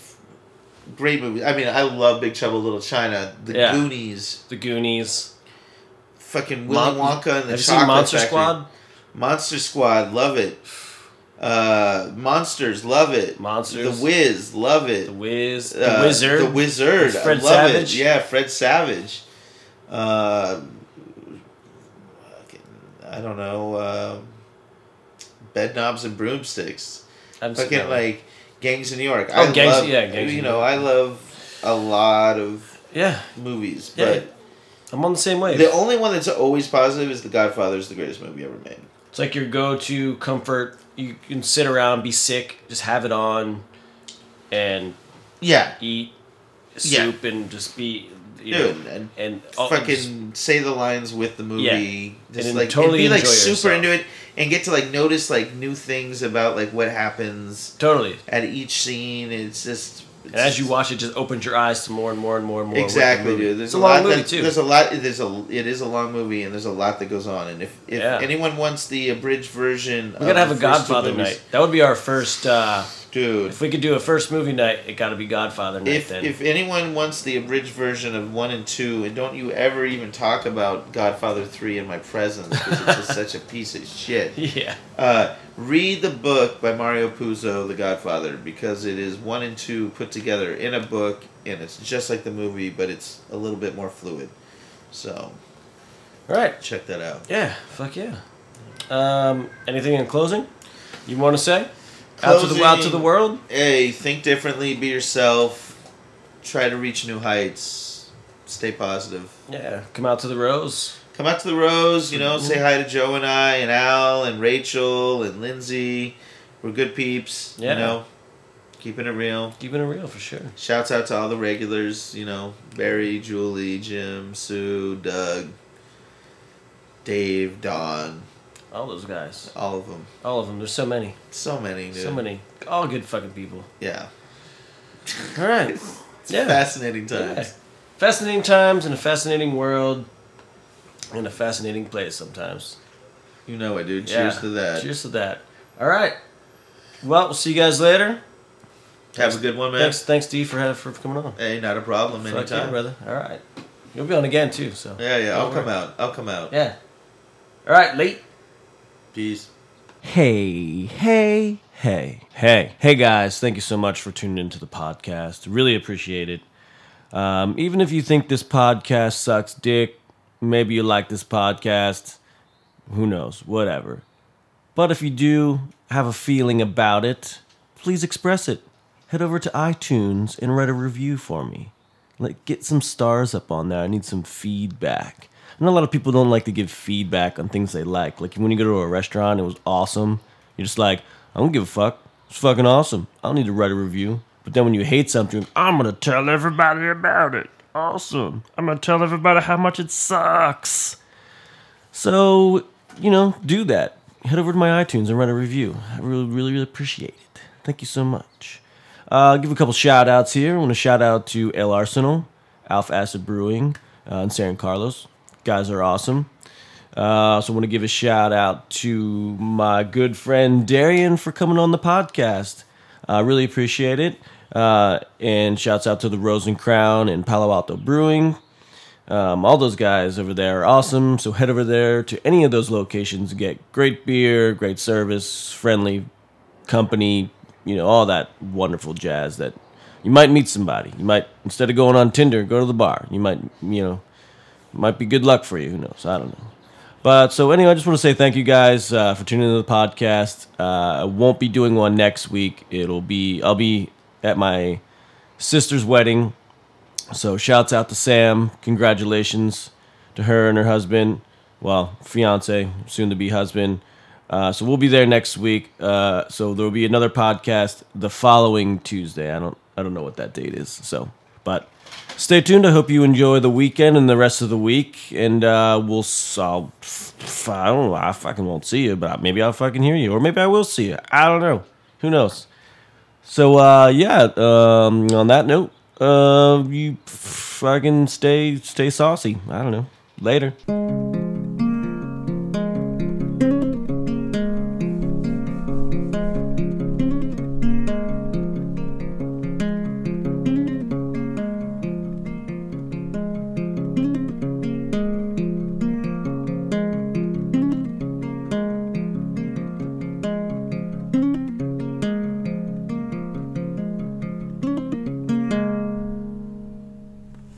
Speaker 6: great movies. I mean, I love Big Trouble in Little China, The
Speaker 5: Yeah.
Speaker 6: Goonies,
Speaker 5: The Goonies.
Speaker 6: fucking Willy
Speaker 5: Mon-
Speaker 6: Wonka and the
Speaker 5: Have you seen
Speaker 6: Chocolate
Speaker 5: Monster
Speaker 6: Factory.
Speaker 5: Squad?
Speaker 6: Monster Squad, love it. Uh, Monsters, love it.
Speaker 5: Monsters.
Speaker 6: The Wiz, love it.
Speaker 5: The Wiz.
Speaker 6: Uh,
Speaker 5: The Wizard.
Speaker 6: The Wizard.
Speaker 5: With Fred
Speaker 6: I love
Speaker 5: Savage.
Speaker 6: It. Yeah, Fred Savage. Uh, I don't know. Uh, bed knobs and broomsticks.
Speaker 5: I haven't seen
Speaker 6: Fucking
Speaker 5: that one.
Speaker 6: like gangs in New York.
Speaker 5: Oh,
Speaker 6: I
Speaker 5: Gangs-
Speaker 6: love,
Speaker 5: yeah, Gangs
Speaker 6: You
Speaker 5: in
Speaker 6: know,
Speaker 5: New
Speaker 6: I love a lot of
Speaker 5: yeah,
Speaker 6: movies,
Speaker 5: Yeah.
Speaker 6: but
Speaker 5: I'm on the same wave.
Speaker 6: the only one that's always positive is The Godfather is the greatest movie ever made.
Speaker 5: It's like your go-to comfort. You can sit around, be sick, just have it on, and
Speaker 6: Yeah.
Speaker 5: eat
Speaker 6: Yeah.
Speaker 5: soup and just be you
Speaker 6: Dude,
Speaker 5: know
Speaker 6: and
Speaker 5: Oh, and just-
Speaker 6: fucking say the lines with the movie.
Speaker 5: Yeah.
Speaker 6: Just
Speaker 5: And
Speaker 6: like
Speaker 5: totally
Speaker 6: and be like
Speaker 5: enjoy
Speaker 6: super
Speaker 5: yourself.
Speaker 6: into it and get to like notice like new things about like what happens
Speaker 5: totally.
Speaker 6: at each scene. It's just
Speaker 5: And as you watch it, just opens your eyes to more and more and more and more. with the
Speaker 6: exactly,
Speaker 5: movie.
Speaker 6: dude. There's
Speaker 5: It's a
Speaker 6: a, lot
Speaker 5: long movie
Speaker 6: that,
Speaker 5: too.
Speaker 6: There's a lot. There's a it is a long movie and there's a lot that goes on. And if if
Speaker 5: Yeah.
Speaker 6: anyone wants the abridged version,
Speaker 5: we gotta
Speaker 6: of
Speaker 5: have a
Speaker 6: the first two
Speaker 5: Godfather
Speaker 6: movies-
Speaker 5: night. That would be our first. uh
Speaker 6: dude.
Speaker 5: If we could do a first movie night, it gotta be Godfather night.
Speaker 6: If,
Speaker 5: then
Speaker 6: if anyone wants the abridged version of one and two, and don't you ever even talk about Godfather three in my presence because it's just such a piece of shit.
Speaker 5: yeah,
Speaker 6: Uh, read the book by Mario Puzo, The Godfather, because it is one and two put together in a book, and it's just like the movie, but it's a little bit more fluid. So
Speaker 5: all right,
Speaker 6: check that out.
Speaker 5: yeah, fuck yeah. Um, anything in closing you want to say? Out to the out to
Speaker 6: Closing.
Speaker 5: the world.
Speaker 6: Hey, think differently, be yourself, try to reach new heights, stay positive.
Speaker 5: Yeah, come out to the rose.
Speaker 6: Come out to the rose, you know, say hi to Joe and I, and Al, and Rachel, and Lindsay. We're good peeps,
Speaker 5: Yeah.
Speaker 6: you know, keeping it real.
Speaker 5: Keeping it real for sure.
Speaker 6: Shouts out to all the regulars, you know, Barry, Julie, Jim, Sue, Doug, Dave, Don,
Speaker 5: All those guys.
Speaker 6: All of them.
Speaker 5: All of them. There's so many.
Speaker 6: So many, dude.
Speaker 5: So many. All good fucking people.
Speaker 6: Yeah.
Speaker 5: All right.
Speaker 6: It's
Speaker 5: Yeah.
Speaker 6: fascinating times.
Speaker 5: Yeah. Fascinating times in a fascinating world in a fascinating place sometimes.
Speaker 6: You know it, dude.
Speaker 5: Yeah.
Speaker 6: Cheers to that.
Speaker 5: Cheers to that. All right. Well, we'll see you guys later.
Speaker 6: Have a good one, man.
Speaker 5: Thanks, thanks, D, for, for coming on.
Speaker 6: Hey, not a problem.
Speaker 5: Fuck yeah,
Speaker 6: Anytime.
Speaker 5: brother. All right. You'll be on again, too, so.
Speaker 6: yeah, yeah. I'll
Speaker 5: Don't
Speaker 6: come
Speaker 5: worry.
Speaker 6: out. I'll come out.
Speaker 5: Yeah. All right, late.
Speaker 6: Peace.
Speaker 5: Hey, hey, hey, hey. Hey, guys, thank you so much for tuning into the podcast. Really appreciate it. Um, even if you think this podcast sucks dick, maybe you like this podcast, who knows, whatever. But if you do have a feeling about it, please express it. Head over to iTunes and write a review for me. Like get some stars up on there. I need some feedback. I know a lot of people don't like to give feedback on things they like. Like when you go to a restaurant, it was awesome. You're just like, I don't give a fuck. It's fucking awesome. I don't need to write a review. But then when you hate something, I'm gonna tell everybody about it. Awesome. I'm gonna tell everybody how much it sucks. So, you know, do that. Head over to my iTunes and write a review. I really, really, really appreciate it. Thank you so much. Uh, give a couple shout outs here. I want to shout out to El Arsenal, Alpha Acid Brewing, uh, and San Carlos. Guys are awesome. Uh, also want to give a shout out to my good friend Darian for coming on the podcast. I really appreciate it. Uh, and shouts out to the Rosen Crown and Palo Alto Brewing. Um, all those guys over there are awesome. So head over there to any of those locations and get great beer, great service, friendly company, you know, all that wonderful jazz that you might meet somebody. You might instead of going on Tinder, go to the bar. You might, you know, might be good luck for you. Who knows? I don't know. But so anyway, I just want to say thank you guys uh, for tuning into the podcast. Uh, I won't be doing one next week. It'll be I'll be at my sister's wedding so shouts out to Sam. Congratulations to her and her husband. Well, fiance, soon to be husband. Uh, so we'll be there next week. Uh, so there will be another podcast the following Tuesday. I don't I don't know what that date is. So, but stay tuned. I hope you enjoy the weekend and the rest of the week. And uh, we'll s- I'll, f- I don't know. I fucking won't see you, but maybe I'll fucking hear you, or maybe I will see you. I don't know. Who knows? So uh, yeah, um, on that note, uh, you fucking stay stay saucy. I don't know. Later.